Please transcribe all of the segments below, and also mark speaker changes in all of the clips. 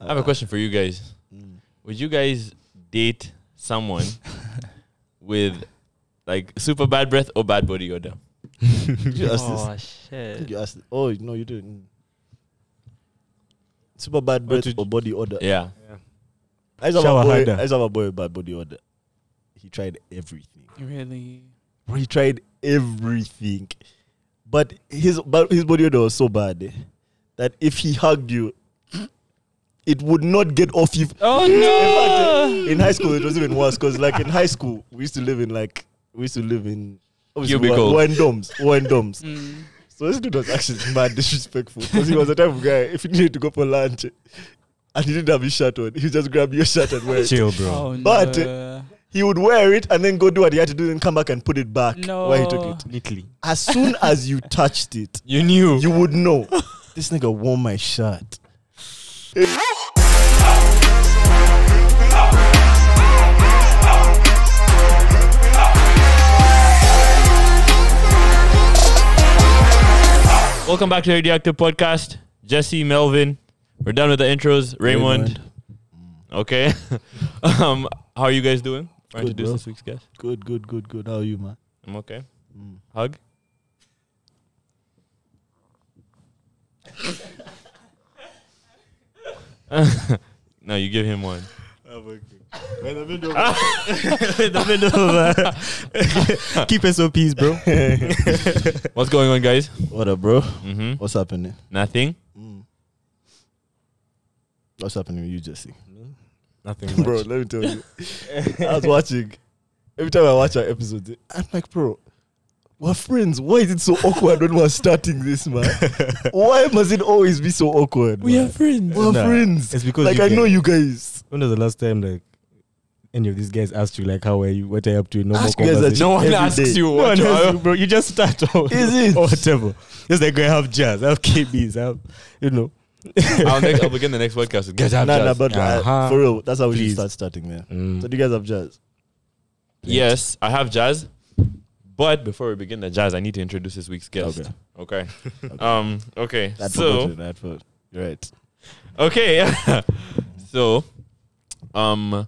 Speaker 1: I have a question for you guys. Would you guys date someone with like super bad breath or bad body odor?
Speaker 2: Did you ask
Speaker 3: oh
Speaker 2: this? Did
Speaker 3: shit!
Speaker 2: you ask? Oh no, you didn't. Super bad breath
Speaker 1: did
Speaker 2: or body odor.
Speaker 1: Yeah.
Speaker 2: I just have
Speaker 4: Shower
Speaker 2: a boy.
Speaker 4: harder.
Speaker 2: I just have a boy with bad body odor. He tried everything.
Speaker 5: Really?
Speaker 2: Bro, he tried everything, but his but his body odor was so bad eh, that if he hugged you, it would not get off you.
Speaker 5: Oh
Speaker 2: In,
Speaker 5: no!
Speaker 2: fact, in high school, it was even worse because, like, in high school, we used to live in like we used to live in obviously we
Speaker 1: Cubicles.
Speaker 2: were, we were in dorms, we were in dorms.
Speaker 5: Mm.
Speaker 2: So this dude was actually mad disrespectful because he was the type of guy if he needed to go for lunch eh, and he didn't have his shirt on, he would just grab your shirt and wear it.
Speaker 4: Chill, bro.
Speaker 5: Oh no!
Speaker 2: But, He would wear it and then go do what he had to do, then come back and put it back
Speaker 5: No.
Speaker 2: where he took it.
Speaker 4: Neatly.
Speaker 2: As soon as you touched it,
Speaker 1: You knew.
Speaker 2: you would know this nigga wore my shirt.
Speaker 1: Welcome back to the Radioactive Podcast. Jesse, Melvin. We're done with the intros. Raymond. Mm. Okay. um, how are you guys doing? Trying to
Speaker 2: Good,
Speaker 1: introduce
Speaker 2: bro.
Speaker 1: this week's guest.
Speaker 2: Good, good, good, good. How are you, man?
Speaker 1: I'm okay.
Speaker 2: Mm.
Speaker 1: Hug. no, you give him one.
Speaker 2: Ah,
Speaker 4: Keep SOPs, bro.
Speaker 1: What's going on, guys?
Speaker 2: What up, bro?
Speaker 1: Mm-hmm.
Speaker 2: What's happening?
Speaker 1: Nothing.
Speaker 2: What's happening with you, Jesse?
Speaker 1: Nothing,
Speaker 2: bro, let me tell you. I was watching. Every time I watch our episode, I'm like, bro, we're friends. Why is it so awkward when we're starting this, man? Why must it always be so awkward?
Speaker 1: We
Speaker 2: man?
Speaker 1: are friends.
Speaker 2: We're
Speaker 4: Nah,
Speaker 2: friends.
Speaker 4: It's because
Speaker 2: Like
Speaker 4: you
Speaker 2: I know
Speaker 4: guys-
Speaker 2: you guys.
Speaker 4: When was the last time like any of these guys asked you like how are you, what are you up to? No
Speaker 2: Ask
Speaker 4: more
Speaker 2: you guys that
Speaker 4: conversation.
Speaker 1: No one
Speaker 2: Every
Speaker 1: asks
Speaker 2: day.
Speaker 1: you
Speaker 4: No
Speaker 1: what
Speaker 4: one
Speaker 1: you
Speaker 4: asks
Speaker 1: are.
Speaker 4: you, bro. You just start off.
Speaker 2: Is it?
Speaker 4: or whatever? Just like I have jazz, I have KBs, I have you know.
Speaker 1: I'll, next, I'll begin the next podcast with guys. I
Speaker 2: Nah,
Speaker 1: have
Speaker 2: nah,
Speaker 1: jazz.
Speaker 2: but uh,
Speaker 4: Uh-huh.
Speaker 2: for real, that's how we
Speaker 4: Please.
Speaker 2: should start starting, man.
Speaker 4: Mm.
Speaker 2: So do you guys have jazz?
Speaker 1: yes, I have jazz. But before we begin the jazz, I need to introduce this week's guest.
Speaker 2: Okay.
Speaker 1: Okay. Um. Okay.
Speaker 2: That
Speaker 1: so.
Speaker 2: that for right.
Speaker 1: Okay. so. Um.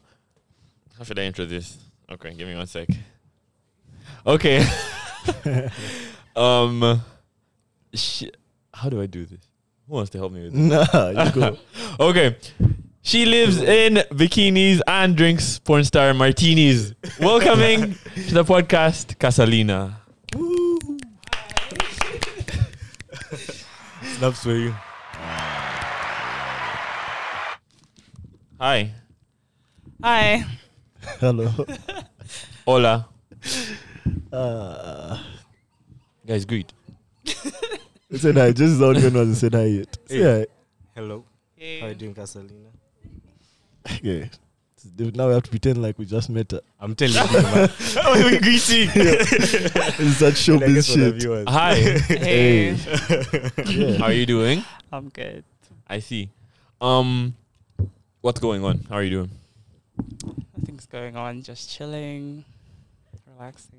Speaker 1: How should I intro this? Okay, give me one sec. Okay. um. Sh- how do I do this? Who wants to help me with this?
Speaker 2: Nah, you go.
Speaker 1: Okay. She lives in bikinis and drinks porn star martinis. Welcoming to the podcast, Casalina.
Speaker 4: Snaps for you.
Speaker 1: Hi.
Speaker 5: Hi.
Speaker 2: Hello.
Speaker 1: Hola.
Speaker 2: Uh,
Speaker 1: Guys, greet.
Speaker 2: said hi. Just the only one who hasn't said hi yet. Say hi.
Speaker 4: Hello. How are you doing, Casalina?
Speaker 2: Yeah. Now we have to pretend like we just met her.
Speaker 4: I'm telling you, man. How are you greeting?
Speaker 2: It's that
Speaker 4: Like,
Speaker 2: showbiz
Speaker 4: that's what our
Speaker 2: shit.
Speaker 4: viewers-
Speaker 1: Hi.
Speaker 5: Hey.
Speaker 1: How are you doing?
Speaker 5: I'm good.
Speaker 1: I see. Um what's going on? How are you doing?
Speaker 5: Nothing's going on. Just chilling, relaxing.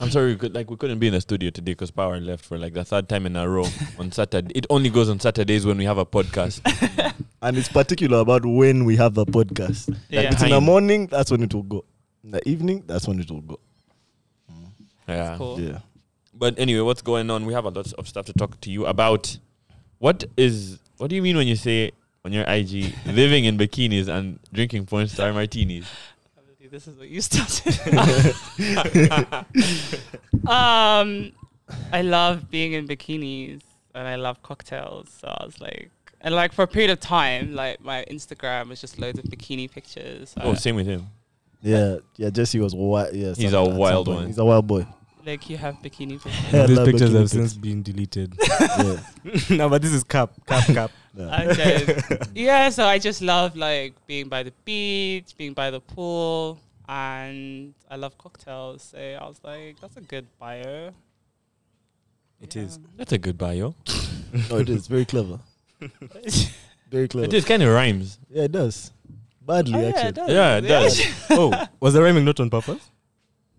Speaker 1: I'm sorry we could like we couldn't be in the studio today because power left for like the third time in a row on Saturday. It only goes on Saturdays when we have a podcast.
Speaker 2: And it's particular about when we have a podcast. Like
Speaker 5: Yeah.
Speaker 2: it's in the
Speaker 1: Time.
Speaker 2: morning, that's when it will go. In the evening, that's when it will go.
Speaker 1: Yeah.
Speaker 5: Cool.
Speaker 2: Yeah.
Speaker 1: But anyway, what's going on? We have a lot of stuff to talk to you about. What is what do you mean when you say on your IG living in bikinis and drinking porn star martinis?
Speaker 5: Obviously, This is what you started. um, I love being in bikinis and I love cocktails. So I was like, and like for a period of time, like my Instagram was just loads of bikini pictures. Uh, So
Speaker 1: Oh, same with him.
Speaker 2: Yeah. Yeah. Jesse was wild. Yeah,
Speaker 1: He's
Speaker 2: some-
Speaker 1: a
Speaker 2: at some
Speaker 1: wild
Speaker 2: point.
Speaker 1: one.
Speaker 2: He's a wild boy.
Speaker 5: like you have bikini pictures.
Speaker 4: These
Speaker 2: Hella
Speaker 4: pictures
Speaker 2: bikini
Speaker 4: have
Speaker 2: pics.
Speaker 4: since been deleted.
Speaker 2: yeah.
Speaker 4: no, but this is cap, cap, cap.
Speaker 2: yeah.
Speaker 5: Okay. yeah, so I just love like being by the beach, being by the pool, and I love cocktails. So I was like, that's a good bio.
Speaker 4: It is.
Speaker 1: That's a good bio.
Speaker 2: No, it is very clever. Very clever.
Speaker 1: It is kind of rhymes.
Speaker 2: Yeah, it does. Badly,
Speaker 5: Oh, yeah, it
Speaker 2: actually.
Speaker 5: does.
Speaker 1: Yeah, it does.
Speaker 4: Oh, was the rhyming not on purpose?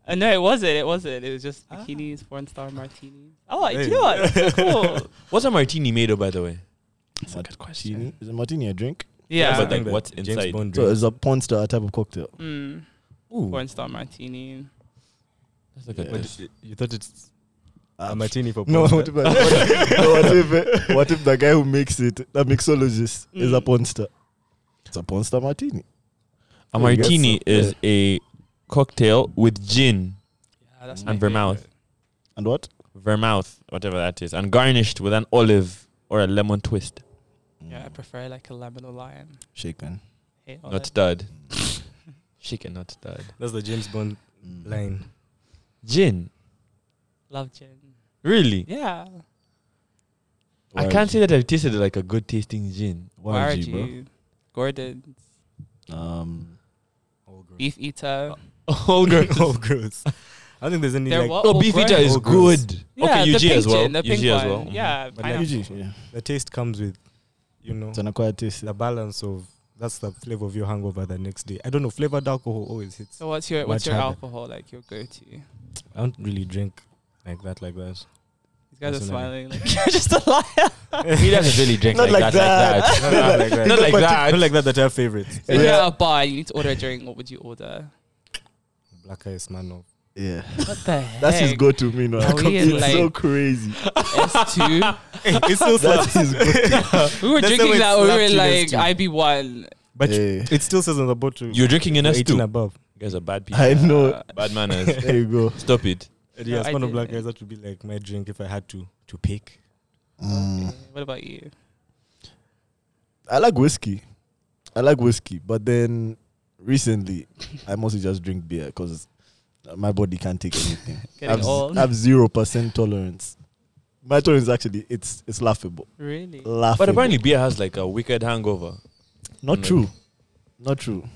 Speaker 5: Uh, no, it wasn't. It wasn't. It was just bikinis, foreign star martinis. Oh, like, do
Speaker 4: Hey.
Speaker 5: you know what? That's so cool.
Speaker 1: What's a martini made of, by the way?
Speaker 2: Martini. Is a martini a drink?
Speaker 5: Yeah.
Speaker 1: but
Speaker 4: Something
Speaker 1: like,
Speaker 4: that
Speaker 1: what's
Speaker 4: James
Speaker 1: inside?
Speaker 4: Bond
Speaker 2: So
Speaker 4: drinks.
Speaker 2: it's a porn star type of cocktail.
Speaker 5: mm,
Speaker 4: Ooh.
Speaker 5: porn star martini.
Speaker 1: Let's look at
Speaker 2: Yeah.
Speaker 4: What
Speaker 1: this.
Speaker 4: did- you thought it's
Speaker 2: Uh,
Speaker 4: a martini for
Speaker 2: No,
Speaker 4: porn
Speaker 2: what if,
Speaker 4: star?
Speaker 2: what, if, no, what if what if the guy who makes it, the mixologist, is a
Speaker 5: Mm.
Speaker 2: porn star? It's a porn star martini.
Speaker 1: A
Speaker 2: I guess
Speaker 1: martini
Speaker 2: so.
Speaker 1: is a cocktail with gin,
Speaker 5: Yeah, that's
Speaker 1: And vermouth.
Speaker 2: And what?
Speaker 1: vermouth, whatever that is, and garnished with an olive or a lemon twist.
Speaker 5: Yeah, I prefer like a lemon or lime.
Speaker 2: Shaken.
Speaker 5: Hey,
Speaker 1: Not stud. Chicken, not stud.
Speaker 4: That's the James Bond
Speaker 2: Mm.
Speaker 4: line.
Speaker 1: Gin.
Speaker 5: love gin.
Speaker 1: Really?
Speaker 5: Yeah.
Speaker 1: I can't say that I've tasted like a good tasting gin.
Speaker 5: YRG, Gordon,
Speaker 2: Um,
Speaker 4: All girls.
Speaker 5: Beef Eater.
Speaker 1: Oh, girl.
Speaker 4: All girls. I don't think there's any
Speaker 5: They're
Speaker 4: like
Speaker 5: what?
Speaker 1: Oh,
Speaker 5: all
Speaker 1: beef eater
Speaker 5: grown.
Speaker 1: is
Speaker 4: All girls.
Speaker 1: good.
Speaker 5: Yeah,
Speaker 1: okay,
Speaker 5: the
Speaker 1: UG
Speaker 5: pink
Speaker 1: as well.
Speaker 5: Gin, the pink
Speaker 1: UG as
Speaker 5: one.
Speaker 1: well. Mhm.
Speaker 5: Yeah,
Speaker 4: But
Speaker 5: pineapple.
Speaker 4: like-
Speaker 2: UG, yeah.
Speaker 4: the taste comes with, you know,
Speaker 2: It's an acquired taste.
Speaker 4: the balance of that's the flavor of your hangover the next day. I don't know. Flavored alcohol always hits.
Speaker 5: So what's your what's
Speaker 4: Much
Speaker 5: your
Speaker 4: harder.
Speaker 5: alcohol like your go to? These
Speaker 4: I don't really drink like that, like that.
Speaker 5: guys are
Speaker 4: That's what I
Speaker 5: smiling like you're just a liar.
Speaker 1: He doesn't really drink
Speaker 2: Not
Speaker 1: like,
Speaker 2: like
Speaker 1: that,
Speaker 4: Not like that.
Speaker 1: Not like
Speaker 4: I
Speaker 1: that.
Speaker 4: don't like that. That are favorites.
Speaker 5: If you're
Speaker 2: Yeah.
Speaker 5: at a bar, you need to order a drink. What would you order?
Speaker 4: Black eyes, man. Of
Speaker 2: Yeah.
Speaker 5: What the heck?
Speaker 2: That's his go to meal.
Speaker 5: Are we in,
Speaker 2: It's so
Speaker 5: like-
Speaker 2: crazy.
Speaker 5: S two.
Speaker 4: it's still
Speaker 2: That's his go to.
Speaker 5: We were
Speaker 4: That's the way
Speaker 5: drinking
Speaker 4: it
Speaker 5: that. when We
Speaker 4: slapped you,
Speaker 5: were
Speaker 4: that's
Speaker 5: like
Speaker 4: true.
Speaker 5: IB one.
Speaker 4: but
Speaker 2: Hey,
Speaker 4: it still says on the bottle.
Speaker 1: You're drinking in
Speaker 4: 18
Speaker 1: S2.
Speaker 4: above.
Speaker 1: You guys are bad people.
Speaker 2: I know.
Speaker 5: Uh,
Speaker 1: Bad manners.
Speaker 2: There you go.
Speaker 1: Stop it.
Speaker 5: Yeah,
Speaker 4: Yeah,
Speaker 5: I
Speaker 4: it's one of
Speaker 5: did.
Speaker 4: black eyes. That would be like my drink if I had to to pick.
Speaker 2: Mm.
Speaker 5: What about you?
Speaker 2: I like whiskey. I like whiskey, but then recently I mostly just drink beer because my body can't take anything.
Speaker 5: Getting
Speaker 2: I've,
Speaker 5: old.
Speaker 2: have zero percent tolerance. My tolerance actually it's it's laughable.
Speaker 5: really?
Speaker 2: Laughable.
Speaker 1: But apparently, beer has like a wicked hangover.
Speaker 2: not
Speaker 1: Mm.
Speaker 2: true. Not true.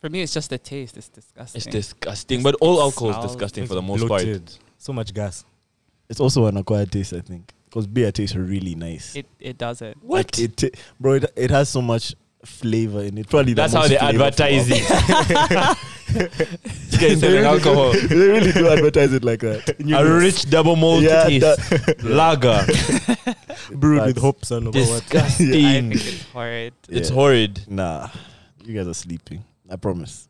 Speaker 5: For me, it's just the taste. It's disgusting.
Speaker 1: It's disgusting. But all alcohol is
Speaker 5: Smells
Speaker 1: disgusting
Speaker 4: It's
Speaker 1: for the most part.
Speaker 4: bloated. So much gas.
Speaker 2: It's also an acquired taste, I think, because beer tastes really nice.
Speaker 5: It it doesn't.
Speaker 2: Like, it, ta- bro? It, it has so much flavor in it. Probably the
Speaker 1: That's how
Speaker 2: most
Speaker 1: they
Speaker 2: flavorful
Speaker 1: advertise
Speaker 2: alcohol.
Speaker 1: it. These guys selling alcohol.
Speaker 2: they really do advertise it like that.
Speaker 1: A rich double malt
Speaker 2: Yeah,
Speaker 1: taste. Lager.
Speaker 4: Brewed with
Speaker 2: That's-
Speaker 4: hops and over what.
Speaker 5: I
Speaker 1: Disgusting.
Speaker 5: think it's horrid.
Speaker 1: It's
Speaker 2: Yeah.
Speaker 1: horrid.
Speaker 2: Nah, you guys are sleeping. I promise.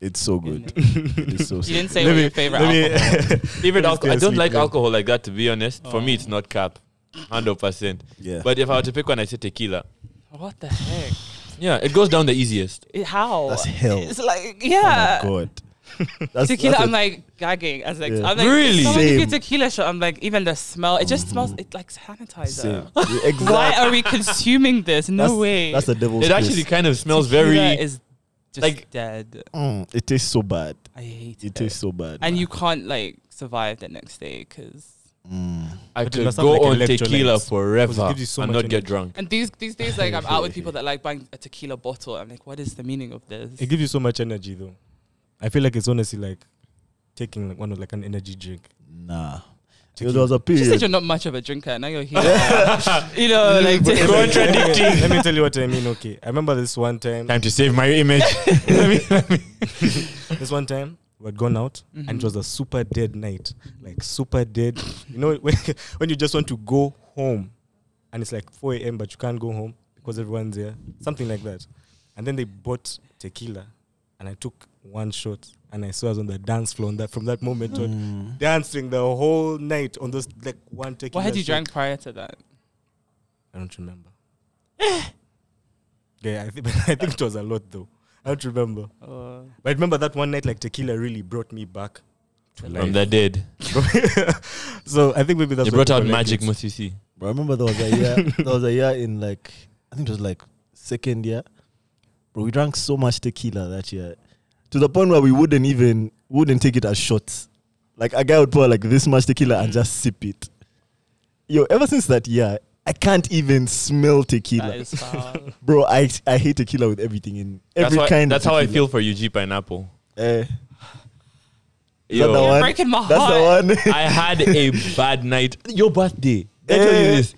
Speaker 2: It's so good.
Speaker 5: isn't it?
Speaker 2: it is so.
Speaker 5: You
Speaker 2: sick.
Speaker 5: didn't say what your favorite alcohol.
Speaker 1: Favorite
Speaker 4: Please
Speaker 1: alcohol. I
Speaker 4: tell
Speaker 1: don't
Speaker 4: me,
Speaker 1: like
Speaker 4: please.
Speaker 1: alcohol like that. To be honest, for me,
Speaker 5: Oh.
Speaker 1: it's not cap, hundred percent.
Speaker 2: Yeah.
Speaker 1: But if I were to pick one, I say tequila.
Speaker 5: What the heck?
Speaker 1: Yeah, it goes down the easiest.
Speaker 5: It- how?
Speaker 2: That's hell.
Speaker 5: It's like
Speaker 2: oh
Speaker 5: yeah.
Speaker 2: my god. That's,
Speaker 5: tequila,
Speaker 2: that's a-
Speaker 5: I'm like gagging. As like,
Speaker 2: Yeah.
Speaker 5: I'm like,
Speaker 1: Really?
Speaker 5: really? Someone give you
Speaker 2: Same.
Speaker 5: tequila shot. I'm like, even the smell. It just smells.
Speaker 2: Mhm.
Speaker 5: It like sanitizer.
Speaker 2: Same.
Speaker 5: Why
Speaker 2: exactly.
Speaker 5: are we consuming this? No
Speaker 2: That's,
Speaker 5: way.
Speaker 2: That's the devil's.
Speaker 1: It actually
Speaker 2: kiss.
Speaker 1: kind of smells
Speaker 5: Tequila
Speaker 1: very.
Speaker 5: is just
Speaker 1: like-
Speaker 5: dead.
Speaker 2: Mm, it tastes so bad.
Speaker 5: I hate it.
Speaker 2: It tastes so bad.
Speaker 5: and you can't like survive the next day because.
Speaker 2: Mm.
Speaker 1: I
Speaker 4: But it
Speaker 1: could
Speaker 4: must have
Speaker 1: go
Speaker 4: like
Speaker 1: on
Speaker 4: electrolytes,
Speaker 1: tequila
Speaker 4: 'cause it
Speaker 1: forever
Speaker 4: gives you so
Speaker 1: and
Speaker 4: much
Speaker 1: not get
Speaker 4: energy.
Speaker 1: drunk.
Speaker 5: And these these days, like I'm out with people that like buying a tequila bottle. I'm like, what is the meaning of this?
Speaker 4: It gives you so much energy though. I feel like it's honestly like taking like one of like an energy drink.
Speaker 2: Nah. There
Speaker 4: Tequila.
Speaker 2: was a
Speaker 5: You said
Speaker 2: period.
Speaker 5: you're not much of a drinker. Now you're here. you know, like
Speaker 4: But
Speaker 5: taking-
Speaker 4: let me- let me-
Speaker 1: Contradicting.
Speaker 4: Let me tell you what I mean. Okay, I remember this one time.
Speaker 1: Time to save my image.
Speaker 4: This one time we had gone out and
Speaker 5: Mhm.
Speaker 4: it was a super dead night, like super dead. you know when, when you just want to go home, and it's like 4 a.m. but you can't go home because everyone's there, something like that. And then they bought tequila, and I took one shot, and I saw us on the dance floor. On that from that moment on,
Speaker 2: Mm.
Speaker 4: dancing the whole night on those like one tequila.
Speaker 5: What had you
Speaker 4: shot.
Speaker 5: drank prior to that?
Speaker 4: I don't remember. yeah, I, think I think it was a lot though. I don't remember.
Speaker 5: Or
Speaker 4: But I remember that one night, like tequila really brought me back to
Speaker 1: From
Speaker 4: life.
Speaker 1: the dead.
Speaker 4: so I think maybe that's
Speaker 1: They
Speaker 4: what
Speaker 1: brought out
Speaker 4: people like
Speaker 1: magic
Speaker 4: it.
Speaker 1: musisi.
Speaker 2: Bro, I remember there was a year. there was a year in like I think it was like second year. Bro, we drank so much tequila that year, to the point where we wouldn't even wouldn't take it as shots. Like a guy would pour like this much tequila and just sip it. Yo, ever since that year, I can't even smell tequila.
Speaker 5: that is foul.
Speaker 2: Bro, I I hate tequila with everything in
Speaker 1: That's,
Speaker 2: every
Speaker 1: why-
Speaker 2: kind.
Speaker 1: that's
Speaker 2: of
Speaker 1: how I feel
Speaker 2: tequila.
Speaker 1: for UG Pineapple.
Speaker 2: Eh,
Speaker 1: Yo,
Speaker 2: that the
Speaker 5: You're
Speaker 2: one?
Speaker 5: breaking my
Speaker 2: that's the
Speaker 5: heart.
Speaker 2: one.
Speaker 1: I had a bad night. Your birthday. Did I tell you
Speaker 2: Eh.
Speaker 1: this?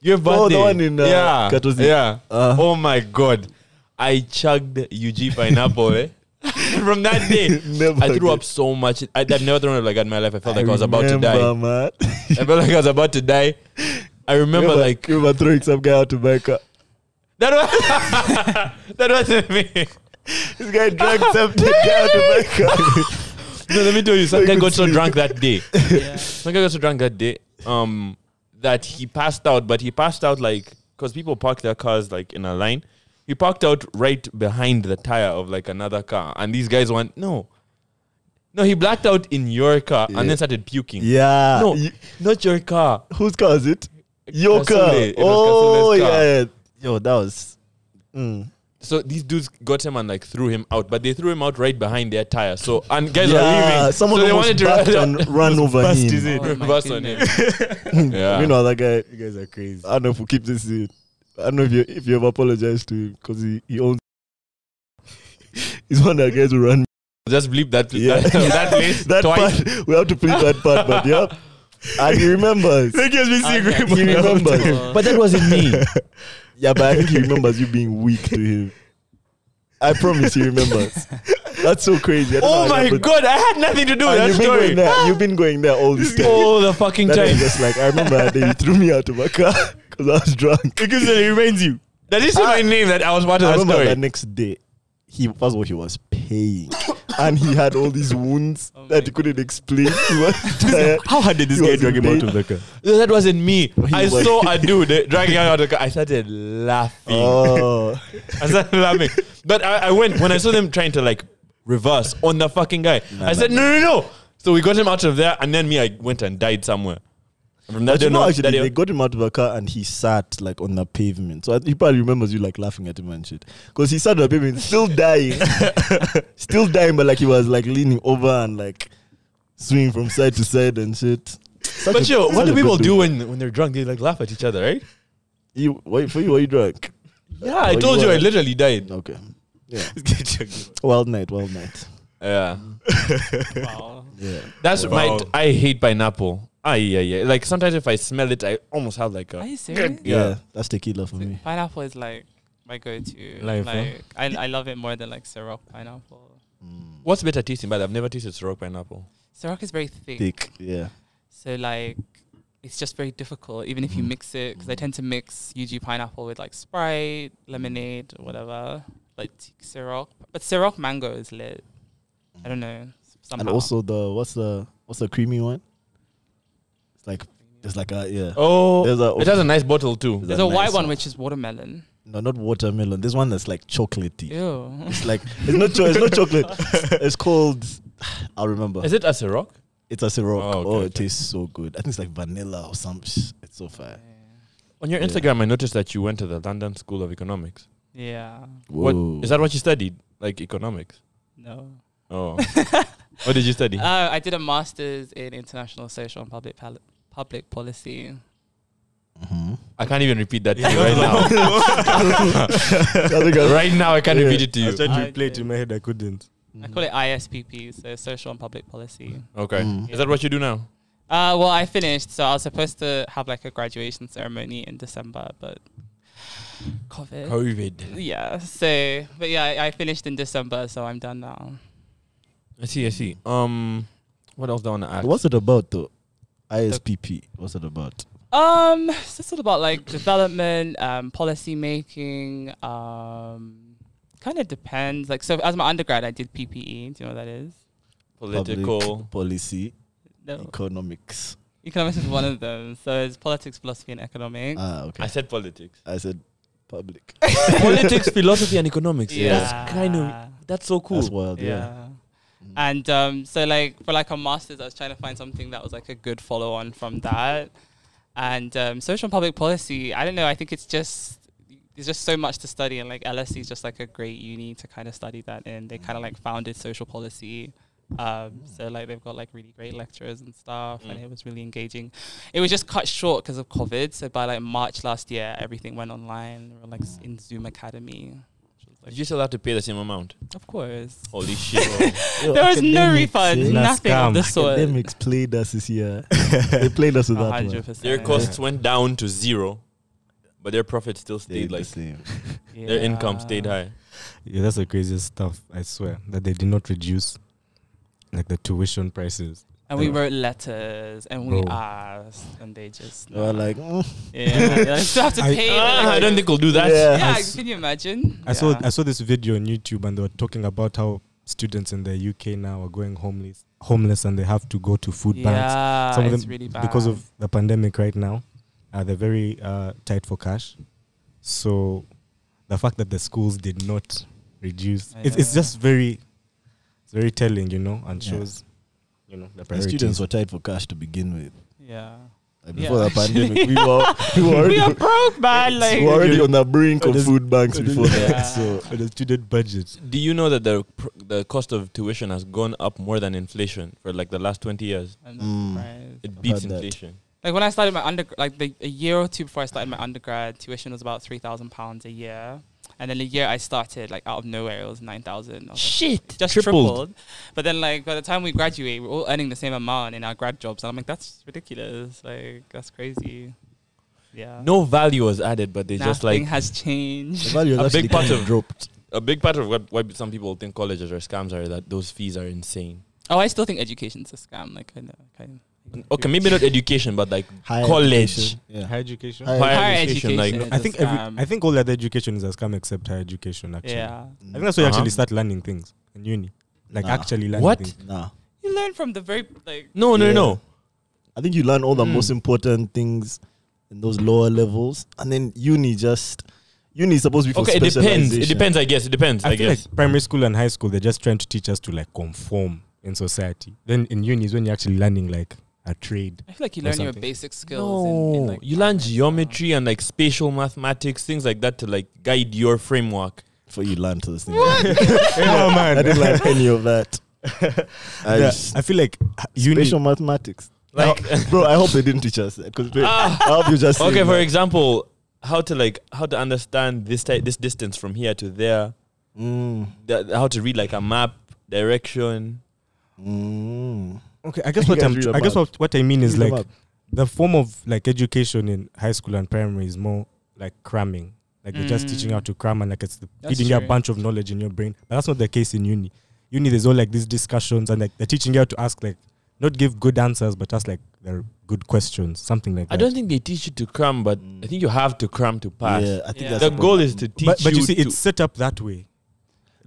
Speaker 1: Your birthday.
Speaker 2: Oh, the one in, uh,
Speaker 1: yeah.
Speaker 2: Katosi.
Speaker 1: Yeah.
Speaker 2: Uh.
Speaker 1: oh my god. I chugged UG pineapple. eh? From that day,
Speaker 2: Never
Speaker 1: I threw
Speaker 2: again.
Speaker 1: up so much. I, I've never thrown up like that in my life. I felt like I, was about to die.
Speaker 2: remember, man.
Speaker 1: I felt like I was about to die. I remember, like
Speaker 2: you were throwing some guy out to buy a car.
Speaker 1: That was that wasn't me.
Speaker 2: This guy dragged some nigga out of my car.
Speaker 1: No, let me tell you, some
Speaker 2: I
Speaker 1: guy
Speaker 2: could
Speaker 1: got so
Speaker 2: see.
Speaker 1: drunk that day.
Speaker 5: Yeah.
Speaker 1: Some guy got so drunk that day, um, that he passed out. But he passed out like because people park their cars like in a line. He parked out right behind the tire of like another car, and these guys went no, no. He blacked out in your car
Speaker 2: Yeah.
Speaker 1: and then started puking.
Speaker 2: Yeah.
Speaker 1: No,
Speaker 2: You-
Speaker 1: not your car.
Speaker 2: whose car is it? Your
Speaker 1: Kasule's-
Speaker 2: car.
Speaker 1: it was
Speaker 2: Oh,
Speaker 1: Kasule's car.
Speaker 2: yeah. Yo, that was. Mm.
Speaker 1: So these dudes got him and like threw him out, but they threw him out right behind their tire. So and guys are leaving.
Speaker 2: Someone
Speaker 1: so they
Speaker 2: almost
Speaker 1: wanted to
Speaker 2: backed
Speaker 1: run-
Speaker 2: and ran over
Speaker 4: bust
Speaker 2: him.
Speaker 4: his head.
Speaker 5: Oh my
Speaker 1: Reverse on
Speaker 5: goodness.
Speaker 1: Yeah.
Speaker 2: You know that guy.
Speaker 4: You guys are crazy.
Speaker 2: I don't know if we keep this in. I don't know if you if you ever apologize to him because he, he owns. He's one of the guys who run.
Speaker 1: Just bleep that
Speaker 2: Yeah.
Speaker 1: that, that list
Speaker 2: That
Speaker 1: twice.
Speaker 2: part we have to play that part, but yep. And he remembers.
Speaker 4: Like, yes, we see
Speaker 5: Okay.
Speaker 4: Grandma.
Speaker 2: he remembers.
Speaker 5: Cool.
Speaker 2: But that wasn't me. yeah, but I think he remembers you being weak to him. I promise he remembers. That's so crazy. I don't
Speaker 1: Oh
Speaker 2: know how it
Speaker 1: my
Speaker 2: happened.
Speaker 1: god, I had nothing to do with
Speaker 2: And
Speaker 1: that
Speaker 2: you've been
Speaker 1: story.
Speaker 2: going there. You've been going there all this time.
Speaker 1: All the fucking
Speaker 2: That
Speaker 1: time.
Speaker 2: was just like I remember that day you threw me out of my car because I was drunk.
Speaker 4: Because it reminds you.
Speaker 1: That is my name that I was part
Speaker 2: Ah. I
Speaker 1: of that
Speaker 2: remember
Speaker 1: story.
Speaker 2: the next day, he first of all he was paying, and he had all these wounds
Speaker 5: Oh
Speaker 2: that
Speaker 5: my
Speaker 2: he couldn't explain. He was tired.
Speaker 4: How hard did this
Speaker 2: He
Speaker 4: guy
Speaker 2: was
Speaker 4: drag him
Speaker 2: in
Speaker 4: out
Speaker 2: pain.
Speaker 4: of the car?
Speaker 1: No, that wasn't me. I
Speaker 2: was-
Speaker 1: saw a dude eh, dragging out of the car. I started laughing.
Speaker 2: Oh,
Speaker 1: I started laughing. But I, I went when I saw them trying to like reverse on the fucking guy. I said, no, no, no. So we got him out of there, and then me, I went and died somewhere. From that
Speaker 2: but
Speaker 1: day
Speaker 2: you know,
Speaker 1: on,
Speaker 2: actually,
Speaker 1: that day-
Speaker 2: they got him out of the car and he sat like on the pavement. So I- he probably remembers you like laughing at him and shit because he sat on the pavement, still dying, still dying, but like he was like leaning over and like swinging from side to side and shit. Such
Speaker 1: but
Speaker 2: a-
Speaker 1: yo,
Speaker 2: such
Speaker 1: what do
Speaker 2: a good
Speaker 1: people
Speaker 2: dude.
Speaker 1: do when, when they're drunk? They like laugh at each other, right?
Speaker 2: You, why, for you, were you drunk?
Speaker 1: Yeah, I
Speaker 2: Well,
Speaker 1: told
Speaker 2: you
Speaker 1: you, I
Speaker 2: were.
Speaker 1: literally died.
Speaker 2: Okay.
Speaker 4: This guy dragged him out.
Speaker 2: Wild night, wild night.
Speaker 1: Yeah.
Speaker 5: Wow.
Speaker 2: Yeah.
Speaker 1: That's my.
Speaker 4: Wow.
Speaker 1: T- I hate pineapple. Ah, yeah, yeah. Like sometimes if I smell it, I almost have like
Speaker 5: Are
Speaker 1: a.
Speaker 5: you serious?
Speaker 2: Yeah,
Speaker 1: Yeah.
Speaker 2: that's tequila for me.
Speaker 5: Pineapple is like my go-to.
Speaker 4: Life, huh?
Speaker 5: like I, I love it more than like Ciroc pineapple.
Speaker 1: What's better tasting? But I've never tasted Ciroc pineapple.
Speaker 5: Ciroc is very thick,
Speaker 2: Thick, yeah.
Speaker 5: so like it's just very difficult. Even
Speaker 2: Mm-hmm.
Speaker 5: if you mix it, because I tend to mix UG pineapple with like Sprite, lemonade, whatever, like t- Ciroc. But Ciroc mango is lit. I don't know. s- Somehow.
Speaker 2: And also the what's the what's the creamy one? It's like there's like a yeah.
Speaker 1: Oh,
Speaker 2: There's a
Speaker 1: it has a nice bottle too.
Speaker 2: There's
Speaker 5: there's
Speaker 2: a
Speaker 5: a
Speaker 2: nice
Speaker 5: white
Speaker 2: one.
Speaker 5: one which is watermelon.
Speaker 2: no, not watermelon. There's one that's like chocolatey.
Speaker 5: Ew.
Speaker 2: It's like it's not cho- it's not chocolate. It's called I'll remember.
Speaker 1: Is it a Ciroc?
Speaker 2: It's a Ciroc.
Speaker 1: Oh,
Speaker 2: Oh,
Speaker 1: okay,
Speaker 2: it
Speaker 1: okay.
Speaker 2: tastes so good. I think it's like vanilla or some sh- It's so fire.
Speaker 1: On your
Speaker 2: Yeah.
Speaker 1: Instagram, I noticed that you went to the London School of Economics.
Speaker 5: yeah.
Speaker 2: Whoa.
Speaker 1: What is that? What you studied? Like economics?
Speaker 5: No.
Speaker 1: Oh, what did you study?
Speaker 5: Uh, I did a master's in international social and public pal- public policy.
Speaker 2: Mhm.
Speaker 1: I can't even repeat that to you right now.
Speaker 2: I think I-
Speaker 1: right now, I can't
Speaker 2: Yeah.
Speaker 1: repeat it to
Speaker 4: I
Speaker 1: you.
Speaker 4: was trying to
Speaker 5: I
Speaker 4: replay it
Speaker 5: did.
Speaker 4: in my head. I couldn't.
Speaker 5: I
Speaker 2: Mm-hmm.
Speaker 5: call it ISPP, so social and public policy.
Speaker 1: Okay,
Speaker 2: Mm.
Speaker 1: is that what you do now?
Speaker 5: Uh, well, I finished, so I was supposed to have like a graduation ceremony in December, but COVID.
Speaker 1: COVID.
Speaker 5: Yeah. So, but yeah, I, I finished in December, so I'm done now.
Speaker 1: I see. I see. Um, what else do I want to ask?
Speaker 2: What's it about though? ISPP. What's it about?
Speaker 5: Um, so it's all about like development, um, policy making. Um, kind of depends. Like, so as my undergrad, I did PPE. Do you know what that is?
Speaker 1: political?
Speaker 2: Public policy,
Speaker 5: No.
Speaker 2: economics.
Speaker 5: Economics is one of them. So it's politics, philosophy, and economics.
Speaker 2: Ah, okay.
Speaker 1: I said politics.
Speaker 2: I said public.
Speaker 1: politics, philosophy, and economics.
Speaker 5: Yeah.
Speaker 1: That's kind of Mm. that's so cool.
Speaker 2: That's wild.
Speaker 5: yeah.
Speaker 2: Yeah.
Speaker 5: And um, so like for like a master's, I was trying to find something that was like a good follow on from that. And um, social and public policy, I don't know. I think it's just there's just so much to study, and like LSE is just like a great uni to kind of study that in. They kind of
Speaker 1: Mm.
Speaker 5: like founded social policy. Um, so like they've got like really great lecturers and stuff, and
Speaker 1: Mm.
Speaker 5: it was really engaging. It was just cut short because of COVID. So by like March last year, everything went online. We were like s- in Zoom Academy. which was, like-
Speaker 1: Mm. Did you still have to pay the same amount?
Speaker 5: of course.
Speaker 1: Holy shit!
Speaker 2: Yo,
Speaker 5: There was no
Speaker 2: academics,
Speaker 5: refund,
Speaker 2: eh?
Speaker 4: Nah,
Speaker 5: nothing of
Speaker 4: scam.
Speaker 5: the sort.
Speaker 2: Academics played us this year. they played us with
Speaker 5: A
Speaker 2: that one.
Speaker 5: hundred percent.
Speaker 1: their costs went down to zero, but their profit still
Speaker 2: They
Speaker 1: stayed
Speaker 2: did
Speaker 1: like
Speaker 2: the same.
Speaker 1: their income stayed high.
Speaker 4: Yeah, that's the craziest stuff. I swear that they did not reduce like the tuition prices.
Speaker 5: And
Speaker 2: They
Speaker 5: we
Speaker 2: were-
Speaker 5: wrote letters and we
Speaker 2: Bro.
Speaker 5: asked, and they just.
Speaker 2: They were like, mm,
Speaker 5: yeah, they still have to
Speaker 4: I-
Speaker 5: pay.
Speaker 1: Ah, I don't think we'll do that.
Speaker 2: yeah.
Speaker 5: Yeah,
Speaker 4: I s-
Speaker 5: can you imagine?
Speaker 4: I saw
Speaker 5: Yeah.
Speaker 4: I saw this video on YouTube and they were talking about how students in the UK now are going homeless, homeless, and they have to go to food banks.
Speaker 5: Yeah,
Speaker 4: Some of
Speaker 5: it's
Speaker 4: them
Speaker 5: really bad
Speaker 4: because of the pandemic right now, uh, they're very uh, tight for cash. So the fact that the schools did not reduce,
Speaker 5: I
Speaker 4: it's, it's
Speaker 5: know.
Speaker 4: just very, it's very telling, you know, and
Speaker 2: Yeah.
Speaker 4: shows, you know, the
Speaker 2: the
Speaker 4: priorities.
Speaker 2: students were tied for cash to begin with.
Speaker 5: yeah.
Speaker 2: Like
Speaker 5: Yeah,
Speaker 2: before the
Speaker 5: actually.
Speaker 2: pandemic, we were, we were
Speaker 5: We
Speaker 2: already,
Speaker 5: are broke, man. Like
Speaker 2: we were already on the brink of
Speaker 4: Just-
Speaker 2: food banks before
Speaker 5: Yeah.
Speaker 2: that. So
Speaker 4: But the student budget.
Speaker 1: Do you know that the pr- the cost of tuition has gone up more than inflation for like the last twenty years?
Speaker 5: I'm
Speaker 2: Mm.
Speaker 5: surprised.
Speaker 1: It beats
Speaker 2: heard that.
Speaker 1: inflation.
Speaker 5: Like when I started my under, like the, a year or two before I started my undergrad, tuition was about three thousand pounds a year, and then the year I started, like out of nowhere, it was nine thousand.
Speaker 1: Oh. Shit,
Speaker 5: Just tripled. But then, like by the time we graduate, we're all earning the same amount in our grad jobs, and I'm like, that's ridiculous. Like that's crazy. Yeah.
Speaker 1: No value was added, but they
Speaker 5: Nothing
Speaker 1: just like
Speaker 5: has
Speaker 2: the
Speaker 5: changed.
Speaker 2: value
Speaker 1: A
Speaker 2: has
Speaker 1: big
Speaker 2: actually
Speaker 1: part
Speaker 2: kind of
Speaker 1: of-
Speaker 2: dropped.
Speaker 1: a big part of what why some people think colleges are scams are that those fees are insane.
Speaker 5: Oh, I still think education's a scam. Like I know, kind of.
Speaker 1: Okay, maybe not education, but like
Speaker 2: Higher
Speaker 1: College.
Speaker 2: education, Yeah.
Speaker 4: Higher education.
Speaker 2: Higher
Speaker 1: higher,
Speaker 5: Higher
Speaker 1: education, like
Speaker 5: education.
Speaker 4: I
Speaker 5: It's a
Speaker 4: think every,
Speaker 5: scam.
Speaker 4: I think all other education is a scam except higher education. Actually,
Speaker 5: um, Yeah.
Speaker 4: I think that's where you
Speaker 1: Uh-huh. Ah.
Speaker 4: actually start learning things in uni, like
Speaker 2: Nah.
Speaker 4: actually learning
Speaker 1: What?
Speaker 4: things.
Speaker 2: Nah.
Speaker 5: You learn from the very like.
Speaker 1: no, no,
Speaker 2: Yeah.
Speaker 1: no.
Speaker 2: I think you learn all the
Speaker 1: Mm.
Speaker 2: most important things in those lower levels, and then uni just uni is supposed to be for
Speaker 1: Okay, it depends. It
Speaker 2: specialization.
Speaker 1: depends, I guess. It depends, I,
Speaker 4: I feel
Speaker 1: guess.
Speaker 4: like primary school and high school they're just trying to teach us to like conform in society. Then in uni is when you're actually learning like a trade.
Speaker 5: I feel like you
Speaker 4: Or
Speaker 5: learn your
Speaker 4: something.
Speaker 5: basic skills.
Speaker 1: no,
Speaker 5: in, in like
Speaker 1: you learn
Speaker 5: primary, so-
Speaker 1: geometry and like spatial mathematics, things like that, to like guide your framework.
Speaker 2: Before you learn to this thing,
Speaker 4: Yeah, Oh, man.
Speaker 2: I didn't learn any of that. I
Speaker 4: Yeah,
Speaker 2: just,
Speaker 4: I feel like h- uni.
Speaker 2: spatial mathematics,
Speaker 1: Like,
Speaker 2: bro. I hope they didn't teach us that because
Speaker 1: Ah.
Speaker 2: I hope you just say
Speaker 1: okay, for
Speaker 2: that.
Speaker 1: example, how to like how to understand this type, this distance from here to there,
Speaker 2: Mm,
Speaker 1: that, how to read like a map direction.
Speaker 2: mm.
Speaker 4: Okay, I guess
Speaker 2: You
Speaker 4: what
Speaker 2: guys
Speaker 4: I'm.
Speaker 2: read
Speaker 4: I guess
Speaker 2: about-
Speaker 4: what, what I mean is
Speaker 2: Read
Speaker 4: like
Speaker 2: about-
Speaker 4: the form of like education in high school and primary is more like cramming. Like they're just teaching
Speaker 5: Mm.
Speaker 4: how to cram and like it's the
Speaker 5: That's
Speaker 4: feeding you a
Speaker 5: true.
Speaker 4: bunch of knowledge in your brain. But that's not the case in uni. Uni there's all like these discussions and like they're teaching you how to ask like not give good answers but ask like their good questions, something like
Speaker 1: I
Speaker 4: that.
Speaker 1: don't think they teach you to cram, but I think you have to cram to pass.
Speaker 2: Yeah, I think
Speaker 5: Yeah.
Speaker 2: that's
Speaker 1: The
Speaker 5: That's
Speaker 1: goal is to teach
Speaker 4: but, but you
Speaker 1: you
Speaker 4: see,
Speaker 1: to-
Speaker 4: it's set up that way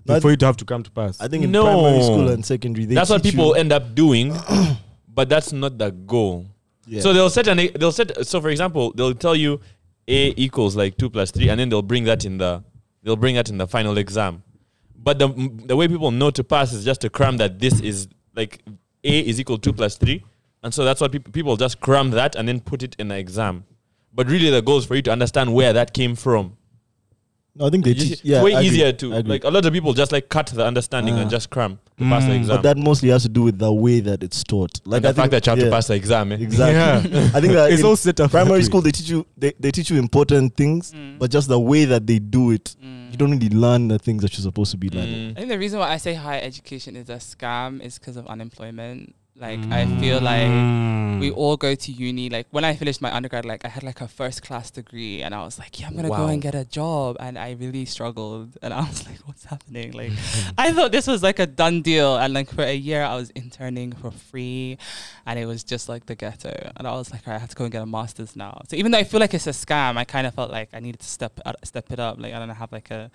Speaker 2: But-
Speaker 4: for you to have to come to pass.
Speaker 2: I think in
Speaker 1: No.
Speaker 2: primary school and secondary, they
Speaker 1: that's what
Speaker 2: teach
Speaker 1: people
Speaker 2: You,
Speaker 1: end up doing, but that's not the goal.
Speaker 2: yeah.
Speaker 1: So they'll set an e, they'll set so for example they'll tell you a equals like two plus three and then they'll bring that in the they'll bring that in the final exam, but the the way people know to pass is just to cram that this is like a is equal to two plus three, and so that's what people people just cram that and then put it in the exam, but really the goal is for you to understand where that came from.
Speaker 2: no, I think they
Speaker 1: You see,
Speaker 2: teach.
Speaker 1: it's
Speaker 2: Yeah,
Speaker 1: way
Speaker 2: I agree,
Speaker 1: easier to
Speaker 2: I agree.
Speaker 1: like a lot of people just like cut the understanding
Speaker 2: Ah.
Speaker 1: and just cram to pass the
Speaker 4: Mm,
Speaker 1: exam.
Speaker 2: But that mostly has to do with the way that it's taught. Like
Speaker 1: and the
Speaker 2: I think
Speaker 1: fact that you have
Speaker 2: yeah,
Speaker 1: to pass the exam. eh?
Speaker 2: Exactly.
Speaker 4: Yeah.
Speaker 2: I think that
Speaker 4: it's
Speaker 2: uh, in
Speaker 4: all set up. that
Speaker 2: primary
Speaker 4: way.
Speaker 2: school they teach you they, they teach you important things,
Speaker 5: Mm.
Speaker 2: but just the way that they do it, you don't really learn the things that you're supposed to be learning.
Speaker 5: Mm. I
Speaker 1: Mm.
Speaker 5: think the reason why I say higher education is a scam is because of unemployment. Like I feel like
Speaker 4: Mm.
Speaker 5: we all go to uni. Like when I finished my undergrad, like I had like a first class degree, and I was like, yeah, I'm gonna go
Speaker 1: Wow.
Speaker 5: and get a job, and I really struggled, and I was like, what's happening? Like I thought this was like a done deal, and like for a year I was interning for free, and it was just like the ghetto, and I was like, all right, I have to go and get a master's now. So even though I feel like it's a scam, I kind of felt like I needed to step uh, step it up. Like I don't know, have like a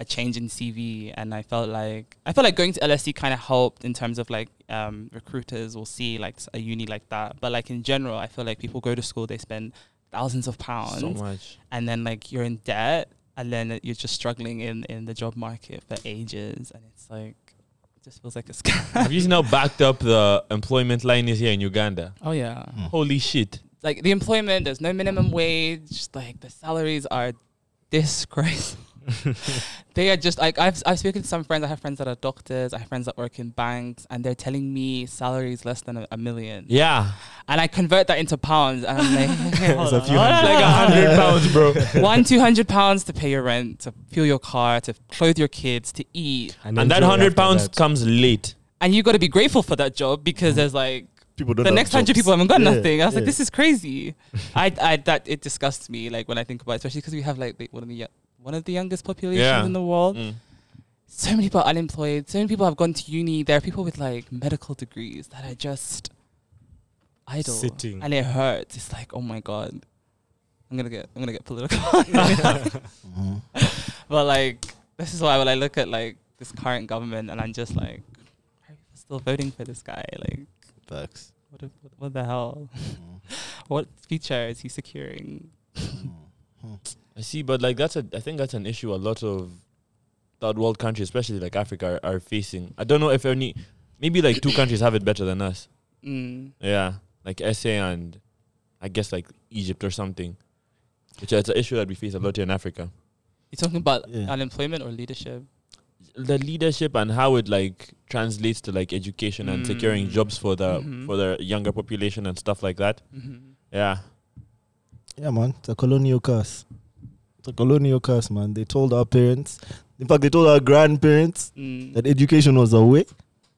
Speaker 5: a change in CV, and I felt like I felt like going to LSC kind of helped in terms of like um, recruiters will see like s- a uni like that, but like in general, I feel like people go to school, they spend thousands of pounds,
Speaker 1: So much.
Speaker 5: and then like you're in debt, and then you're just struggling in in the job market for ages, and it's like it just feels like a scam.
Speaker 1: Have you seen how backed up the employment line is here in Uganda?
Speaker 5: oh yeah,
Speaker 1: Holy shit.
Speaker 5: like the employment, there's no minimum wage. Like the salaries are disgraceful. they are just like I've I've spoken to some friends. I have friends that are doctors. I have friends that work in banks, and they're telling me salaries less than a, a million.
Speaker 1: Yeah.
Speaker 5: And I convert that into pounds, and I'm like, okay, hold
Speaker 4: a
Speaker 5: on,
Speaker 4: few
Speaker 5: hold on,
Speaker 1: Like a
Speaker 5: hold on.
Speaker 1: hundred pounds, bro.
Speaker 5: one two hundred pounds to pay your rent, to fuel your car, to clothe your kids, to eat,
Speaker 1: And that
Speaker 4: enjoy
Speaker 1: hundred
Speaker 4: after
Speaker 1: pounds
Speaker 4: that.
Speaker 1: comes late.
Speaker 5: and you got to be grateful for that job because there's like
Speaker 2: People don't
Speaker 5: the
Speaker 2: have
Speaker 5: next hundred
Speaker 2: jobs.
Speaker 5: people haven't got
Speaker 2: Yeah,
Speaker 5: nothing. I was like,
Speaker 2: yeah.
Speaker 5: this is crazy. I, I that it disgusts me like when I think about, it, especially because we have like the, one of the yo- one of the youngest populations
Speaker 1: Yeah.
Speaker 5: in the world.
Speaker 1: Mm.
Speaker 5: So many people are unemployed. So many people have gone to uni. There are people with like medical degrees that are just idol
Speaker 4: Sitting.
Speaker 5: and it hurts. It's like, oh my god, I'm gonna get, I'm gonna get political.
Speaker 2: Mm-hmm.
Speaker 5: But like, this is why when I look at like this current government, and I'm just like, are people still voting for this guy? Like,
Speaker 2: Facts.
Speaker 5: what, if, what, what the hell?
Speaker 2: Mm-hmm.
Speaker 5: what future is he securing?
Speaker 1: I see, but like that's a I think that's an issue a lot of third world countries, especially like Africa, are, are facing. I don't know if any maybe like two countries have it better than us.
Speaker 5: Mm.
Speaker 1: Yeah, like SA and I guess like Egypt or something. Which is an issue that we face a lot here in Africa.
Speaker 5: You're talking about
Speaker 2: Yeah.
Speaker 5: unemployment or leadership?
Speaker 1: The leadership and how it like translates to like education and securing
Speaker 5: Mm.
Speaker 1: jobs for the
Speaker 5: Mhm.
Speaker 1: for the younger population and stuff like that.
Speaker 5: Mm-hmm.
Speaker 1: Yeah,
Speaker 2: Yeah, man. It's a colonial curse. It's a colonial curse, man. They told our parents, in fact, they told our grandparents
Speaker 5: Mm.
Speaker 2: that education was a way.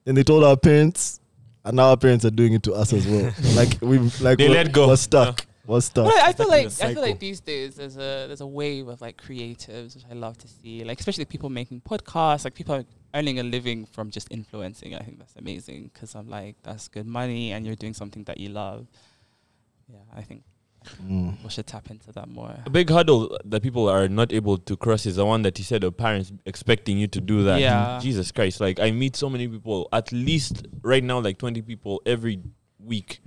Speaker 2: Then they told our parents, and now our parents are doing it to us as well. like we, like
Speaker 1: They
Speaker 2: we're,
Speaker 1: let go.
Speaker 2: We're stuck. We're
Speaker 5: But
Speaker 2: stuck.
Speaker 5: I, I
Speaker 1: Stuck
Speaker 5: feel
Speaker 1: in
Speaker 5: like
Speaker 1: a
Speaker 5: I feel
Speaker 1: cycle.
Speaker 5: like these days there's a there's a wave of like creatives which I love to see, like especially people making podcasts, like people are earning a living from just influencing. I think that's amazing because I'm like that's good money and you're doing something that you love. Yeah, I think
Speaker 2: Mm.
Speaker 5: we should tap into that more.
Speaker 1: a big hurdle that people are not able to cross is the one that he said of parents expecting you to do that.
Speaker 5: Yeah.
Speaker 1: Jesus Christ. Like I meet so many people, at least right now, like twenty people every week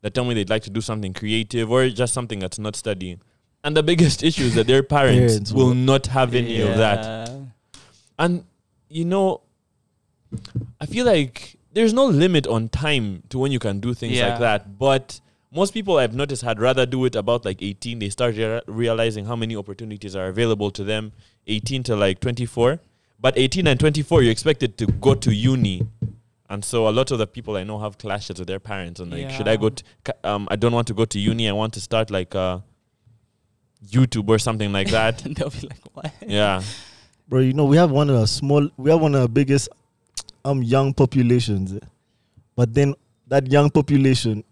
Speaker 1: that tell me they'd like to do something creative or just something that's not studying. And the biggest issue is that their parents,
Speaker 2: Parents
Speaker 1: will
Speaker 2: will-
Speaker 1: not have any of that. And you know, I feel like there's no limit on time to when you can do things
Speaker 5: Yeah.
Speaker 1: like that. But most people I've noticed had rather do it about like 18. They start rea- realizing how many opportunities are available to them, 18 to like 24. But 18 and 24, you're expected to go to uni. And so a lot of the people I know have clashes with their parents and like, should I
Speaker 5: Yeah.
Speaker 1: go? To, ca- um, I don't want to go to uni. I want to start like uh, YouTube or something like that.
Speaker 5: and they'll be like, "What?"
Speaker 1: yeah.
Speaker 2: Bro, you know, we have one of our small, we have one of our biggest um, young populations. eh. But then that young population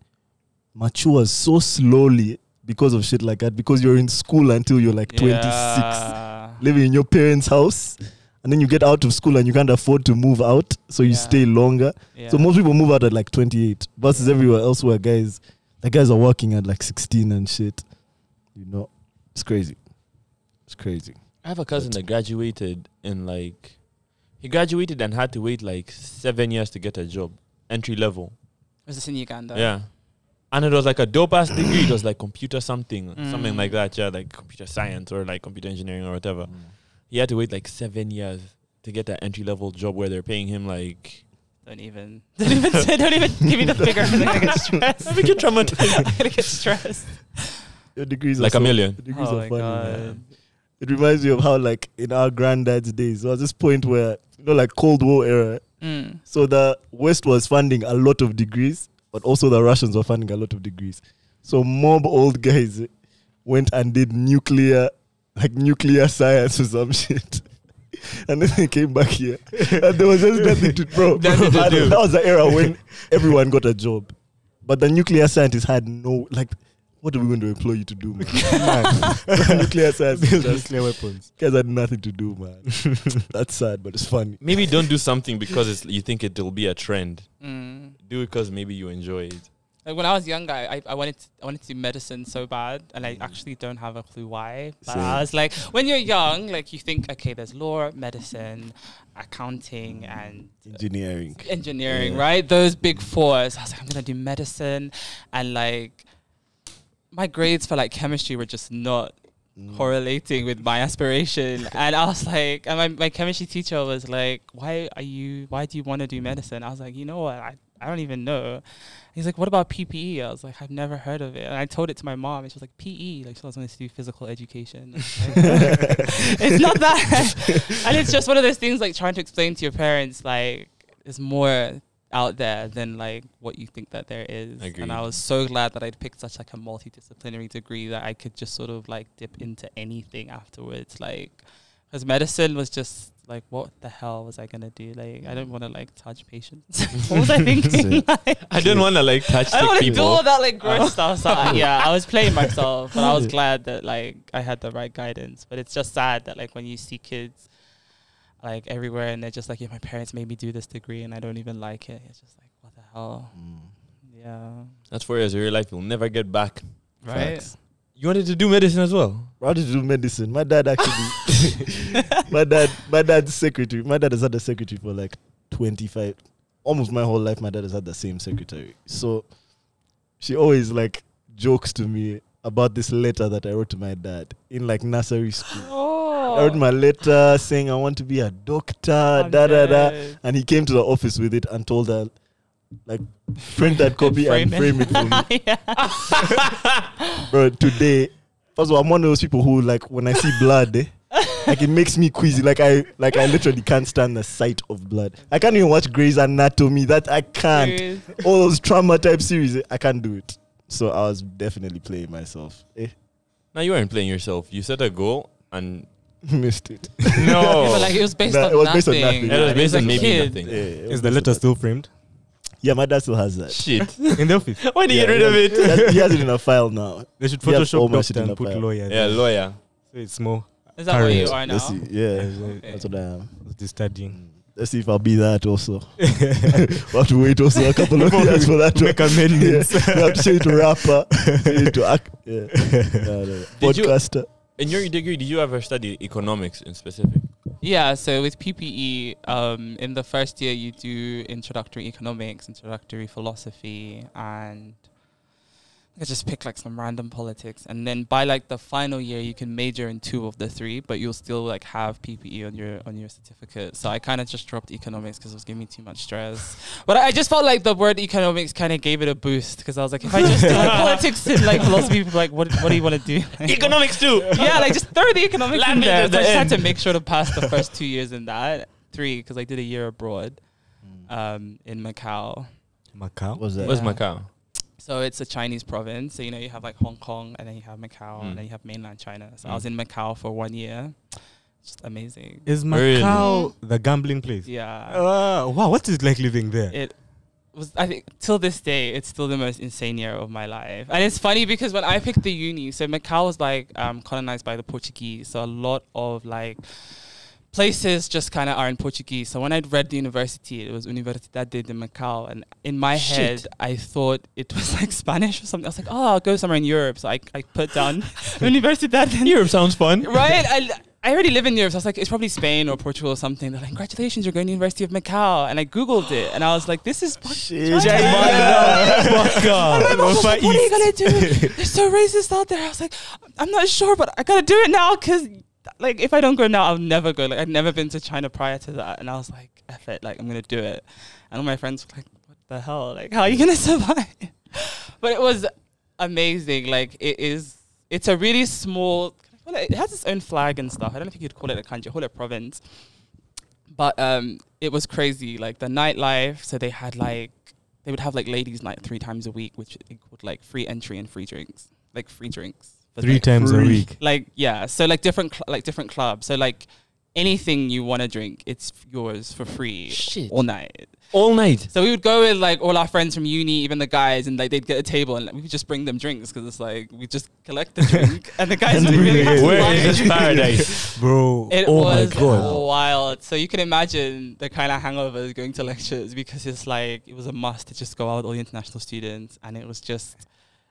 Speaker 2: matures so slowly because of shit like that, because you're in school until you're like 26,
Speaker 5: Yeah.
Speaker 2: living in your parents' house. And then you get out of school and you can't afford to move out, so you
Speaker 5: Yeah.
Speaker 2: stay longer. So
Speaker 5: Yeah.
Speaker 2: most people move out at like 28 versus everywhere else where guys, the guys are working at like 16 and shit. You know, it's crazy. It's crazy.
Speaker 1: I have a cousin that graduated in like he graduated and had to wait like seven years to get a job, entry level.
Speaker 5: was this in Uganda?
Speaker 1: Yeah. And it was like a dope ass degree. It was like computer something, something
Speaker 5: Mm.
Speaker 1: like that. Yeah, like computer science or like computer engineering or whatever. He had to wait like seven years to get that entry level job where they're paying him like.
Speaker 5: Don't even, don't even, say, don't even give me the figure. 'cause I'm gonna get stressed.
Speaker 1: I think you're traumatized.
Speaker 5: I'm gonna get stressed.
Speaker 2: Your degrees are
Speaker 1: like a
Speaker 2: so-
Speaker 1: million.
Speaker 2: The degrees
Speaker 5: Oh
Speaker 2: are
Speaker 5: my
Speaker 2: funny,
Speaker 5: god.
Speaker 2: man. It reminds me of how, like, in our granddad's days, there was this point where, you know, like Cold War era.
Speaker 5: Mm.
Speaker 2: So the West was funding a lot of degrees, but also the Russians were funding a lot of degrees. So mob old guys went and did nuclear, like nuclear science or some shit. And then they came back here, and there was just nothing to bro.
Speaker 1: Nothing to
Speaker 2: And
Speaker 1: do.
Speaker 2: That was the era when everyone got a job, but the nuclear scientists had no like. What are we going to employ you to do, man? nuclear science.
Speaker 4: These
Speaker 2: Just,
Speaker 4: nuclear weapons.
Speaker 2: guys had nothing to do, man. That's sad, but it's funny.
Speaker 1: Maybe don't do something because it's, you think it'll be a trend.
Speaker 5: Mm.
Speaker 1: Do it because maybe you enjoy it.
Speaker 5: Like when I was younger, I, I wanted to, I wanted to do medicine so bad, and I actually don't have a clue why. But I was like, when you're young, like you think, okay, there's law, medicine, accounting, and
Speaker 2: Engineering.
Speaker 5: engineering,
Speaker 2: Yeah.
Speaker 5: right? Those big fours. I was like, I'm gonna do medicine, and like my grades for like chemistry were just not
Speaker 2: Mm.
Speaker 5: correlating with my aspiration. and I was like, and my, my chemistry teacher was like, why are you? Why do you want to do medicine? I was like, you know what? I I don't even know. He's like, what about PPE? I was like, I've never heard of it. And I told it to my mom, and she was like, PE, like she was going to do physical education. it's not that, and it's just one of those things like trying to explain to your parents like there's more out there than like what you think that there is.
Speaker 1: Agreed.
Speaker 5: And I was so glad that I'd picked such like a multidisciplinary degree that I could just sort of like dip into anything afterwards, like because medicine was just. Like what the hell was I gonna do? Like I don't want to like touch patients. what was I thinking? Like,
Speaker 1: I don't want to like touch
Speaker 5: I don't
Speaker 1: sick
Speaker 5: want to do
Speaker 1: people.
Speaker 5: all that like
Speaker 2: Oh.
Speaker 5: gross stuff. So I- yeah, I was playing myself, but I was glad that like I had the right guidance. But it's just sad that like when you see kids like everywhere
Speaker 2: Mm.
Speaker 5: and they're just like, yeah, my parents made me do this degree and I don't even like it. It's just like, what the hell? Yeah.
Speaker 1: That's four years of your life you'll never get back.
Speaker 5: Right.
Speaker 1: You wanted to do medicine as well.
Speaker 2: How did you do medicine? My dad actually, my dad, my dad's secretary. My dad has had a secretary for like twenty five, almost my whole life. My dad has had the same secretary, so she always like jokes to me about this letter that I wrote to my dad in like nursery school. I wrote
Speaker 5: Oh.
Speaker 2: my letter saying I want to be a doctor, da da da, and he came to the office with it and told her, like, print that copy and frame it for me bro. Today, first of all, I'm one of those people who like when I see blood, eh, like it makes me queasy. Like I, like I literally can't stand the sight of blood. I can't even watch Grey's Anatomy. That I can't. All those trauma type series, eh, I can't do it. So I was definitely playing myself. Eh,
Speaker 1: Now you weren't playing yourself. You set a goal and
Speaker 2: missed it.
Speaker 1: no.
Speaker 5: but like it was based
Speaker 2: Nah,
Speaker 5: on
Speaker 2: Oh. it was based
Speaker 5: nothing.
Speaker 2: on nothing.
Speaker 1: It was based
Speaker 5: He's
Speaker 1: on
Speaker 5: a
Speaker 1: maybe
Speaker 5: kid.
Speaker 1: nothing.
Speaker 2: Eh, it
Speaker 4: Is the
Speaker 2: was-
Speaker 4: letter still framed
Speaker 2: Yeah, my dad still has that.
Speaker 1: Shit.
Speaker 4: in the office?
Speaker 1: Why did you
Speaker 2: Yeah,
Speaker 1: get rid
Speaker 2: he
Speaker 1: of
Speaker 2: has-
Speaker 1: it?
Speaker 2: he has- He has it in a file now.
Speaker 4: They should
Speaker 2: Yeah, all
Speaker 4: Photoshop
Speaker 2: my
Speaker 4: doctor
Speaker 2: shit in
Speaker 4: and
Speaker 2: the
Speaker 4: put
Speaker 2: file.
Speaker 4: lawyer.
Speaker 1: Yeah,
Speaker 4: there.
Speaker 1: lawyer.
Speaker 4: So it's more
Speaker 5: Is that what you
Speaker 4: Current.
Speaker 5: are now?
Speaker 2: Let's see. Yeah,
Speaker 5: Okay.
Speaker 2: that's what I am.
Speaker 4: the studying.
Speaker 2: Let's see if I'll be that also. we'll have to wait also a couple of years for that.
Speaker 4: To make
Speaker 2: one.
Speaker 4: amendments.
Speaker 2: Yeah. We have to change to rapper, change to act, yeah. No, no.
Speaker 1: Did you-
Speaker 2: podcaster.
Speaker 1: In your degree, did you ever study economics in specific?
Speaker 5: Yeah, so with PPE, um, in the first year you do introductory economics, introductory philosophy, and I just pick like some random politics, and then by like the final year you can major in two of the three, but you'll still like have PPE on your on your certificate. So I kind of just dropped economics because it was giving me too much stress. But I just felt like the word economics kind of gave it a boost because I was like, if I just do like, politics and like philosophy, people are like what what do you want to do?
Speaker 1: economics too.
Speaker 5: yeah, like just throw the economics
Speaker 1: Land
Speaker 5: in
Speaker 1: it
Speaker 5: there.
Speaker 1: at
Speaker 5: So I
Speaker 1: the
Speaker 5: just had to
Speaker 1: end.
Speaker 5: make sure to pass the first two years in that three because I did a year abroad um, in Macau.
Speaker 4: Macau.
Speaker 2: What was that?
Speaker 1: Where's
Speaker 5: Yeah.
Speaker 1: Macau?
Speaker 5: So it's a Chinese province. So you know you have like Hong Kong and then you have Macau
Speaker 1: Mm.
Speaker 5: and then you have mainland China. So
Speaker 1: Mm.
Speaker 5: I was in Macau for one year. Just amazing.
Speaker 4: Is
Speaker 1: Really?
Speaker 4: Macau the gambling place?
Speaker 1: Oh,
Speaker 5: Yeah.
Speaker 4: Ah, wow, what is it like living there?
Speaker 5: It was I think till this day it's still the most insane year of my life. And it's funny because when I picked the uni, so Macau was like um, colonized by the Portuguese, so a lot of like places just kind of are in Portuguese. So when I'd read the university, it was Universidade de Macau, and in my
Speaker 1: Shit.
Speaker 5: head I thought it was like Spanish or something. I was like, oh, I'll go somewhere in Europe. So I I put down Universidade
Speaker 1: Europe sounds fun.
Speaker 5: right? I, I already live in Europe, so I was like, it's probably Spain or Portugal or something. They're like, congratulations, you're going to University of Macau. And I Googled it, and I was like, this is fuck-
Speaker 2: Shit.
Speaker 5: China.
Speaker 4: Fuck
Speaker 5: And my
Speaker 4: off.
Speaker 5: mom was
Speaker 4: Far
Speaker 5: like, what are you
Speaker 4: East.
Speaker 5: going to do? They're so racist out there. I was like, I'm not sure, but I got to do it now because, like, if I don't go now, I'll never go. Like, I'd never been to China prior to that. And I was like, F it, like, I'm going to do it. And all my friends were like, what the hell? Like, how are you going to survive? but it was amazing. Like it is, it's a really small. can I call It It has its own flag and stuff. I don't think you'd call it a country, call it a province. But um, it was crazy. Like the nightlife. So they had like they would have like ladies' night three times a week, which equaled like free entry and free drinks, like free drinks. But,
Speaker 4: Three
Speaker 5: like,
Speaker 4: times a
Speaker 2: free.
Speaker 4: week.
Speaker 5: like yeah so like different cl- like different clubs so like anything you want to drink it's yours for free
Speaker 1: Shit.
Speaker 5: all night
Speaker 1: All night.
Speaker 5: so we would go with like all our friends from uni, even the guys, and like they'd get a table and like, we would just bring them drinks because it's like we just collect the drink and the guys
Speaker 4: And
Speaker 5: would
Speaker 4: bring
Speaker 5: really
Speaker 4: it
Speaker 5: have to
Speaker 4: in.
Speaker 1: Where
Speaker 5: buy a
Speaker 1: is this
Speaker 5: drink.
Speaker 1: paradise?
Speaker 4: Bro,
Speaker 5: It
Speaker 4: oh my
Speaker 5: was
Speaker 4: god.
Speaker 5: wild. So you can imagine the kind of hangovers going to lectures because it's like it was a must to just go out with all the international students, and it was just.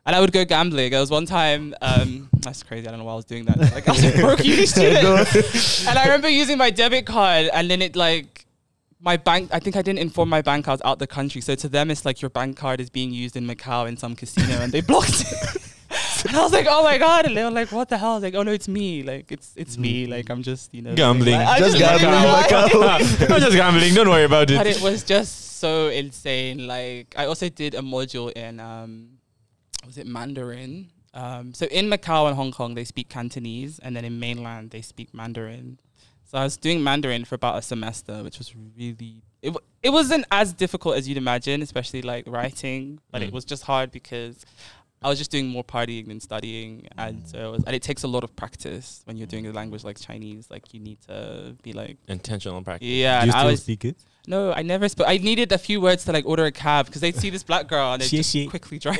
Speaker 5: And I would go gambling. There was one time, um, that's crazy. I don't know why I was doing that. Like I was a broke uni student, and I remember using my debit card, and then it like my bank. I think I didn't inform my bank I was out the country, so to them it's like your bank card is being used in Macau in some casino, and they blocked it. And I was like, "Oh my god!" And they were like, "What the hell?" I was like, "Oh no, it's me. Like it's it's me. Like I'm just you know
Speaker 1: Gambling.
Speaker 5: like, I
Speaker 2: Just
Speaker 1: gambling,
Speaker 5: like,
Speaker 2: Macau.
Speaker 1: I'm just gambling. Don't worry about
Speaker 5: but
Speaker 1: it.
Speaker 5: it was just so insane. Like I also did a module in um, was it Mandarin? Um, so in Macau and Hong Kong they speak Cantonese, and then in mainland they speak Mandarin. So I was doing Mandarin for about a semester, which was really it. W- it wasn't as difficult as you'd imagine, especially like writing, but
Speaker 1: Mm.
Speaker 5: it was just hard because I was just doing more partying than studying, and
Speaker 4: Mm.
Speaker 5: so it was, and it takes a lot of practice when you're doing a language like Chinese. Like you need to be like
Speaker 1: Intentional practice.
Speaker 5: yeah.
Speaker 4: Do
Speaker 5: and
Speaker 4: you
Speaker 5: uh, I
Speaker 4: still
Speaker 5: was
Speaker 4: speak it?
Speaker 5: No, I never spoke. I needed a few words to like order a cab because they'd see this black girl and they'd
Speaker 4: She-
Speaker 5: just
Speaker 4: she.
Speaker 5: quickly drive.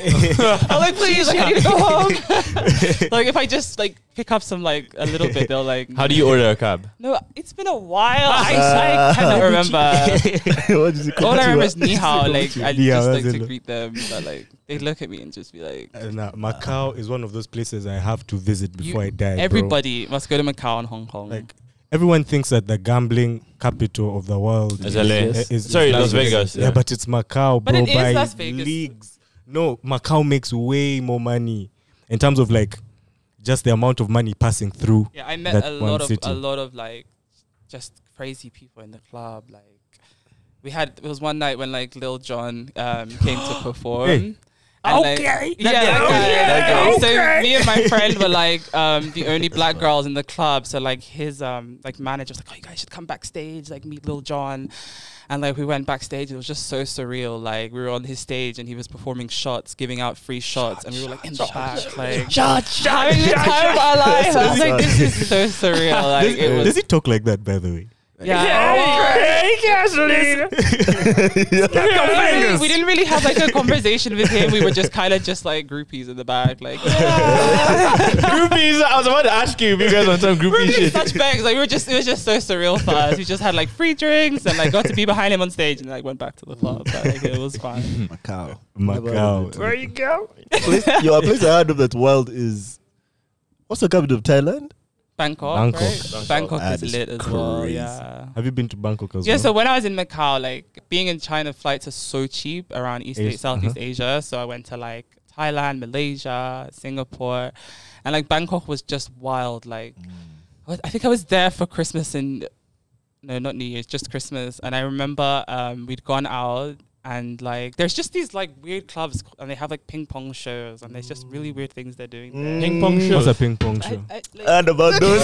Speaker 5: I'm like, please, like, I need to go home. like, if I just like pick up some like a little bit, they'll like.
Speaker 1: How do you order a cab?
Speaker 5: No, it's been a while. I, I cannot remember.
Speaker 2: Ah. what is it
Speaker 5: All
Speaker 2: called?
Speaker 5: I
Speaker 4: uh,
Speaker 5: remember is ni hao. Like, I
Speaker 4: Ni hao,
Speaker 5: just like
Speaker 4: that's
Speaker 5: to
Speaker 4: it.
Speaker 5: greet them, but like they'd look at me and just be like,
Speaker 4: Uh, nah, Macau is one of those places I have to visit
Speaker 5: You-
Speaker 4: before I die. bro.
Speaker 5: Everybody must go to Macau and Hong Kong.
Speaker 4: Like, everyone thinks that the gambling capital of the world
Speaker 1: Is LA. Sorry, Las Vegas,
Speaker 4: Yeah.
Speaker 1: yeah.
Speaker 4: but it's Macau, bro.
Speaker 5: But it is
Speaker 4: by
Speaker 5: Las Vegas.
Speaker 4: Leagues. No, Macau makes way more money in terms of like just the amount of money passing through.
Speaker 5: yeah, I met
Speaker 4: that
Speaker 5: a
Speaker 4: one
Speaker 5: lot of
Speaker 4: city.
Speaker 5: a lot of like just crazy people in the club. Like we had it was one night when like Lil Jon um, came to perform.
Speaker 4: Hey.
Speaker 5: And, like, yeah, like that.
Speaker 1: Okay.
Speaker 5: So me and my friend were like um, the only black girls in the club. So like his um, like manager was like, "Oh, you guys should come backstage, like meet Lil Jon." And like we went backstage, it was just so surreal. Like we were on his stage and he was performing shots, giving out free shots, and we were like in the back, like having the time of our lives. I was like, this is so surreal. Like
Speaker 4: does,
Speaker 5: it was,
Speaker 4: does he talk like that, by the way?
Speaker 5: yeah. We didn't really- We didn't really have like a conversation with him. We were just kind of just like groupies in the back, like
Speaker 1: groupies. I was about to ask you if you guys on some groupie
Speaker 5: Really
Speaker 1: shit.
Speaker 5: such bags. Like we were just it was just so surreal for us. We just had like free drinks and like got to be behind him on stage and like went back to the club. But like it was fun.
Speaker 2: Macau.
Speaker 4: Macau.
Speaker 1: you go?
Speaker 2: place, yo, a place I heard of that world is what's the capital of Thailand?
Speaker 5: Bangkok.
Speaker 4: Bangkok.
Speaker 5: right?
Speaker 1: Bangkok.
Speaker 5: Bangkok
Speaker 2: That
Speaker 5: is
Speaker 2: is
Speaker 5: lit as well.
Speaker 2: crazy.
Speaker 5: Yeah.
Speaker 4: Have you been to Bangkok as
Speaker 5: Yeah,
Speaker 4: well?
Speaker 5: so when I was in Macau, like being in China, flights are so cheap around East,
Speaker 4: East,
Speaker 5: Southeast
Speaker 4: uh-huh.
Speaker 5: Asia. So I went to like Thailand, Malaysia, Singapore, and like Bangkok was just wild. Like
Speaker 4: Mm.
Speaker 5: I, was, I think I was there for Christmas and no, not New Year's, just Christmas. And I remember um, we'd gone out and like there's just these like weird clubs and they have like ping pong shows and there's just really weird things they're doing there.
Speaker 1: Ping pong
Speaker 4: What's
Speaker 1: show.
Speaker 4: a Mm. ping pong
Speaker 5: I-
Speaker 4: show?
Speaker 5: I- like-
Speaker 2: And about those.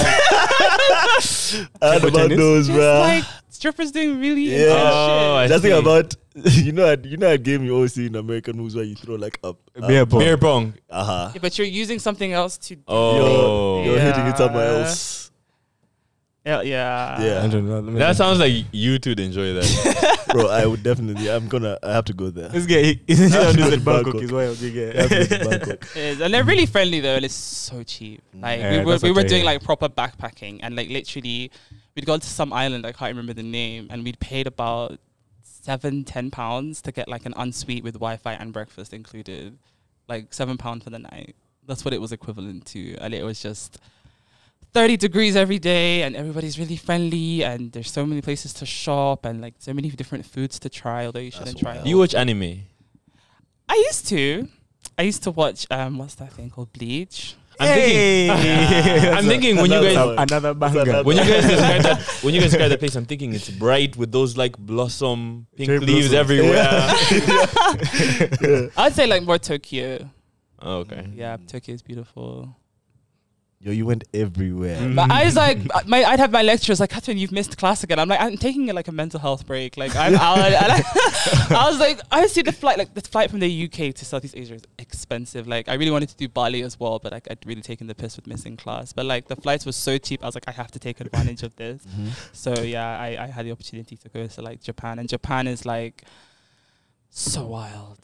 Speaker 2: and
Speaker 4: Table
Speaker 2: about
Speaker 4: tennis?
Speaker 2: those,
Speaker 5: just
Speaker 2: bruh.
Speaker 5: like strippers doing really
Speaker 2: Yeah.
Speaker 5: intense
Speaker 1: Oh,
Speaker 5: shit.
Speaker 1: I
Speaker 2: Just
Speaker 1: see.
Speaker 2: think about you know that you know that game you always see in American movies where you throw like up.
Speaker 4: Beer pong.
Speaker 1: Beer pong.
Speaker 2: Uh huh.
Speaker 5: Yeah, but you're using something else to do
Speaker 1: Oh.
Speaker 2: You're hitting it somewhere
Speaker 5: Yeah.
Speaker 2: else.
Speaker 5: Yeah, yeah.
Speaker 4: I
Speaker 2: Yeah,
Speaker 4: don't know. Let me-
Speaker 1: That sounds like you two'd enjoy that.
Speaker 2: bro. I would definitely. I'm gonna. I have to go there.
Speaker 4: This guy, he- isn't
Speaker 2: That's
Speaker 4: it?
Speaker 2: good
Speaker 4: in Bangkok
Speaker 2: Bangkok.
Speaker 4: is why I'm big,
Speaker 2: I have
Speaker 4: yeah.
Speaker 2: to go to Bangkok.
Speaker 5: It is. And they're really friendly though, and it's so cheap. Like
Speaker 4: Mm. Yeah,
Speaker 5: we were
Speaker 4: that's
Speaker 5: we were
Speaker 4: okay,
Speaker 5: doing
Speaker 4: yeah.
Speaker 5: like proper backpacking and like literally we'd gone to some island, I can't remember the name, and we'd paid about seven, ten pounds to get like an ensuite with Wi Fi and breakfast included. Like seven pounds for the night. That's what it was equivalent to. And it was just 30 degrees every day and everybody's really friendly and there's so many places to shop and like so many different foods to try although you shouldn't try
Speaker 1: Do you watch anime?
Speaker 5: I used to. I used to watch um what's that thing called Bleach.
Speaker 1: I'm thinking. I'm thinking when you
Speaker 2: another
Speaker 1: guys
Speaker 2: one.
Speaker 4: Another banger.
Speaker 2: another-
Speaker 1: when you guys describe that when you guys describe the place, I'm thinking it's bright with those like blossom pink
Speaker 4: Cherry
Speaker 1: leaves
Speaker 4: blossoms.
Speaker 1: everywhere.
Speaker 5: I'd say like more Tokyo.
Speaker 1: Oh, okay.
Speaker 5: Yeah, Tokyo is beautiful.
Speaker 2: Yo, you went everywhere.
Speaker 1: Mm.
Speaker 5: But I was like, uh, my, I'd have my lecturers like, Catherine, you've missed class again. I'm like, I'm taking like a mental health break. Like I'm out. And I, I was like, I see the flight, like the flight from the UK to Southeast Asia is expensive. Like I really wanted to do Bali as well, but like, I'd really taken the piss with missing class. But like the flights were so cheap, I was like, I have to take advantage of this.
Speaker 4: Mm-hmm.
Speaker 5: So yeah, I, I had the opportunity to go to like Japan, and Japan is like so wild.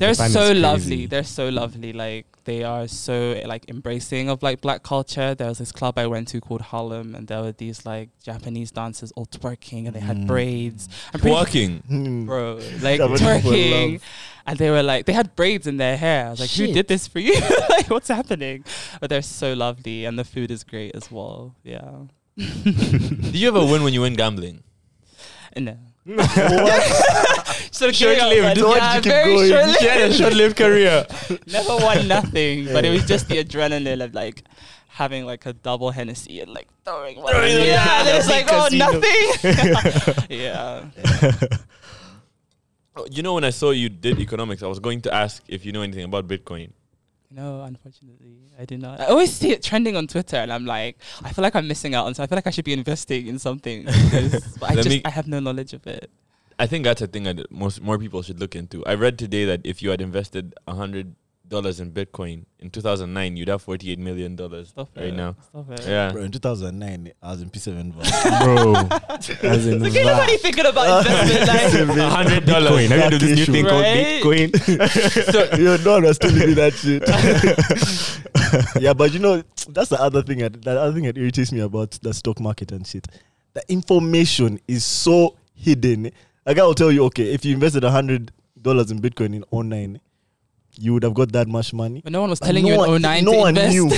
Speaker 5: They're
Speaker 4: Japan is
Speaker 5: so
Speaker 4: crazy.
Speaker 5: lovely. They're so lovely. Like they are so like embracing of like black culture. There was this club I went to called Harlem, and there were these like Japanese dancers all twerking, and they had braids. I'm pretty-
Speaker 1: Working.
Speaker 2: Hmm.
Speaker 5: bro, like
Speaker 2: Mm. Japanese people
Speaker 5: twerking,
Speaker 2: love-
Speaker 5: and they were like they had braids in their hair. I was like, who
Speaker 2: Shit.
Speaker 5: did this for you? like what's happening? But they're so lovely, and the food is great as well. Yeah,
Speaker 1: Did you ever win when you went gambling?
Speaker 5: no.
Speaker 2: What?
Speaker 5: So
Speaker 2: Short-lived. Why
Speaker 5: uh, yeah,
Speaker 2: did you keep
Speaker 5: very
Speaker 2: going?
Speaker 5: short-lived.
Speaker 1: Yeah, a short-lived career.
Speaker 5: never won nothing, but it was just the adrenaline of like having like a double Hennessy and like throwing one.
Speaker 1: it
Speaker 5: Yeah,
Speaker 1: down
Speaker 5: and it's
Speaker 1: the
Speaker 5: like oh
Speaker 1: casino.
Speaker 5: nothing. yeah,
Speaker 1: Oh, You know, when I saw you did economics, I was going to ask if you know anything about Bitcoin.
Speaker 5: no, unfortunately, I do not. I always see it trending on Twitter, and I'm like, I feel like I'm missing out on. So I feel like I should be investing in something, because- but I
Speaker 1: Let
Speaker 5: just
Speaker 1: me-
Speaker 5: I have no knowledge of it.
Speaker 1: I think that's a thing that most more people should look into. I read today that if you had invested hundred dollars in Bitcoin in 2009, you'd have 48 million dollars
Speaker 5: Stop
Speaker 1: right
Speaker 5: it.
Speaker 1: now.
Speaker 5: Stop it.
Speaker 1: Yeah.
Speaker 2: Bro, in 2009, I was in P7
Speaker 4: bro. As in
Speaker 5: Look at nobody thinking about investment. Like,
Speaker 1: hundred dollars.
Speaker 4: Bitcoin. Have you do this
Speaker 2: Issue.
Speaker 4: new thing called
Speaker 5: Right?
Speaker 4: Bitcoin?
Speaker 2: you know, no one was telling me that shit. yeah, but you know, that's the other thing that, that other thing that irritates me about the stock market and shit. The information is so hidden. A guy will tell you, okay, if you invested hundred dollars in Bitcoin in 09, you would have got that much money.
Speaker 5: but no one was
Speaker 2: But
Speaker 5: telling
Speaker 2: no
Speaker 5: you in
Speaker 2: one-
Speaker 5: 09
Speaker 2: no
Speaker 5: to
Speaker 2: one
Speaker 5: invest.
Speaker 2: knew. no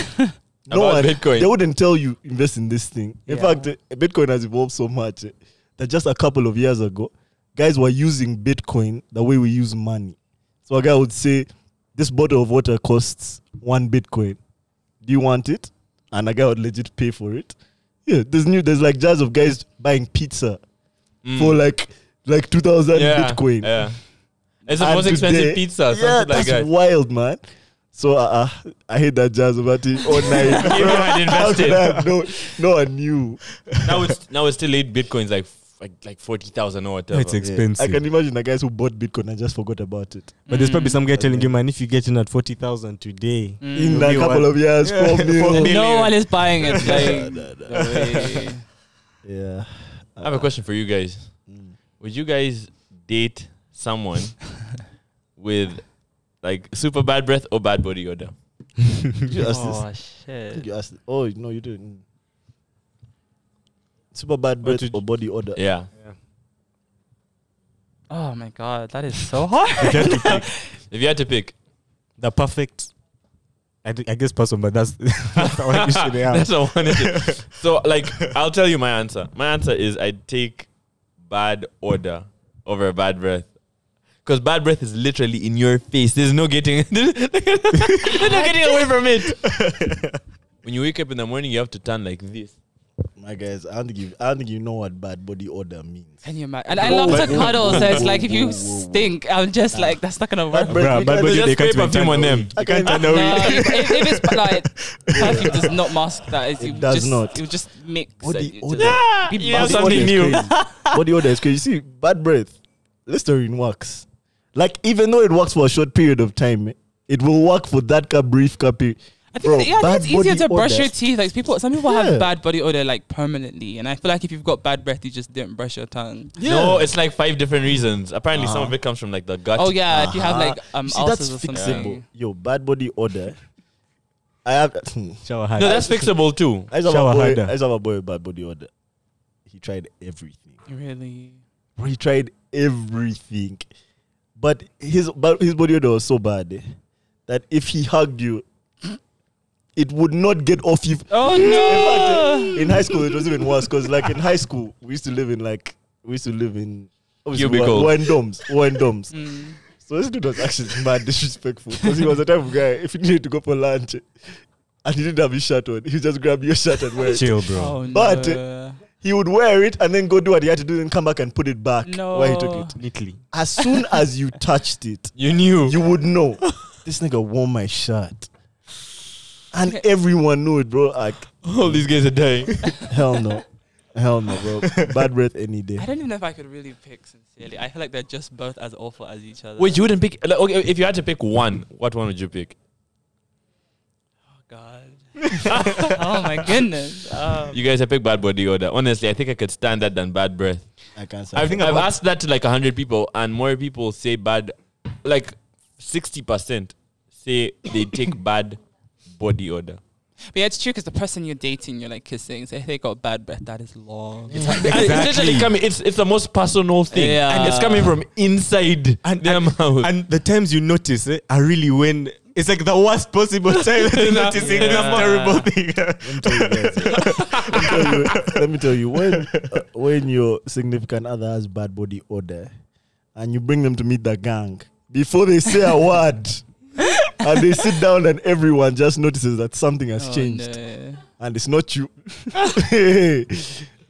Speaker 1: About
Speaker 2: one,
Speaker 1: Bitcoin.
Speaker 2: They wouldn't tell you invest in this thing. In
Speaker 5: Yeah.
Speaker 2: fact, eh, Bitcoin has evolved so much eh, that just a couple of years ago, guys were using Bitcoin the way we use money. So a guy would say, "This bottle of water costs one Bitcoin. Do you want it?" And a guy would legit pay for it. Yeah, there's new. There's like jars of guys buying pizza for like like two thousand
Speaker 1: Mm. Hmm. yeah.
Speaker 2: Bitcoin.
Speaker 1: Yeah. It's the
Speaker 2: And
Speaker 1: most expensive
Speaker 2: today-
Speaker 1: pizza. or
Speaker 2: yeah,
Speaker 1: something like
Speaker 2: that's
Speaker 1: that.
Speaker 2: wild, man. So uh, uh, I hate that jazz about it. Oh,
Speaker 1: If you had
Speaker 2: How could I
Speaker 1: invested,
Speaker 2: have no, no one knew.
Speaker 1: now it's now it's still eight bitcoins, like f- like like forty thousand or whatever.
Speaker 4: It's expensive.
Speaker 2: I can imagine the guys who bought Bitcoin and just forgot about it.
Speaker 4: But there's probably
Speaker 5: Mm.
Speaker 4: some guy
Speaker 2: Okay.
Speaker 4: telling you, man, if you get in at 40,000 today,
Speaker 2: In
Speaker 4: You'll
Speaker 2: a
Speaker 4: be
Speaker 2: couple
Speaker 4: one-
Speaker 2: of years,
Speaker 4: Yeah.
Speaker 2: four
Speaker 4: Four
Speaker 2: million.
Speaker 1: million.
Speaker 5: No one is buying it. Like,
Speaker 2: No, no,
Speaker 5: no way.
Speaker 2: Yeah.
Speaker 1: I have a question for you guys.
Speaker 2: Mm.
Speaker 1: Would you guys date someone with like super bad breath or bad body odor?
Speaker 2: Did you ask this?
Speaker 5: Oh
Speaker 2: Did
Speaker 5: shit!
Speaker 2: you ask? Oh no, you didn't. Super bad breath
Speaker 4: did-
Speaker 2: or body odor.
Speaker 1: Yeah.
Speaker 5: Oh my god, that is so hard.
Speaker 1: If you had to pick,
Speaker 4: the perfect, I, d- I guess, person, but that's, that's the one issue they
Speaker 1: that's the
Speaker 4: have.
Speaker 1: one. Is it? So, like, I'll tell you my answer. My answer is I'd take bad odor over bad breath. Because bad breath is literally in your face. There's no getting, there's no getting away from it. when you wake up in the morning, you have to turn like this.
Speaker 2: My guys, I don't think you, I don't think you know what bad body odor means.
Speaker 5: Can you imagine? And I love to
Speaker 2: But-
Speaker 5: cuddle, so it's like if
Speaker 2: Whoa,
Speaker 5: you
Speaker 2: whoa, whoa.
Speaker 5: stink, I'm just like that's not gonna work.
Speaker 2: But-
Speaker 4: Bruh, bad body,
Speaker 2: Just
Speaker 4: they
Speaker 1: spray
Speaker 4: can't even
Speaker 1: perfume
Speaker 4: turn
Speaker 1: on
Speaker 4: the
Speaker 1: them.
Speaker 4: weed.
Speaker 2: I
Speaker 4: They can't
Speaker 2: can't-
Speaker 4: turn the
Speaker 5: No,
Speaker 4: weed.
Speaker 5: if, if if it's like perfume does not mask that, it's,
Speaker 2: It
Speaker 5: you
Speaker 2: does
Speaker 5: just,
Speaker 2: not.
Speaker 5: It would just mix.
Speaker 2: Body
Speaker 5: it, it
Speaker 2: odor.
Speaker 5: just-
Speaker 1: You
Speaker 5: Be
Speaker 1: have
Speaker 5: body
Speaker 1: something
Speaker 5: odor.
Speaker 1: new.
Speaker 2: body odor is crazy. You see, bad breath, Listerine works. Like, even though it works for a short period of time, it will work for that ca- brief ca- period.
Speaker 5: I think, yeah, I think it's easier to brush your teeth. Like people, some people
Speaker 2: Yeah.
Speaker 5: have bad body odor like permanently, and I feel like if you've got bad breath, you just didn't brush your tongue.
Speaker 1: No, it's like five different reasons. Apparently, some of it comes from like the gut.
Speaker 5: Oh yeah, if you have like
Speaker 2: Ah,
Speaker 5: um
Speaker 2: see, that's
Speaker 5: ulcers or
Speaker 2: fixable.
Speaker 5: something.
Speaker 2: Yo, bad body odor. I have. Hmm.
Speaker 4: Shower hard.
Speaker 1: No, that's fixable too.
Speaker 2: I just have,
Speaker 4: Shower
Speaker 2: a boy, I
Speaker 4: harder.
Speaker 2: just have a boy with bad body odor. He tried everything.
Speaker 5: Really.
Speaker 2: Bro, he tried everything, but his but his body odor was so bad eh, that if he hugged you, it would not get off you.
Speaker 5: Oh no!
Speaker 2: in high school it was even worse because like in high school we used to live in like we used to live in obviously we were,
Speaker 1: Cubicles.
Speaker 2: we were in dorms we were in dorms
Speaker 5: Mm.
Speaker 2: so this dude was actually mad disrespectful because he was the type of guy if he needed to go for lunch and he didn't have his shirt on he would just grab your shirt and wear it
Speaker 4: Chill, bro.
Speaker 5: Oh no!
Speaker 2: But- he would wear it and then go do what he had to do and come back and put it back
Speaker 5: No.
Speaker 2: where he took it
Speaker 4: Neatly.
Speaker 2: as soon as you touched it
Speaker 1: You knew.
Speaker 2: you would know this nigga wore my shirt and
Speaker 5: Okay.
Speaker 2: everyone knew it bro like
Speaker 1: All these guys are dying.
Speaker 2: hell no hell no bro bad breath any day
Speaker 5: I don't even know if I could really pick sincerely. I feel like they're just both as awful as each other.
Speaker 1: Wait, you wouldn't pick. Like, okay, if you had to pick one, what one would you pick?
Speaker 5: Oh God. oh my goodness. Um,
Speaker 1: You guys have picked bad body odor. Honestly, I think I could stand that than bad breath.
Speaker 2: I can't say.
Speaker 1: I've, I've asked that to like hundred people, and more people say bad. Like sixty percent say they take bad body odor.
Speaker 5: but yeah, it's true because the person you're dating, you're like kissing. So if they got bad breath, that is long.
Speaker 1: And It's literally coming. It's it's the most personal thing,
Speaker 5: Yeah.
Speaker 1: and it's coming from inside
Speaker 4: And,
Speaker 1: their
Speaker 4: and,
Speaker 1: mouth.
Speaker 4: and the times you notice eh, are really when it's like the worst possible time that you're noticing this
Speaker 5: Yeah.
Speaker 4: terrible thing.
Speaker 2: tell you, let me tell you when uh, when your significant other has bad body odor and you bring them to meet the gang before they say a word and they sit down and everyone just notices that something has
Speaker 5: Oh,
Speaker 2: changed
Speaker 5: no.
Speaker 2: and it's not you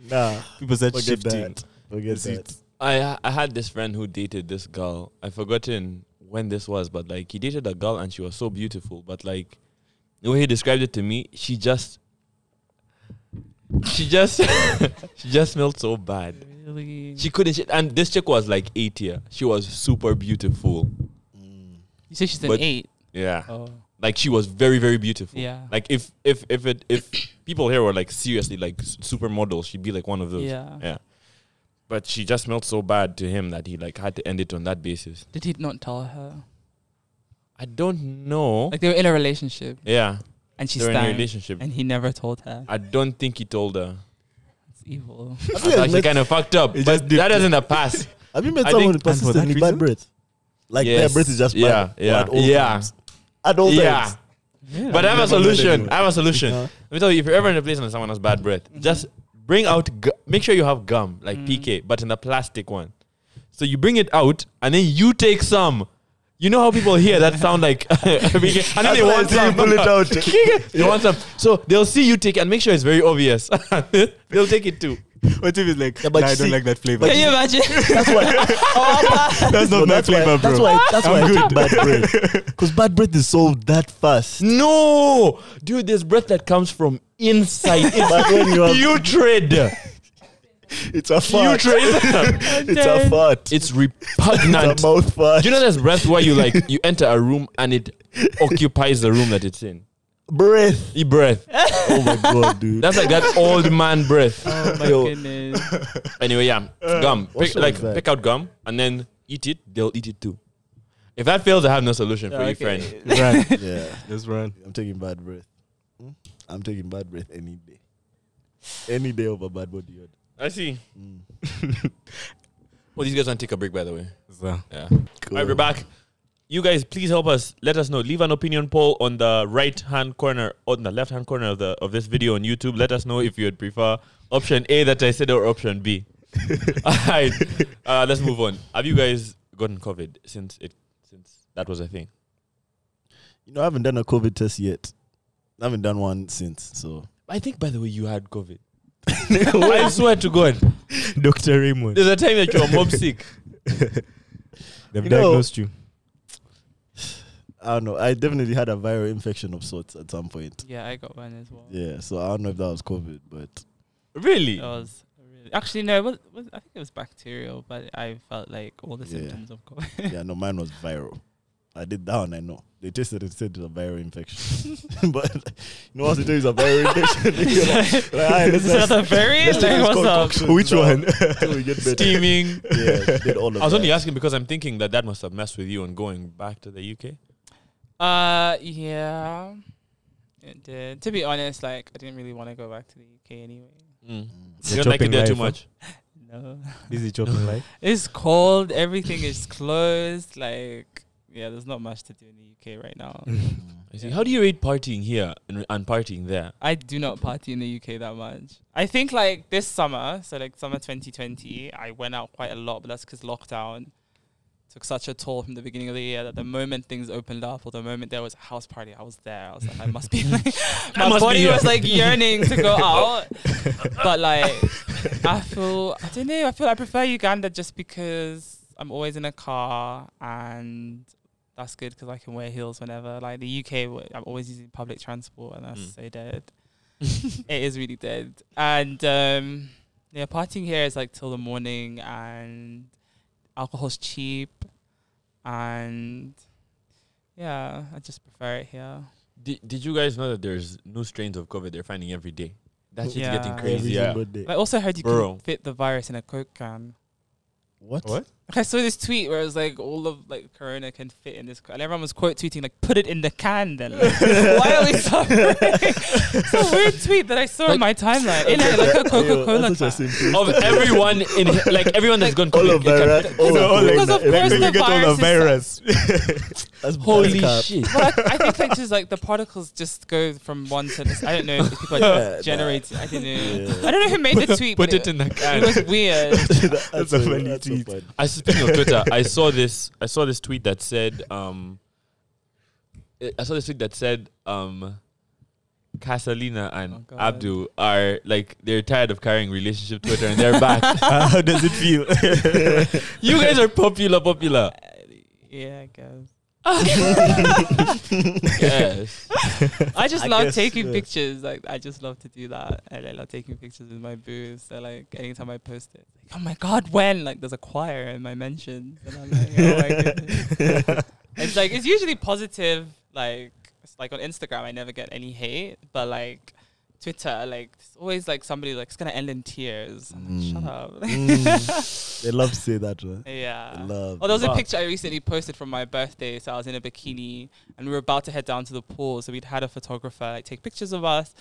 Speaker 2: nah
Speaker 4: People start
Speaker 2: forget
Speaker 4: shifting.
Speaker 2: that forget
Speaker 4: Is it-
Speaker 2: that
Speaker 1: I I had this friend who dated this girl. I've forgotten when this was, but like he dated a girl and she was so beautiful. But like the way he described it to me, she just she just she just smelled so bad.
Speaker 5: Really?
Speaker 1: She couldn't sh- and this chick was like eight year. She was super beautiful.
Speaker 5: You say she's an
Speaker 1: But-
Speaker 5: eight.
Speaker 1: Yeah.
Speaker 5: Oh,
Speaker 1: Like she was very, very beautiful.
Speaker 5: yeah.
Speaker 1: Like if if if it if people here were like seriously like s- supermodels, she'd be like one of those.
Speaker 5: Yeah.
Speaker 1: Yeah. But she just smelled so bad to him that he like had to end it on that basis.
Speaker 5: Did he not tell her?
Speaker 1: I don't know.
Speaker 5: Like they were in a relationship
Speaker 1: yeah.
Speaker 5: and she
Speaker 1: They're in a
Speaker 5: stank
Speaker 1: relationship.
Speaker 5: and he never told her.
Speaker 1: I don't think he told her.
Speaker 5: It's evil.
Speaker 2: Have you,
Speaker 1: That's actually
Speaker 2: met,
Speaker 1: kind of fucked up.
Speaker 2: He just
Speaker 1: But
Speaker 2: dipped
Speaker 1: that
Speaker 2: it.
Speaker 1: doesn't a pass.
Speaker 2: have you met
Speaker 1: I
Speaker 2: someone
Speaker 1: think-
Speaker 2: with
Speaker 4: and for that
Speaker 2: persistently bad
Speaker 4: reason?
Speaker 2: breath? Like their
Speaker 1: Yes.
Speaker 2: breath is just
Speaker 1: Yeah,
Speaker 2: bad.
Speaker 1: yeah,
Speaker 2: At all
Speaker 1: yeah.
Speaker 2: times. At all
Speaker 1: Yeah.
Speaker 2: times.
Speaker 1: But I have a
Speaker 2: never met
Speaker 1: solution.
Speaker 2: anyone.
Speaker 1: I have a solution.
Speaker 2: Uh,
Speaker 1: Let me tell you, if you're ever in a place and someone has
Speaker 2: Mm-hmm.
Speaker 1: bad breath, just bring out. Gu- make sure you have gum, like
Speaker 5: Mm.
Speaker 1: PK, but in a plastic one. So you bring it out, and then you take some. You know how people hear that sound like, PK, and then they
Speaker 2: That's why I
Speaker 1: want
Speaker 2: say
Speaker 1: some.
Speaker 2: you pull it out.
Speaker 1: they want some. So they'll see you take, and make sure it's very obvious. they'll take it too.
Speaker 4: What if it's like,
Speaker 2: Yeah, but
Speaker 4: "Nah, I
Speaker 2: you
Speaker 4: don't
Speaker 2: see-
Speaker 4: like that flavor?
Speaker 5: Can you imagine?
Speaker 2: That's why.
Speaker 4: That's
Speaker 2: No,
Speaker 4: not my
Speaker 2: that's why.
Speaker 4: flavor,
Speaker 2: Oh, That's
Speaker 4: bro.
Speaker 2: why. That's why I took bad breath. Because bad breath is solved that fast.
Speaker 1: No, dude, there's breath that comes from inside. It's
Speaker 2: But when you have,
Speaker 1: putrid.
Speaker 2: it's a fart.
Speaker 1: Putrid.
Speaker 2: It's a fart.
Speaker 1: it's
Speaker 2: It's
Speaker 1: repugnant.
Speaker 2: a mouth fart.
Speaker 1: Do you know there's breath where you like you enter a room and it occupies the room that it's in?
Speaker 2: breath.
Speaker 1: The breath.
Speaker 2: Oh my god, dude.
Speaker 1: That's like that old man breath.
Speaker 5: Oh my
Speaker 2: Yo.
Speaker 5: goodness.
Speaker 1: Anyway, yeah, gum. Pick,
Speaker 2: Uh, what's wrong
Speaker 1: like
Speaker 2: with that?
Speaker 1: pick out gum and then eat it. They'll eat it too. If that fails, I have no solution
Speaker 5: Oh,
Speaker 1: for you, friend.
Speaker 4: Run.
Speaker 2: yeah.
Speaker 4: Just run.
Speaker 2: I'm taking bad breath. Hmm? I'm taking bad breath any day. Any day over bad body. odor.
Speaker 1: I see.
Speaker 2: Mm.
Speaker 1: Well, these guys want to take a break, by the way.
Speaker 4: So,
Speaker 1: Yeah.
Speaker 2: Cool.
Speaker 1: All right, we're back. You guys, please help us. Let us know. Leave an opinion poll on the right hand corner, on the left hand corner of the of this video on YouTube. Let us know if you would prefer option A that I said or option B. All right, uh, let's move on. Have you guys gotten COVID since it since that was a thing?
Speaker 2: You know, I haven't done a COVID test yet. I haven't done one since. So
Speaker 1: I think, by the way, you had COVID. I swear to God,
Speaker 4: Dr. Raymond,
Speaker 1: there's a time that you were mob sick.
Speaker 4: they've
Speaker 2: You know-
Speaker 4: diagnosed you.
Speaker 2: I don't know. I definitely had a viral infection of sorts at some point.
Speaker 5: Yeah, I got one as well.
Speaker 2: Yeah. So I don't know if that was COVID, but
Speaker 1: Really?
Speaker 4: Oh.
Speaker 5: It was really, actually no. It was, was I think it was bacterial, but I felt like all the
Speaker 2: Yeah.
Speaker 5: symptoms of COVID.
Speaker 2: yeah, no, mine was viral. I did that one. I know. They tested it said it was a viral infection. but you know, once they tell you it's a viral infection, you're like, like, "Alright, let's
Speaker 5: Is that the
Speaker 2: just-
Speaker 5: very
Speaker 2: let's take
Speaker 5: like,
Speaker 2: this
Speaker 5: what's up?
Speaker 2: concoction
Speaker 4: Which
Speaker 2: now
Speaker 4: one?
Speaker 2: till we get better."
Speaker 1: Steaming.
Speaker 2: Yeah, did all of
Speaker 1: I was
Speaker 2: that.
Speaker 1: only asking because I'm thinking that that must have messed with you on going back to the UK.
Speaker 5: Uh, yeah, it did. To be honest, like I didn't really want to go back to the UK anyway.
Speaker 1: You don't like it
Speaker 4: Mm. chopping
Speaker 1: there too
Speaker 4: life, huh?
Speaker 1: much.
Speaker 5: No,
Speaker 4: Busy chopping life.
Speaker 5: it's cold. Everything is closed. Like yeah, there's not much to do in the UK right now.
Speaker 1: I see. How do you rate partying here and, and partying there?
Speaker 5: I do not party in the UK that much. I think like this summer, so like summer 2020, I went out quite a lot, but that's because lockdown took such a toll from the beginning of the year that the moment things opened up or the moment there was a house party, I was there. I was like, I must be like, my
Speaker 1: must be
Speaker 5: body
Speaker 1: here.
Speaker 5: was like yearning to go out. but like, I feel, I don't know, I feel I prefer Uganda just because I'm always in a car and that's good because I can wear heels whenever. Like the UK, w- I'm always using public transport, and that's
Speaker 1: Mm.
Speaker 5: so dead. it is really dead. And um, yeah, partying here is like till the morning, and alcohol's cheap, and yeah, I just prefer it here.
Speaker 1: Did, did you guys know that there's new strains of COVID they're finding every day? That shit's
Speaker 5: Yeah.
Speaker 1: getting
Speaker 5: Every
Speaker 1: crazy.
Speaker 2: Every
Speaker 1: Yeah.
Speaker 2: single day.
Speaker 5: I also heard you
Speaker 1: Bro.
Speaker 5: can fit the virus in a coke can.
Speaker 2: What?
Speaker 4: What?
Speaker 5: Like, I saw this tweet where it was like all of like Corona can fit in this, co- and everyone was quote tweeting like, "Put it in the can." Then like, why are we suffering? it's a weird tweet that I saw in my timeline. In a, like a Coca Cola
Speaker 2: That's
Speaker 5: can.
Speaker 2: such a simple-
Speaker 1: Of everyone in like everyone that's gone
Speaker 2: All
Speaker 1: COVID.
Speaker 2: of
Speaker 1: it can-
Speaker 2: virus. all
Speaker 4: know,
Speaker 2: of
Speaker 4: like-
Speaker 5: Because of
Speaker 2: corona,
Speaker 5: course
Speaker 2: everything.
Speaker 5: the virus.
Speaker 4: virus.
Speaker 2: That's-
Speaker 1: Holy
Speaker 2: that's cap.
Speaker 1: shit!
Speaker 5: Well, I, I think like just like the particles just go from one to this. I don't know if people are
Speaker 2: Yeah,
Speaker 5: generating. I don't know.
Speaker 2: Yeah.
Speaker 5: I don't know who made the tweet.
Speaker 1: Put
Speaker 5: but
Speaker 1: it in the
Speaker 5: It
Speaker 1: can.
Speaker 5: was weird.
Speaker 2: That's
Speaker 4: That's a funny
Speaker 2: that's
Speaker 4: tweet.
Speaker 2: funny.
Speaker 1: I speaking of Twitter, I saw this. I saw this tweet that said, um, eh, I- I saw this tweet that said, um, Casalina
Speaker 5: Oh,
Speaker 1: and
Speaker 5: God.
Speaker 1: Abdul are like they're tired of carrying relationship Twitter and they're back.
Speaker 4: Uh, how does it feel?
Speaker 1: you guys are popular, popular.
Speaker 5: Yeah, I guess.
Speaker 1: Yes.
Speaker 5: I just
Speaker 2: I
Speaker 5: love
Speaker 2: guess,
Speaker 5: taking
Speaker 2: yeah.
Speaker 5: pictures. Like I just love to do that, and I love taking pictures with my boo. So like anytime I post it, like, oh my god, when like there's a choir in my mentions, and I'm like, oh my goodness. it's like it's usually positive Like it's like on Instagram, I never get any hate, but like Twitter, like it's always like somebody like it's gonna end in tears. I'm like, Shut up.
Speaker 2: Mm. they love to say that, right?
Speaker 5: yeah.
Speaker 2: They love.
Speaker 5: Oh, there was a
Speaker 1: Fuck.
Speaker 5: picture I recently posted from my birthday. So I was in a bikini and we were about to head down to the pool. So we'd had a photographer like take pictures of us,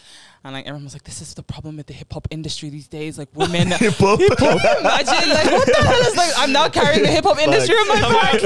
Speaker 5: and like everyone was like, "This is the problem with the hip hop industry these days. Like women,
Speaker 2: Hip hop.
Speaker 5: imagine like what the hell is like? I'm now carrying the hip hop industry in my back.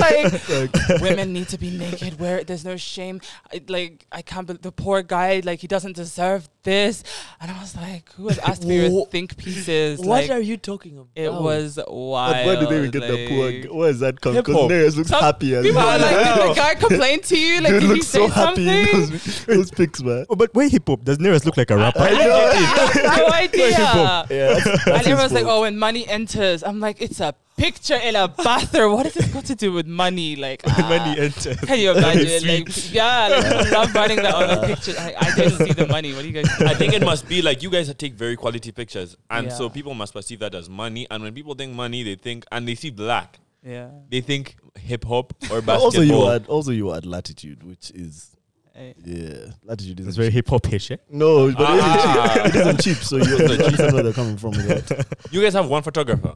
Speaker 5: Like women need to be naked. Where there's no shame. I, like I can't. Be- the poor guy, like he doesn't deserve this. And I was like, who has asked me to
Speaker 2: Wha-
Speaker 5: think pieces?
Speaker 1: What
Speaker 5: Like,
Speaker 1: are you talking about?
Speaker 2: Oh.
Speaker 5: it was wild.
Speaker 2: But where do they even get the poor?
Speaker 5: like-
Speaker 2: g- Where is that come? Because
Speaker 1: Hip-hop.
Speaker 2: Nereus looks
Speaker 5: some
Speaker 2: happy as
Speaker 5: People are
Speaker 2: well.
Speaker 5: like, did the guy complain to you? Like,
Speaker 2: Dude
Speaker 5: did you
Speaker 2: looks
Speaker 5: say
Speaker 2: so happy in
Speaker 5: something?
Speaker 2: those, those pics, man.
Speaker 4: Oh, but wait, hip hop does Nearest look like a rapper?
Speaker 5: no idea.
Speaker 2: Yeah, that's,
Speaker 5: And everyone's like,
Speaker 2: fault.
Speaker 5: oh, when money enters, I'm like, it's a picture in a bathroom. What has this got to do with money? Like, ah,
Speaker 4: Money enters.
Speaker 5: Can you imagine? like, yeah, like, I love running that on a picture. I, I didn't see the money. What do you guys
Speaker 1: I think it must be like you guys take very quality pictures, and
Speaker 5: Yeah.
Speaker 1: so people must perceive that as money. And when people think money, they think and they see black,
Speaker 5: Yeah.
Speaker 1: they think hip hop or
Speaker 2: But
Speaker 1: basketball.
Speaker 2: also you had also you had latitude, which is
Speaker 5: Eh.
Speaker 2: yeah, latitude is
Speaker 4: It's very hip hop ish. eh?
Speaker 2: no, but
Speaker 1: Ah.
Speaker 2: it, isn't cheap. it isn't cheap. So you
Speaker 1: It's not cheap.
Speaker 2: understand where they're coming from. with that.
Speaker 1: You guys have one photographer.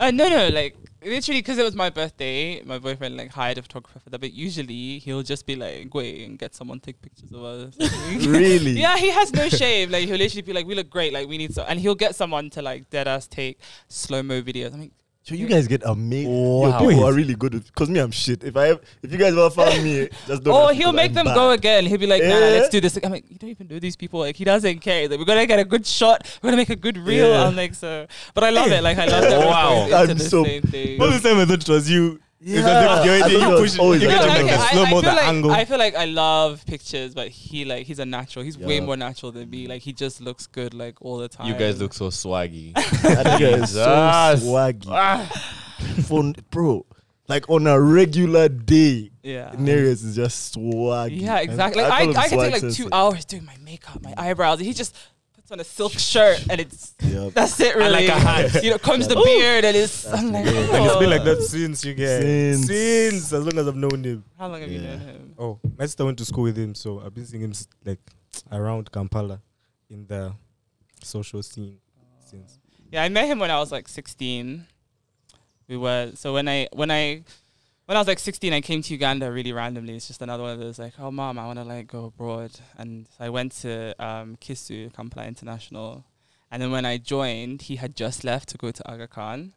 Speaker 5: Uh, no, no, like literally because it was my birthday, my boyfriend like hired a photographer for that. But usually he'll just be like, wait and get someone take pictures of us.
Speaker 2: Really?
Speaker 5: yeah, he has no shame. Like he'll literally be like, we look great. Like we need so, and he'll get someone to like dead ass take slow mo videos. I mean,
Speaker 2: So you guys get amazing.
Speaker 4: Wow.
Speaker 2: Yo, people
Speaker 4: Wait.
Speaker 2: are really good. With, Cause me, I'm shit. If I have, if you guys ever found me, just don't.
Speaker 5: oh,
Speaker 2: ask
Speaker 5: he'll
Speaker 2: because
Speaker 5: make
Speaker 2: I'm
Speaker 5: them
Speaker 2: bad.
Speaker 5: go again. He'll be like, nah,
Speaker 2: Eh?
Speaker 5: let's do this. Like, I'm like, you don't even know these people. Like he doesn't care. He's like, we're gonna get a good shot. We're gonna make a good reel.
Speaker 2: Yeah.
Speaker 5: I'm like, so, but I love
Speaker 4: Eh.
Speaker 5: it. Like I love that. we're
Speaker 1: Wow.
Speaker 5: both into
Speaker 2: I'm
Speaker 5: the
Speaker 2: so-
Speaker 5: same thing.
Speaker 4: Most of the time I thought it was you.
Speaker 2: Yeah.
Speaker 4: It was like
Speaker 2: I
Speaker 4: your idea,
Speaker 2: thought
Speaker 4: you
Speaker 2: it was
Speaker 4: push
Speaker 2: always
Speaker 4: it. You
Speaker 2: like
Speaker 5: No,
Speaker 4: get to
Speaker 2: that.
Speaker 4: make
Speaker 5: okay,
Speaker 4: a
Speaker 5: I,
Speaker 4: slow
Speaker 5: I
Speaker 4: mo
Speaker 5: feel
Speaker 4: the
Speaker 5: like,
Speaker 4: angle.
Speaker 5: I feel like I love pictures, but he like he's a natural. He's way
Speaker 2: Yeah.
Speaker 5: more natural than me. Like he just looks good like all the time.
Speaker 1: You guys look so swaggy.
Speaker 2: That nigga is so
Speaker 1: Jesus.
Speaker 2: swaggy.
Speaker 1: Ah.
Speaker 2: For, bro, like on a regular day,
Speaker 5: yeah.
Speaker 2: Nereus is just swaggy.
Speaker 5: Yeah, exactly. Like,
Speaker 2: I
Speaker 5: I,
Speaker 2: call him
Speaker 5: I, can
Speaker 2: swag
Speaker 5: take like two
Speaker 2: sensei.
Speaker 5: hours doing my makeup, my eyebrows. He just puts on a silk shirt and it's
Speaker 2: Yep.
Speaker 5: that's it
Speaker 1: And,
Speaker 5: really.
Speaker 1: like, a hat.
Speaker 5: You know, comes the beard and it's I'm like,
Speaker 4: And it's been like
Speaker 5: "Oh."
Speaker 4: that since you get
Speaker 2: Since.
Speaker 4: since, as long as I've known him.
Speaker 5: How long have you
Speaker 2: Yeah.
Speaker 5: known him?
Speaker 4: Oh, my sister went to school with him, so I've been seeing him s- like around Kampala in the social scene since.
Speaker 5: Yeah, I met him when I was like 16. We were so when I when I when I was like 16, I came to Uganda really randomly. It's just another one of those like, oh mom, I want to like go abroad, and so I went to um, Kisu Kampala International, and then when I joined, he had just left to go to Aga Khan.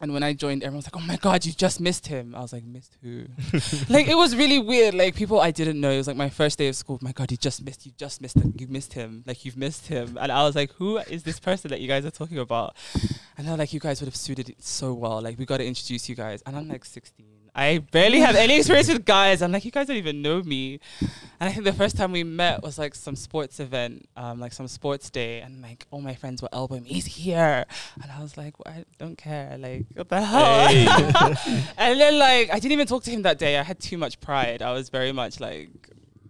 Speaker 5: And when I joined, everyone was like, "Oh my god, you just missed him!" I was like, "Missed who?" like it was really weird. Like people I didn't know. It was like my first day of school. My god, you just missed. You just missed. The, you missed him. Like you've missed him. And I was like, "Who is this person that you guys are talking about?" And they're like, "You guys would have suited it so well. Like we got to introduce you guys." And I'm like 16. I barely have any experience with guys. I'm like, "You guys don't even know me." And I think the first time we met was like some sports event, um, like some sports day, and like all my friends were elbowing me. He's here, and I was like, well, I don't care. Like what the hell?
Speaker 1: Hey.
Speaker 5: and then like I didn't even talk to him that day. I had too much pride. I was very much like,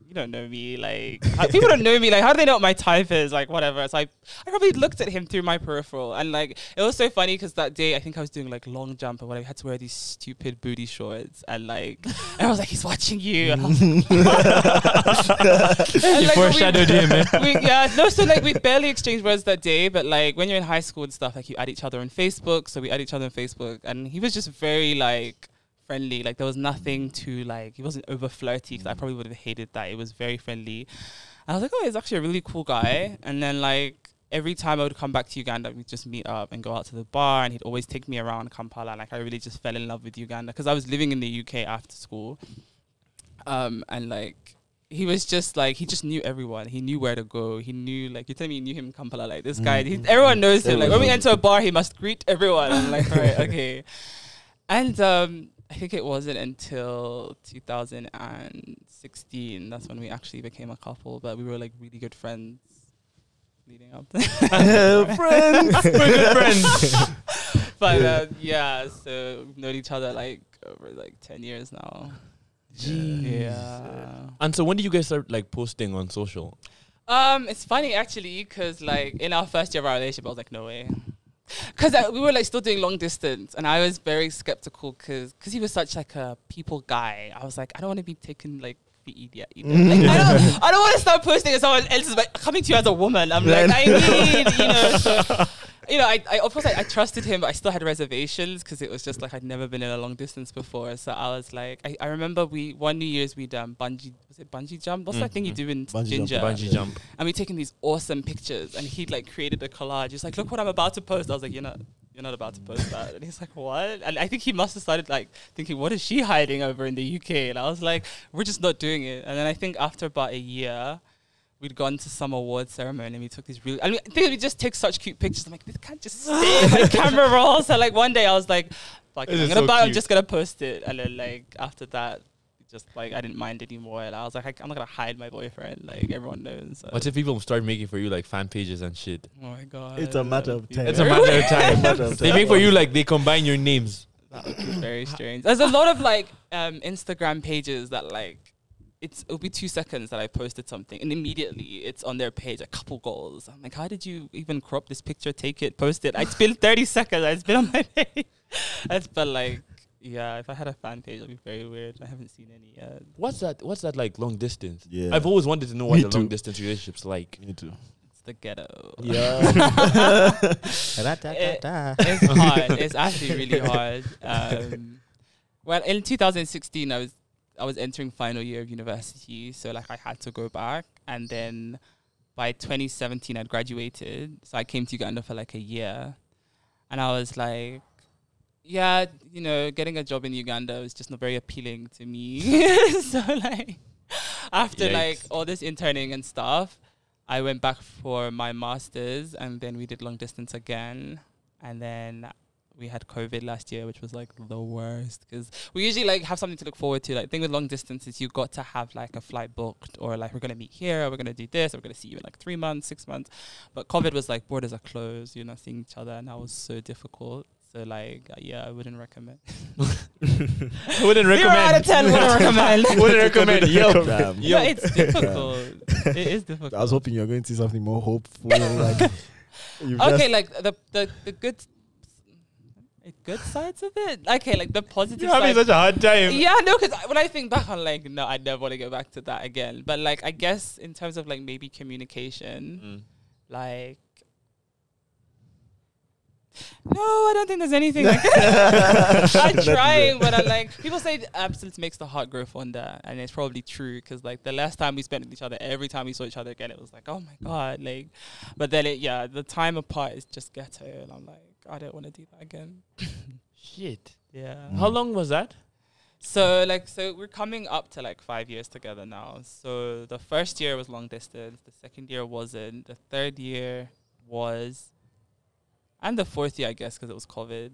Speaker 5: you don't know me. Like how- people don't know me. Like how do they know what my type is? Like whatever. So I, I probably looked at him through my peripheral, and like it was so funny because that day I think I was doing like long jump or whatever. I had to wear these stupid booty shorts, and like I was like, he's watching you. And I was like, And, like, when we- we, yeah, no, so like we barely exchanged words that day, but like when you're in high school and stuff, like you add each other on Facebook. So we add each other on Facebook, and he was just very like friendly. Like there was nothing to like. He wasn't over flirty because I probably would have hated that. It was very friendly. I was like, oh, he's actually a really cool guy. And then like every time I would come back to Uganda, we'd just meet up and go out to the bar, and he'd always take me around Kampala. Like I really just fell in love with Uganda because I was living in the UK after school, um, and like. He was just like he just knew everyone. He knew where to go. He knew like you tell me you knew him in Kampala like this guy. He, everyone knows him. Like when we enter a bar, he must greet everyone. I'm like, all right, okay. And um, I think it wasn't until 2016 that's when we actually became a couple, but we were like really good friends leading up.
Speaker 2: Yeah, friends.
Speaker 1: We're good friends.
Speaker 5: but uh, yeah, so we've known each other like over like 10 years now. Yeah.
Speaker 1: And so when did you guys start like posting on social?
Speaker 5: Um, it's funny actually because like in our first year of our relationship, I was like, no way. Because we were like still doing long distance, and I was very skeptical because he was such like a people guy. I was like, I don't want to be taken like fluffy idiot. You know? like, I don't, I don't want to start posting as someone else's, but coming to you as a woman, I'm like, I need, you know. So, you know, I, I of course I, I trusted him, but I still had reservations because it was just like I'd never been in a long distance before. So I was like, I, I remember we one New Year's we'd um, bungee was it bungee jump? What's that thing you do in
Speaker 2: Mm-hmm. Bungee jump,
Speaker 5: Ginger?
Speaker 1: Bungee jump.
Speaker 5: and we taken these awesome pictures and he'd like created a collage he's like look what i'm about to post i was like you're not you're not about to post that and he's like what and i think he must have started like thinking what is she hiding over in the uk and i was like we're just not doing it and then i think after about a year We'd gone to some award ceremony and we took these really. I mean, I think we just take such cute pictures. I'm like, this can't just stay in my camera roll. So like one day I was like, fuck, it,
Speaker 1: This
Speaker 5: I'm
Speaker 1: is
Speaker 5: gonna
Speaker 1: so
Speaker 5: buy. I'm
Speaker 1: cute.
Speaker 5: just gonna post it. And then like after that, just like I didn't mind anymore. And I was like, I, I'm not gonna hide my boyfriend. Like everyone knows. So.
Speaker 1: What if people start making for you like fan pages and shit?
Speaker 5: Oh my god.
Speaker 2: It's a matter of time.
Speaker 1: It's a matter of time. They make for you like they combine your names.
Speaker 5: That would be very strange. There's a lot of like um, Instagram pages that like it's it'll be two seconds that I posted something and immediately it's on their page a couple goals. I'm like, how did you even crop this picture, take it, post it? It's been 30 seconds. It's been on my page. It's been like, yeah. If I had a fan page, it'd be very weird. I haven't seen any yet.
Speaker 1: What's that? What's that like? Long distance.
Speaker 2: Yeah.
Speaker 1: I've always wanted to know what
Speaker 2: Me
Speaker 1: the
Speaker 2: too.
Speaker 1: long distance relationships like.
Speaker 2: Me too.
Speaker 5: It's the ghetto.
Speaker 2: Yeah.
Speaker 4: Da-da-da-da.
Speaker 5: it's hard. It's actually really hard. Um, well, in 2016, I was I was entering final year of university, so like I had to go back, and then by 2017, I'd graduated. So I came to Uganda for like a year, and I was like. Yeah, you know, getting a job in Uganda was just not very appealing to me. so like after
Speaker 1: Yikes.
Speaker 5: like all this interning and stuff, I went back for my masters and then we did long distance again and then we had COVID last year, which was like the worst because we usually like have something to look forward to. Like thing with long distance is you got to have like a flight booked or like we're gonna meet here, we're gonna do this, we're gonna see you in like three months, six months. But COVID was like borders are closed, you're not seeing each other, and that was so difficult. So like uh, yeah, I wouldn't recommend.
Speaker 1: Wouldn't
Speaker 5: Zero out
Speaker 1: recommend.
Speaker 5: of ten wouldn't recommend.
Speaker 1: Wouldn't recommend. Yo,
Speaker 2: Damn.
Speaker 5: Yeah,
Speaker 1: yo.
Speaker 5: it's difficult. it is difficult.
Speaker 2: I was hoping you were going to see something more hopeful. like, you've just-
Speaker 5: okay, like the the the good the good sides of it. Okay, like the positive
Speaker 1: You're having
Speaker 5: side.
Speaker 1: such a hard time.
Speaker 5: yeah, no, because when I think back, I'm like, no, I never want to go back to that again. But like, I guess in terms of like maybe
Speaker 1: Mm.
Speaker 5: communication, like. No, I don't think there's anything. Like I'm trying, but I'm like people say that absence makes the heart grow fonder, and it's probably true because like the last time we spent with each other, every time we saw each other again, it was like, oh my god, like. But then it, yeah, the time apart is just ghetto, and I'm like, I don't want to do that again.
Speaker 1: Shit.
Speaker 5: Yeah.
Speaker 1: How long was that?
Speaker 5: So like so we're coming up to like five years together now. So the first year was long distance, the second year wasn't, the third year was, and the fourth year I guess because it was COVID,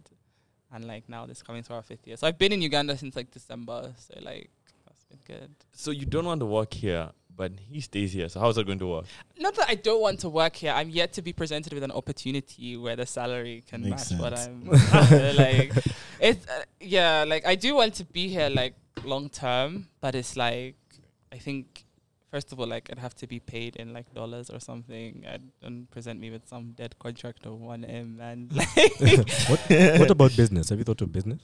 Speaker 5: and like now this coming to our fifth year. So I've been in Uganda since like December. So like that's been good.
Speaker 1: So you don't want to work here, but he stays here. So how's that going to work?
Speaker 5: Not that I don't want to work here. I'm yet to be presented with an opportunity where the salary can
Speaker 2: Makes
Speaker 5: match what
Speaker 2: sense.
Speaker 5: I'm after. like. It's uh, yeah, like I do want to be here like long term, but it's like I think first of all, like I'd have to be paid in like dollars or something, and, and present me with some dead contract of one m and like
Speaker 4: what, what about business? Have you thought of business?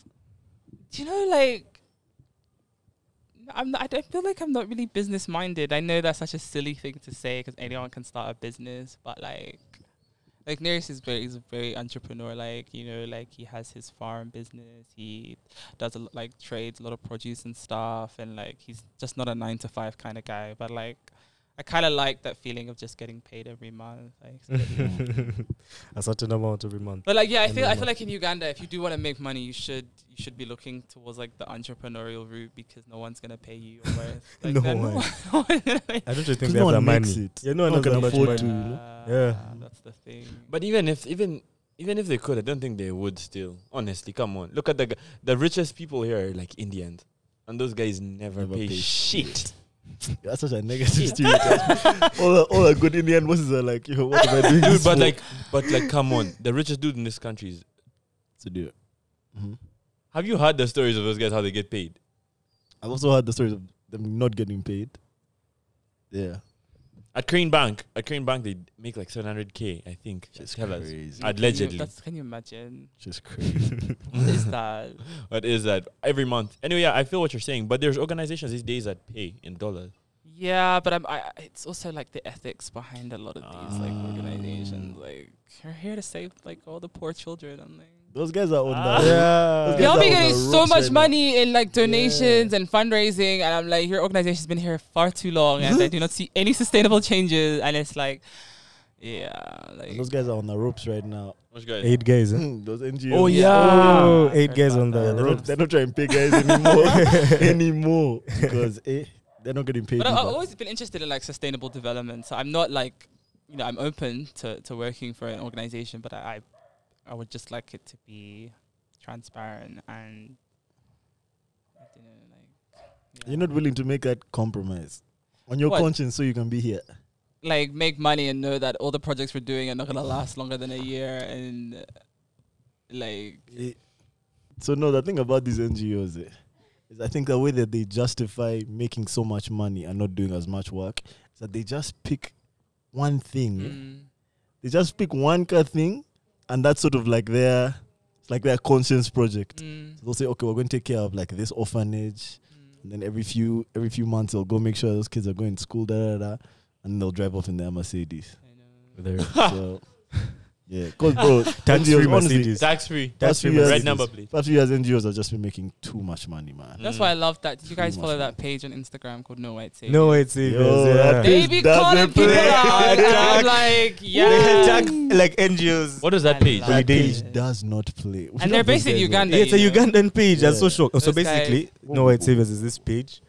Speaker 5: do you know like I'm not, I don't feel like I'm not really business minded. I know that's such a silly thing to say because anyone can start a business, but like like Nearest is very is very entrepreneur like you know like he has his farm business he does a lot like trades a lot of produce and stuff and like he's just not a nine to five kind of guy but like I kind of like that feeling of just getting paid every month like steady.
Speaker 4: a certain amount every month.
Speaker 5: But like, yeah, I
Speaker 4: And
Speaker 5: feel I
Speaker 4: then
Speaker 5: feel
Speaker 4: what-
Speaker 5: like in Uganda, if you do want to make money, you should you should be looking towards like the entrepreneurial route because no one's gonna pay you. Or it's, like,
Speaker 4: No
Speaker 5: they're
Speaker 4: one.
Speaker 5: one's gonna pay-
Speaker 4: I don't really think
Speaker 2: 'Cause
Speaker 4: they
Speaker 2: no
Speaker 4: have
Speaker 2: one
Speaker 4: that money.
Speaker 2: makes it.
Speaker 4: Yeah, no one
Speaker 2: No one
Speaker 4: has
Speaker 2: can
Speaker 4: that much
Speaker 2: afford
Speaker 4: money.
Speaker 2: to.
Speaker 5: Ah, that's the thing.
Speaker 1: But even if even even if they could, I don't think they would. Still, honestly, come on. Look at the g- the richest people here are like Indians, and those guys never,
Speaker 2: Never
Speaker 1: pay,
Speaker 2: pay
Speaker 1: shit.
Speaker 2: That's such a negative stereotype. all, a, all a good Indian voices are like, yo, what am I doing?
Speaker 1: Dude,
Speaker 2: this
Speaker 1: but
Speaker 2: for?
Speaker 1: like, but like, come on. The richest dude in this country is.
Speaker 2: to do it. Mhm.
Speaker 1: Have you heard the stories of those guys how they get paid?
Speaker 2: I've also heard the stories of them not getting paid. Yeah,
Speaker 1: At Crane Bank, at Crane Bank, they make like 700k, I think. Tell us.
Speaker 2: crazy.
Speaker 1: Allegedly.
Speaker 5: That's, can you imagine?
Speaker 2: Just crazy.
Speaker 5: It's that?
Speaker 1: What is that? Every month. Anyway, yeah, I feel what you're saying, but there's organizations these days that pay in dollars.
Speaker 5: Yeah, but I'm, I, it's also like the ethics behind a lot of these like
Speaker 2: Ah.
Speaker 5: organizations. Like you're here to save like all the poor children. I'm like.
Speaker 2: Those guys are on
Speaker 5: Ah.
Speaker 2: that.
Speaker 4: Yeah.
Speaker 2: Those guys are
Speaker 5: Y'all be
Speaker 2: on
Speaker 5: getting
Speaker 2: the
Speaker 5: so
Speaker 2: ropes
Speaker 5: much
Speaker 2: right now.
Speaker 5: money in like donations and fundraising, and I'm like, your organization's been here far too long, and I do not see any sustainable changes. And it's like, yeah, like
Speaker 2: Those guys are on the ropes right now.
Speaker 1: Which guys?
Speaker 4: Eight guys. Huh?
Speaker 2: Mm, Those NGOs.
Speaker 1: Oh, yeah.
Speaker 4: Oh, eight
Speaker 5: Heard
Speaker 4: guys
Speaker 5: about
Speaker 4: on
Speaker 2: Yeah,
Speaker 4: the
Speaker 2: they're, not,
Speaker 4: ropes.
Speaker 2: they're not trying to pay guys anymore. anymore. Because eh, they're not getting paid.
Speaker 5: But I,
Speaker 2: either.
Speaker 5: I've always been interested in like sustainable development, so I'm not like, you know, I'm open to, to working for an organization, but I, I I would just like it to be transparent and I don't know, like yeah.
Speaker 2: You're not willing to make that compromise on your
Speaker 5: What?
Speaker 2: conscience so you can be here.
Speaker 5: like make money and know that all the projects we're doing are not gonna last longer than a year and uh, like
Speaker 2: Eh, So no, the thing about these NGOs eh, is I think the way that they justify making so much money and not doing as much work is that they just pick one thing.
Speaker 5: mm,
Speaker 2: They just pick one car thing, and that's sort of like their it's like their conscience project.
Speaker 5: mm,
Speaker 2: So they'll say, okay, we're going to take care of like this orphanage,
Speaker 5: mm.
Speaker 2: and then every few every few months they'll go make sure those kids are going to school, da da da, and then they'll drive off in their Mercedes.
Speaker 5: I know.
Speaker 2: There, so yeah, cause bro,
Speaker 4: Tax free
Speaker 2: NGOs, honestly,
Speaker 4: Mercedes.
Speaker 1: Tax free.
Speaker 2: That's
Speaker 4: Tax free
Speaker 2: free Mercedes.
Speaker 1: Red
Speaker 2: Yes.
Speaker 1: number, please.
Speaker 2: Past few years, NGOs have just been making too much money, man.
Speaker 5: That's why I love that. Did you guys
Speaker 2: Mm.
Speaker 5: follow that page on Instagram called No White Savior?
Speaker 4: No, it's eight
Speaker 2: Yo,
Speaker 4: guys,
Speaker 2: that
Speaker 4: yeah.
Speaker 2: is-
Speaker 5: They be
Speaker 2: Doesn't
Speaker 5: calling people
Speaker 2: play.
Speaker 5: out. I'm like,
Speaker 4: They
Speaker 5: yeah.
Speaker 4: attack like NGOs.
Speaker 1: What is that
Speaker 5: I
Speaker 1: page?
Speaker 5: love-
Speaker 2: That
Speaker 4: Like, they-
Speaker 2: page does not play. We
Speaker 5: And they're
Speaker 2: love those
Speaker 5: based in
Speaker 2: guys, man.
Speaker 5: Uganda.
Speaker 4: Yeah, it's a
Speaker 5: you know.
Speaker 4: Ugandan page. That's so
Speaker 2: Yeah.
Speaker 4: shocked. So
Speaker 5: Those guys-
Speaker 4: basically, No White Saviors is this page.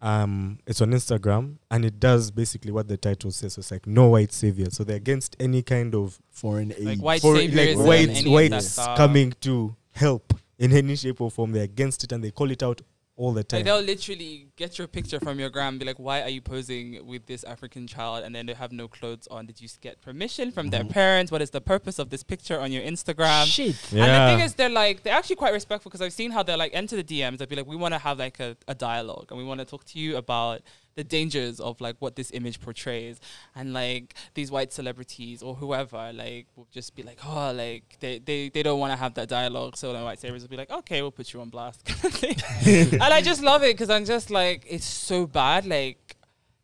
Speaker 4: Um, it's on Instagram and it does basically what the title says. So it's like no white savior. So they're against any kind of
Speaker 2: Foreign aid.
Speaker 5: Like white
Speaker 4: for
Speaker 5: saviors
Speaker 4: like
Speaker 5: and
Speaker 2: white-
Speaker 5: any
Speaker 4: whites
Speaker 5: of
Speaker 2: white
Speaker 5: that
Speaker 4: whites
Speaker 5: stuff.
Speaker 4: coming to help in any shape or form. They're against it and they call it out all the
Speaker 5: Like
Speaker 4: time.
Speaker 5: they'll literally get your picture from your gram, and be like, "Why are you posing with this African child?" And then they have no clothes on. Did you s- get permission from their parents? What is the purpose of this picture on your Instagram?
Speaker 2: Shit.
Speaker 5: And the
Speaker 4: Yeah.
Speaker 5: thing is, they're like they're actually quite respectful because I've seen how they're like enter the DMs. They'll be like, "We want to have like a, a dialogue, and we want to talk to you about the dangers of like what this image portrays, and like these white celebrities or whoever like will just be like, oh, like they they, they don't want to have that dialogue. So the white saviors will be like, okay, we'll put you on blast, and I just love it because I'm just like, it's so bad, like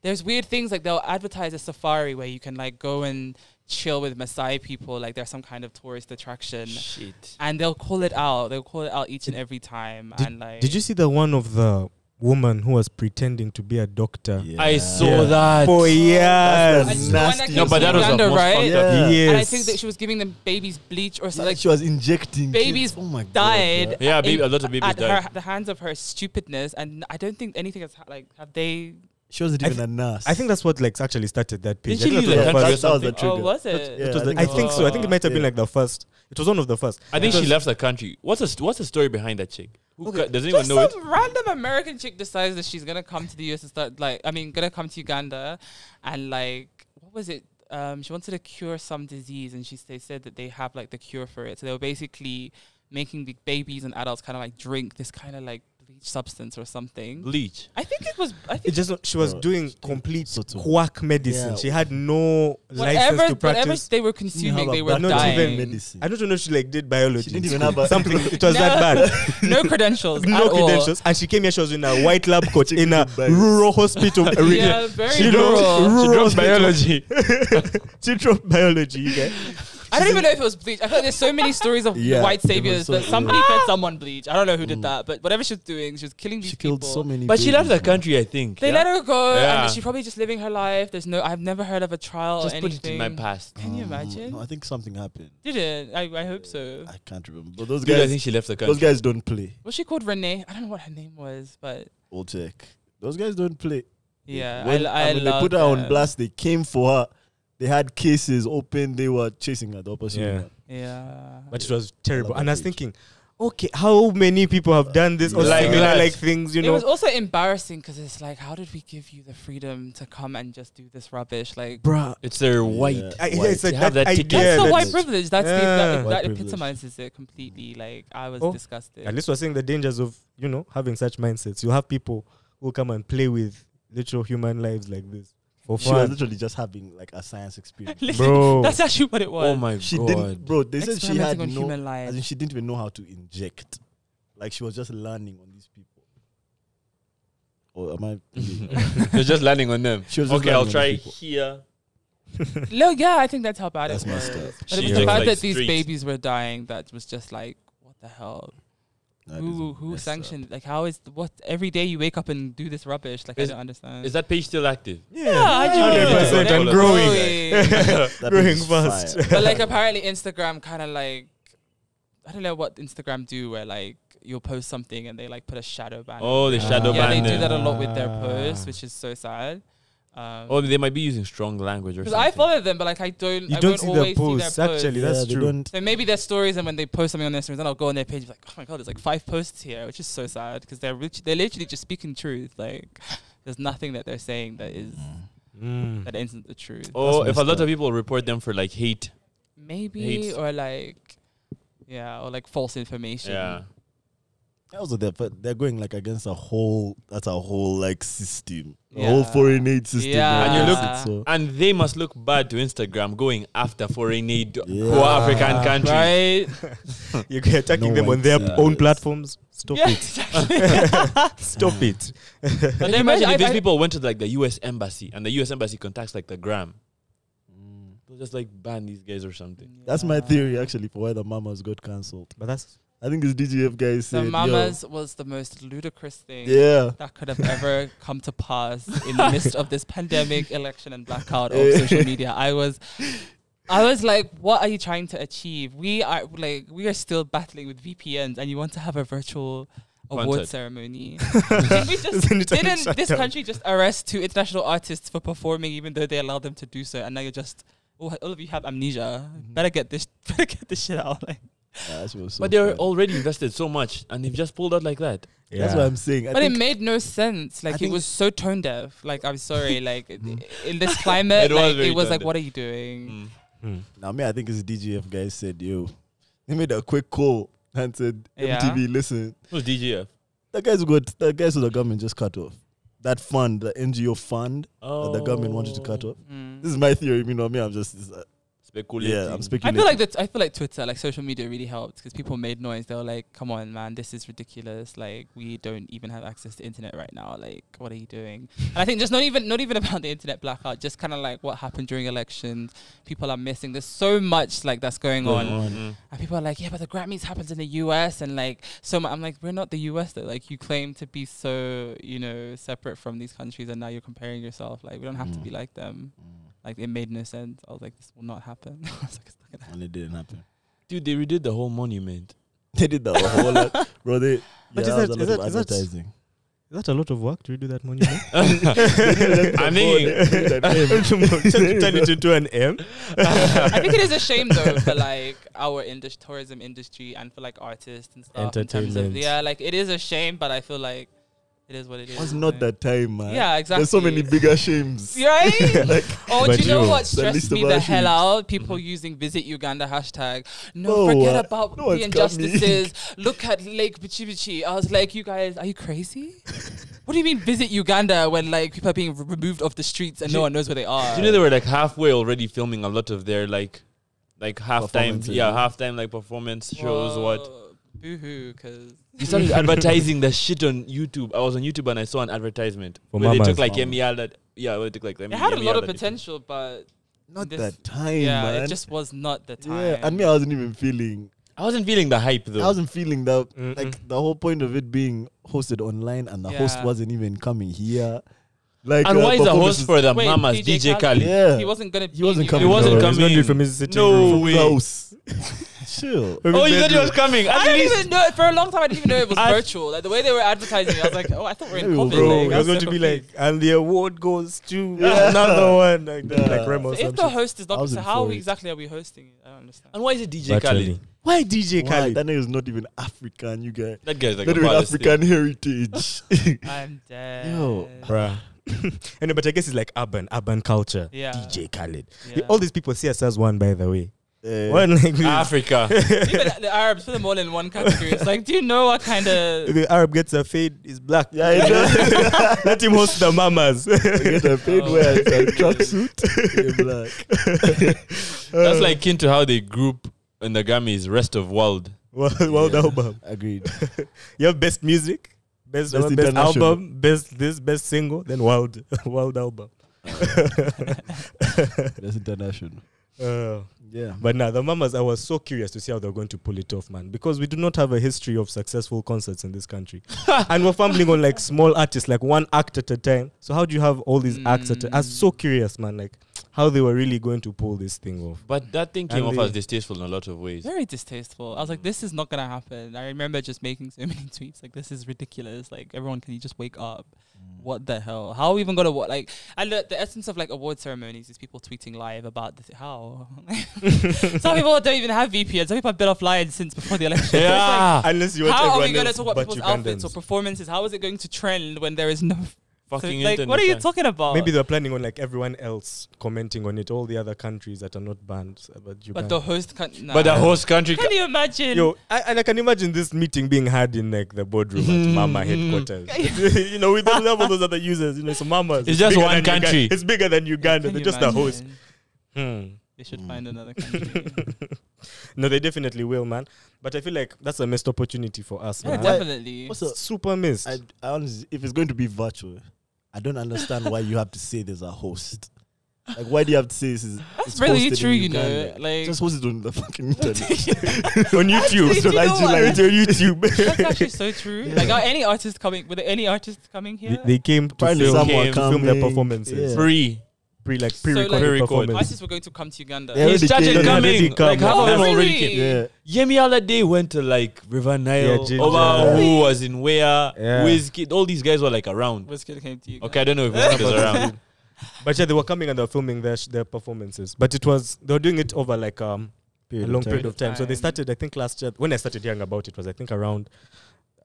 Speaker 5: there's weird things like they'll advertise a safari where you can like go and chill with Maasai people, like there's some kind of tourist attraction,
Speaker 1: Shit.
Speaker 5: and they'll call it out. They'll call it out each and every time.
Speaker 4: Did-
Speaker 5: and like,
Speaker 4: Did you see the one of the woman who was pretending to be a doctor
Speaker 1: I saw
Speaker 4: Yeah.
Speaker 1: that.
Speaker 4: for
Speaker 2: That's
Speaker 5: I
Speaker 4: years?
Speaker 5: saw one that
Speaker 2: nasty.
Speaker 5: came
Speaker 1: No, but
Speaker 5: to
Speaker 1: that was
Speaker 5: Uganda,
Speaker 1: the most
Speaker 5: right?
Speaker 1: fucked up.
Speaker 2: Yeah.
Speaker 4: Yes.
Speaker 5: And I think that she was giving them babies bleach or
Speaker 2: So,
Speaker 5: something.
Speaker 2: like
Speaker 5: Like,
Speaker 2: she was injecting
Speaker 5: babies
Speaker 2: kids. Oh my God,
Speaker 5: died.
Speaker 2: bruh.
Speaker 1: Yeah,
Speaker 5: in-
Speaker 1: baby- a lot of babies
Speaker 5: at
Speaker 1: died.
Speaker 5: Her, the hands of her stupidness, and I don't think anything has ha- like have they.
Speaker 2: She wasn't
Speaker 4: I
Speaker 2: even
Speaker 4: thi-
Speaker 2: a nurse.
Speaker 4: I think that's what like actually started that page.
Speaker 1: Didn't she
Speaker 4: I think
Speaker 1: leave
Speaker 4: that was
Speaker 1: the
Speaker 4: the
Speaker 1: country
Speaker 4: first-
Speaker 1: or
Speaker 2: That- that was the
Speaker 1: something?
Speaker 5: Oh,
Speaker 2: Trigger.
Speaker 5: was it?
Speaker 2: yeah,
Speaker 4: it was
Speaker 2: I
Speaker 4: the-
Speaker 2: think
Speaker 4: I
Speaker 2: it
Speaker 4: think so. I think it might have been
Speaker 2: Yeah.
Speaker 4: like the first. It was one of the first.
Speaker 1: I think
Speaker 4: It
Speaker 1: she
Speaker 4: was-
Speaker 1: left the country. What's the st- what's the story behind that chick? Who
Speaker 2: Okay.
Speaker 1: ca- does anyone
Speaker 5: Just
Speaker 1: know it?
Speaker 5: some random American chick decides that she's gonna come to the US and start like I mean gonna come to Uganda and like what was it? Um, she wanted to cure some disease and she s- they said that they have like the cure for it. So they were basically making the babies and adults kind of like drink this kind of like bleach substance or something.
Speaker 1: Bleach.
Speaker 5: I think it was I
Speaker 4: It
Speaker 5: think
Speaker 4: just she was
Speaker 2: Bro,
Speaker 4: doing
Speaker 2: did
Speaker 4: complete
Speaker 2: sorts of-
Speaker 4: quack medicine.
Speaker 2: Yeah.
Speaker 4: She had no license
Speaker 5: whatever
Speaker 4: to
Speaker 5: whatever
Speaker 4: practice.
Speaker 5: they
Speaker 2: She
Speaker 5: were
Speaker 2: didn't have
Speaker 5: consuming,
Speaker 2: a
Speaker 5: they were
Speaker 2: background
Speaker 4: not
Speaker 2: in
Speaker 4: even-
Speaker 5: dying.
Speaker 2: medicine.
Speaker 4: I don't know. She like did biology.
Speaker 2: She didn't
Speaker 4: in
Speaker 2: even
Speaker 4: school.
Speaker 2: have a-
Speaker 4: something. It was that
Speaker 5: No.
Speaker 4: bad.
Speaker 5: No credentials. at
Speaker 4: no
Speaker 5: all.
Speaker 4: credentials, and she came here. She was in a white lab coat in a
Speaker 2: Bias.
Speaker 4: rural hospital.
Speaker 5: Yeah, very
Speaker 4: She
Speaker 5: rural.
Speaker 4: dropped,
Speaker 1: She
Speaker 4: rural
Speaker 1: dropped
Speaker 4: hospital.
Speaker 1: biology.
Speaker 4: She dropped biology. Okay?
Speaker 5: I don't even know if it was bleach. I feel like there's so many stories of
Speaker 2: Yeah,
Speaker 5: white
Speaker 2: it was
Speaker 5: saviors
Speaker 2: so
Speaker 5: that
Speaker 2: true.
Speaker 5: somebody fed someone bleach. I don't know who did that, but whatever she was doing, she was killing these
Speaker 2: She killed
Speaker 5: people.
Speaker 2: so many.
Speaker 1: But she left
Speaker 2: babies,
Speaker 1: the
Speaker 2: man.
Speaker 1: country, I think.
Speaker 5: They
Speaker 1: yeah?
Speaker 5: let her go,
Speaker 1: Yeah.
Speaker 5: and she's probably just living her life. There's no, I've never heard of a trial
Speaker 1: Just
Speaker 5: or
Speaker 1: put it in
Speaker 5: anything.
Speaker 1: my past.
Speaker 5: Can you
Speaker 2: Um,
Speaker 5: imagine?
Speaker 2: no, I think something happened.
Speaker 5: Did it? I, I hope so.
Speaker 2: I can't remember. But those
Speaker 1: Dude, I
Speaker 2: guys,
Speaker 1: think she left the
Speaker 2: those
Speaker 1: country.
Speaker 2: guys don't play.
Speaker 5: Was she called Renee? I don't know what her name was, but
Speaker 2: We'll check. Those guys don't play.
Speaker 5: yeah,
Speaker 2: When,
Speaker 5: I, I
Speaker 2: and when they
Speaker 5: love
Speaker 2: put her on
Speaker 5: them.
Speaker 2: blast, they came for her. They had cases open. They were chasing her. The opposite.
Speaker 4: Yeah.
Speaker 5: Yeah,
Speaker 4: But it was terrible.
Speaker 2: Another
Speaker 4: And I was
Speaker 2: page.
Speaker 4: thinking, okay, how many people have done this or
Speaker 1: Like
Speaker 4: similar
Speaker 1: that.
Speaker 4: like things? You
Speaker 5: it
Speaker 4: know,
Speaker 5: was also embarrassing because it's like, how did we give you the freedom to come and just do this rubbish? Like
Speaker 4: bruh.
Speaker 1: It's their white.
Speaker 4: I,
Speaker 2: White.
Speaker 4: it's like
Speaker 1: You have
Speaker 4: that,
Speaker 1: that ticket.
Speaker 4: idea.
Speaker 5: that's
Speaker 1: Yeah,
Speaker 5: the
Speaker 4: that-
Speaker 5: white privilege. That's the,
Speaker 4: Yeah.
Speaker 5: that,
Speaker 2: White
Speaker 5: that
Speaker 2: privilege.
Speaker 5: epitomizes it completely. Like I was
Speaker 4: Oh,
Speaker 5: disgusted.
Speaker 4: At least we're seeing the dangers of you know having such mindsets. You have people who come and play with literal human lives like this for
Speaker 2: She was
Speaker 4: fun,
Speaker 2: literally just having like a science experience.
Speaker 5: Listen,
Speaker 4: bro.
Speaker 5: that's actually what it was.
Speaker 1: Oh my
Speaker 2: she
Speaker 1: god.
Speaker 2: didn't, bro. They said she
Speaker 5: Experimenting
Speaker 2: had
Speaker 5: on
Speaker 2: no.
Speaker 5: human
Speaker 2: As
Speaker 5: life.
Speaker 2: in, she didn't even know how to inject. Like she was just learning on these people. Or am I?
Speaker 1: You're just landing on them.
Speaker 2: She was just
Speaker 1: okay, I'll
Speaker 2: landing on
Speaker 1: try
Speaker 2: people.
Speaker 1: here.
Speaker 5: No, yeah, I think that's how bad
Speaker 2: That's
Speaker 5: it was.
Speaker 2: messed up.
Speaker 5: But
Speaker 1: She
Speaker 5: it was
Speaker 1: looks
Speaker 5: the fact
Speaker 1: like
Speaker 5: that these
Speaker 1: street.
Speaker 5: babies were dying that was just like, what the hell?
Speaker 2: That is
Speaker 5: who who
Speaker 2: messed up.
Speaker 5: sanctioned? Like, how is what? Every day you wake up and do this rubbish. Like,
Speaker 1: Is-
Speaker 5: I don't understand.
Speaker 1: Is that page still active?
Speaker 5: yeah, I do.
Speaker 1: 100% and
Speaker 5: They're
Speaker 4: growing.
Speaker 2: That
Speaker 4: Growing
Speaker 2: is
Speaker 4: fast.
Speaker 2: fire.
Speaker 5: but like, apparently, Instagram kind of like, I don't know what Instagram do where like you'll post something and they like put a shadow ban.
Speaker 1: Oh, they
Speaker 5: on it.
Speaker 1: shadow
Speaker 5: Yeah,
Speaker 1: ban
Speaker 5: they do
Speaker 1: them.
Speaker 5: that a lot with their posts,
Speaker 4: Ah.
Speaker 5: which is so sad. Um,
Speaker 1: Oh, they might be using strong language or
Speaker 5: because
Speaker 1: something.
Speaker 5: I follow them, but like I don't.
Speaker 4: You
Speaker 5: I
Speaker 4: don't
Speaker 5: won't
Speaker 4: see their
Speaker 5: always
Speaker 4: posts.
Speaker 5: see their posts.
Speaker 4: Actually,
Speaker 2: Yeah,
Speaker 4: that's
Speaker 2: they
Speaker 4: true.
Speaker 2: don't-
Speaker 5: So maybe their stories, and when they post something on their stories, then I'll go on their page, like, oh my god, there's like five posts here, which is so sad because they're lit- they're literally just speaking truth. Like, there's nothing that they're saying that is
Speaker 4: Mm.
Speaker 5: that isn't the truth.
Speaker 1: Mm-hmm. Oh,
Speaker 2: That's
Speaker 1: if a
Speaker 2: messed
Speaker 1: lot
Speaker 2: up.
Speaker 1: of people report them for like hate.
Speaker 5: Maybe
Speaker 1: Hates.
Speaker 5: or like, yeah, or like false information.
Speaker 1: Yeah.
Speaker 2: Also, they're but they're going like against a whole. That's a whole like system, a
Speaker 5: Yeah.
Speaker 2: whole foreign aid system.
Speaker 5: Yeah.
Speaker 1: And you look-
Speaker 2: Yes, it's so-
Speaker 1: And they must look bad to Instagram going after foreign aid
Speaker 2: Yeah.
Speaker 1: poor
Speaker 4: Ah,
Speaker 1: African countries.
Speaker 5: Right?
Speaker 4: You're
Speaker 2: No
Speaker 4: attacking them on
Speaker 2: one
Speaker 4: their
Speaker 2: says.
Speaker 4: own platforms. Stop
Speaker 5: yeah,
Speaker 4: it.
Speaker 5: exactly.
Speaker 4: Stop it.
Speaker 1: But
Speaker 5: Like,
Speaker 1: then imagine
Speaker 5: imagine-
Speaker 1: if
Speaker 5: I-
Speaker 1: these
Speaker 5: I-
Speaker 1: people went to like the US embassy and the US embassy contacts like the gram. They'll just like ban these guys or something.
Speaker 2: That's my
Speaker 5: Yeah.
Speaker 2: theory actually for why the mamas got cancelled.
Speaker 4: But that's
Speaker 2: I think it's DGF guys
Speaker 5: The
Speaker 2: said, "Yo,
Speaker 5: mamas was the most ludicrous thing.
Speaker 2: yeah,
Speaker 5: That could have ever come to pass in the midst of this pandemic, election, and blackout of social media. I was, I was like, what are you trying to achieve? We are like, we are still battling with VPNs, and you want to have a virtual award
Speaker 1: Concert.
Speaker 5: ceremony? Did we just,
Speaker 4: Isn't it
Speaker 5: didn't
Speaker 4: shut
Speaker 5: this
Speaker 4: down?
Speaker 5: country just arrest two international artists for performing, even though they allowed them to do so? And now you're just, oh, all of you have amnesia. Better get this, better get this shit out. Like,
Speaker 2: Yeah, that was so
Speaker 1: But they're
Speaker 2: funny.
Speaker 1: already invested so much and they've just pulled out like that.
Speaker 4: yeah.
Speaker 2: That's what I'm saying. I
Speaker 5: but it
Speaker 2: think
Speaker 5: made no sense. Like it
Speaker 2: think-
Speaker 5: was so tone deaf. Like I'm sorry. Like in this climate,
Speaker 1: It was
Speaker 5: like,
Speaker 1: very
Speaker 5: it was
Speaker 1: tone
Speaker 5: like,
Speaker 1: deaf.
Speaker 5: what are you doing?
Speaker 4: Hmm.
Speaker 2: now me, I think it's DGF guys said, "Yo, they made a quick call and said,
Speaker 5: Yeah.
Speaker 2: MTV, listen,
Speaker 1: Who's DGF?
Speaker 2: the guys who got the guys who the government just cut off that fund, the NGO fund
Speaker 1: Oh.
Speaker 2: that the government wanted to cut off."
Speaker 5: Mm.
Speaker 2: This is my theory. You know me. I'm just it's, uh,
Speaker 1: Speculating.
Speaker 2: yeah. I'm
Speaker 5: I
Speaker 2: speculating.
Speaker 5: feel like that. I feel like Twitter, like social media, really helped because people made noise. They were like, "Come on, man, this is ridiculous. Like, we don't even have access to internet right now. Like, what are you doing?" And I think just not even not even about the internet blackout. Just kind of like what happened during elections. People are missing. There's so much like that's going on.
Speaker 1: Mm.
Speaker 5: And people are like, yeah, but the Grammys happens in the US and like so mu I'm like, we're not the US though. Like you claim to be so, you know, separate from these countries and now you're comparing yourself. Like we don't have to
Speaker 2: Mm.
Speaker 5: be like them.
Speaker 4: Mm,
Speaker 5: Like it made no sense. I was like, this will not happen. I was like, it's not gonna happen.
Speaker 2: and it didn't happen.
Speaker 1: Dude, they redid the whole monument.
Speaker 2: They did that whole lot, bro. They yeah, that
Speaker 4: But is
Speaker 2: was a
Speaker 4: that- is
Speaker 2: lot
Speaker 4: that-
Speaker 2: of
Speaker 4: is that-
Speaker 2: advertising.
Speaker 4: Is that a lot of work to redo that monument?
Speaker 1: I mean,
Speaker 4: Just turn it into an M.
Speaker 5: I think it is a shame though for like our indus- tourism industry and for like artists and stuff. in terms of-
Speaker 4: Entertainment.
Speaker 5: yeah, like it is a shame, but I feel like it is what it is.
Speaker 2: It's not
Speaker 5: like-
Speaker 2: that time, man.
Speaker 5: Yeah, exactly.
Speaker 2: There's so many bigger shames.
Speaker 5: Right? oh,
Speaker 4: But
Speaker 5: do you know
Speaker 4: yo,
Speaker 5: what
Speaker 2: the
Speaker 5: stressed
Speaker 2: list
Speaker 5: me
Speaker 2: of
Speaker 5: the
Speaker 2: issues.
Speaker 5: hell out?
Speaker 1: Mm-hmm.
Speaker 5: People using Visit Uganda hashtag. No,
Speaker 2: No, uh,
Speaker 5: forget about
Speaker 2: no
Speaker 5: the
Speaker 2: one's got me.
Speaker 5: injustices. Look at Lake Bichibichi. I was like, you guys, are you crazy? what do you mean Visit Uganda when like people are being re- removed off the streets and
Speaker 1: Do
Speaker 5: no
Speaker 1: you-
Speaker 5: one knows where they are?
Speaker 1: Do you know they were like halfway already filming a lot of their like like halftime
Speaker 2: Performances,
Speaker 1: yeah,
Speaker 2: yeah.
Speaker 1: halftime like performance shows what
Speaker 5: Boohoo, because
Speaker 1: you started advertising the shit on YouTube. I was on YouTube and I saw an advertisement
Speaker 4: For
Speaker 1: where they
Speaker 4: mamas.
Speaker 1: took like
Speaker 2: Mamas.
Speaker 1: Yemi that yeah, where they took like
Speaker 5: it had a lot of potential, but
Speaker 2: Not
Speaker 5: This-
Speaker 2: that time,
Speaker 5: yeah,
Speaker 2: man.
Speaker 5: it just was not the time.
Speaker 2: yeah, and me, I wasn't even feeling.
Speaker 1: I wasn't feeling the hype though.
Speaker 2: I wasn't feeling that.
Speaker 4: Mm-mm.
Speaker 2: Like the whole point of it being hosted online, and the host
Speaker 5: Yeah.
Speaker 2: wasn't even coming here. Like,
Speaker 1: and
Speaker 2: uh,
Speaker 1: why is the host
Speaker 2: performances-
Speaker 1: for the
Speaker 5: Wait,
Speaker 1: mamas
Speaker 5: DJ
Speaker 1: DJ, Khaled?
Speaker 2: Yeah,
Speaker 5: he wasn't gonna.
Speaker 2: He wasn't
Speaker 5: be
Speaker 2: coming.
Speaker 1: He wasn't
Speaker 2: No,
Speaker 4: he's
Speaker 1: coming.
Speaker 4: not doing from his sitting
Speaker 1: no
Speaker 4: room.
Speaker 1: way.
Speaker 2: close. Chill.
Speaker 1: Oh, you thought he was coming. At
Speaker 5: I didn't
Speaker 1: least
Speaker 5: even know it for a long time. I didn't even know it was
Speaker 1: I-
Speaker 5: virtual. Like the way they were advertising, it, I was like, oh, I thought we were in
Speaker 2: Ew,
Speaker 5: COVID.
Speaker 2: bro,
Speaker 5: like,
Speaker 4: It
Speaker 5: I
Speaker 4: was
Speaker 5: was
Speaker 4: going
Speaker 5: so
Speaker 4: to be
Speaker 5: confused.
Speaker 4: like, and the award goes to
Speaker 2: Yeah.
Speaker 4: another one, like that,
Speaker 2: Yeah.
Speaker 4: like Remo. or
Speaker 5: So if the
Speaker 4: something.
Speaker 5: host is
Speaker 2: I
Speaker 5: not,
Speaker 2: was
Speaker 5: so
Speaker 2: in
Speaker 5: how
Speaker 2: for it.
Speaker 5: exactly are we hosting it? I don't understand.
Speaker 1: And why is it DJ
Speaker 4: Virtually.
Speaker 1: Khaled?
Speaker 4: Why DJ
Speaker 2: Why?
Speaker 4: Khaled?
Speaker 2: That nigga's not even African, you guys.
Speaker 1: That guy's like
Speaker 2: not
Speaker 1: a
Speaker 2: even
Speaker 1: baddest
Speaker 2: African heritage.
Speaker 5: I'm dead.
Speaker 2: Yo.
Speaker 4: Bruh. anyway, but I guess it's like urban, urban culture.
Speaker 5: Yeah.
Speaker 4: DJ Khaled.
Speaker 5: Yeah.
Speaker 4: All these people see us as one, by the way.
Speaker 2: Eh,
Speaker 4: One like
Speaker 1: thing.
Speaker 4: we-
Speaker 1: Africa.
Speaker 5: Even the Arabs put them all in one category. It's like, do you know what kind of?
Speaker 4: the Arab gets a fade, is black.
Speaker 2: Yeah, I know.
Speaker 4: Let him host the mamas.
Speaker 2: You get a paid
Speaker 5: Oh.
Speaker 2: wear it's a tracksuit. You're black.
Speaker 1: That's like akin to how they group in the Grammys rest of world.
Speaker 4: Well, well
Speaker 2: Yeah.
Speaker 4: album.
Speaker 2: Agreed.
Speaker 4: You have best music, best
Speaker 3: Best
Speaker 4: uh, best
Speaker 3: international.
Speaker 4: album, best this, best single, then wild wild album.
Speaker 2: That's international.
Speaker 4: Uh,
Speaker 2: Yeah.
Speaker 4: but now the mamas, I was so curious to see how they're going to pull it off, man, because we do not have a history of successful concerts in this country, and we're fumbling on like small artists, like one act at a time. So how do you have all these acts? At a, I was so curious, man, like how they were really going to pull this thing off.
Speaker 1: But that thing came
Speaker 4: And
Speaker 1: off
Speaker 4: the-
Speaker 1: as distasteful in a lot of ways.
Speaker 5: Very distasteful. I was like, this is not gonna happen. I remember just making so many tweets like, this is ridiculous. Like, everyone, can you just wake up? What the hell? How are we even gonna what? Like, I look, the essence of like award ceremonies is people tweeting live about this. How? some people don't even have VPN. Some people have been offline since before the election.
Speaker 1: Yeah.
Speaker 4: Unless you
Speaker 5: It's like, Ah.
Speaker 4: want
Speaker 5: how are we
Speaker 4: everyone
Speaker 5: gonna
Speaker 4: else
Speaker 5: talk about
Speaker 4: but
Speaker 5: people's
Speaker 4: Ugandans.
Speaker 5: outfits or performances? How is it going to trend when there is no?
Speaker 1: Fucking
Speaker 5: like,
Speaker 1: internet
Speaker 5: what are you
Speaker 1: time.
Speaker 5: talking about?
Speaker 4: Maybe they're planning on like everyone else commenting on it, all the other countries that are not banned, uh, but you.
Speaker 5: but the host can't.
Speaker 1: But the
Speaker 5: nah.
Speaker 1: host country.
Speaker 5: Can you imagine?
Speaker 4: Yo, I, and I can imagine this meeting being had in like the boardroom
Speaker 5: Hmm.
Speaker 4: at Mama headquarters. you know, we don't have all those other users. You know, so Mama's.
Speaker 1: It's just
Speaker 4: bigger
Speaker 1: one
Speaker 4: than Uga-
Speaker 1: country.
Speaker 4: it's bigger than Uganda.
Speaker 5: Can
Speaker 4: They're
Speaker 5: you
Speaker 4: just the host.
Speaker 5: imagine?
Speaker 4: Hmm.
Speaker 5: They should find another country.
Speaker 4: no, they definitely will, man. But I feel like that's a missed opportunity for us,
Speaker 5: yeah,
Speaker 4: man.
Speaker 5: definitely.
Speaker 3: What's the
Speaker 4: Super missed.
Speaker 3: I, I honestly, if it's going to be virtual, I don't understand why you have to say there's a host. Like, why do you have to say this is?
Speaker 5: That's
Speaker 3: it's
Speaker 5: really
Speaker 3: hosted in
Speaker 5: true, you know.
Speaker 3: Uganda?
Speaker 5: Like,
Speaker 3: Just host it on the fucking internet.
Speaker 4: on YouTube.
Speaker 5: Actually, do you know what?
Speaker 4: it's on YouTube.
Speaker 5: that's actually so true. Like, are any artists coming? Were there any artists coming here?
Speaker 4: They, they came to
Speaker 3: Apparently
Speaker 4: film,
Speaker 1: someone
Speaker 4: to film their
Speaker 3: coming.
Speaker 4: performances.
Speaker 3: Yeah.
Speaker 1: Free.
Speaker 4: Pre like
Speaker 5: So, like,
Speaker 4: pre-recorded
Speaker 1: Pre-record.
Speaker 4: performance.
Speaker 5: artists were going to come to Uganda.
Speaker 3: They
Speaker 1: He's
Speaker 3: already
Speaker 1: charging
Speaker 3: came.
Speaker 4: They
Speaker 1: coming.
Speaker 4: already come.
Speaker 1: Like half
Speaker 5: Oh,
Speaker 1: of them already
Speaker 5: really?
Speaker 1: came.
Speaker 3: yeah,
Speaker 1: Yemi Alade went to like River Nile,
Speaker 4: Ginger.
Speaker 1: over who was in where,
Speaker 4: Yeah.
Speaker 1: Wizkid, all these guys were like around.
Speaker 5: Wizkid came to Uganda.
Speaker 1: Okay, I don't know if Wizkid was around.
Speaker 4: But yeah, they were coming and they were filming their sh- their performances. But it was they were doing it over like um a long period of time. So they
Speaker 5: Time.
Speaker 4: started, I think, last year when I started hearing about it was I think around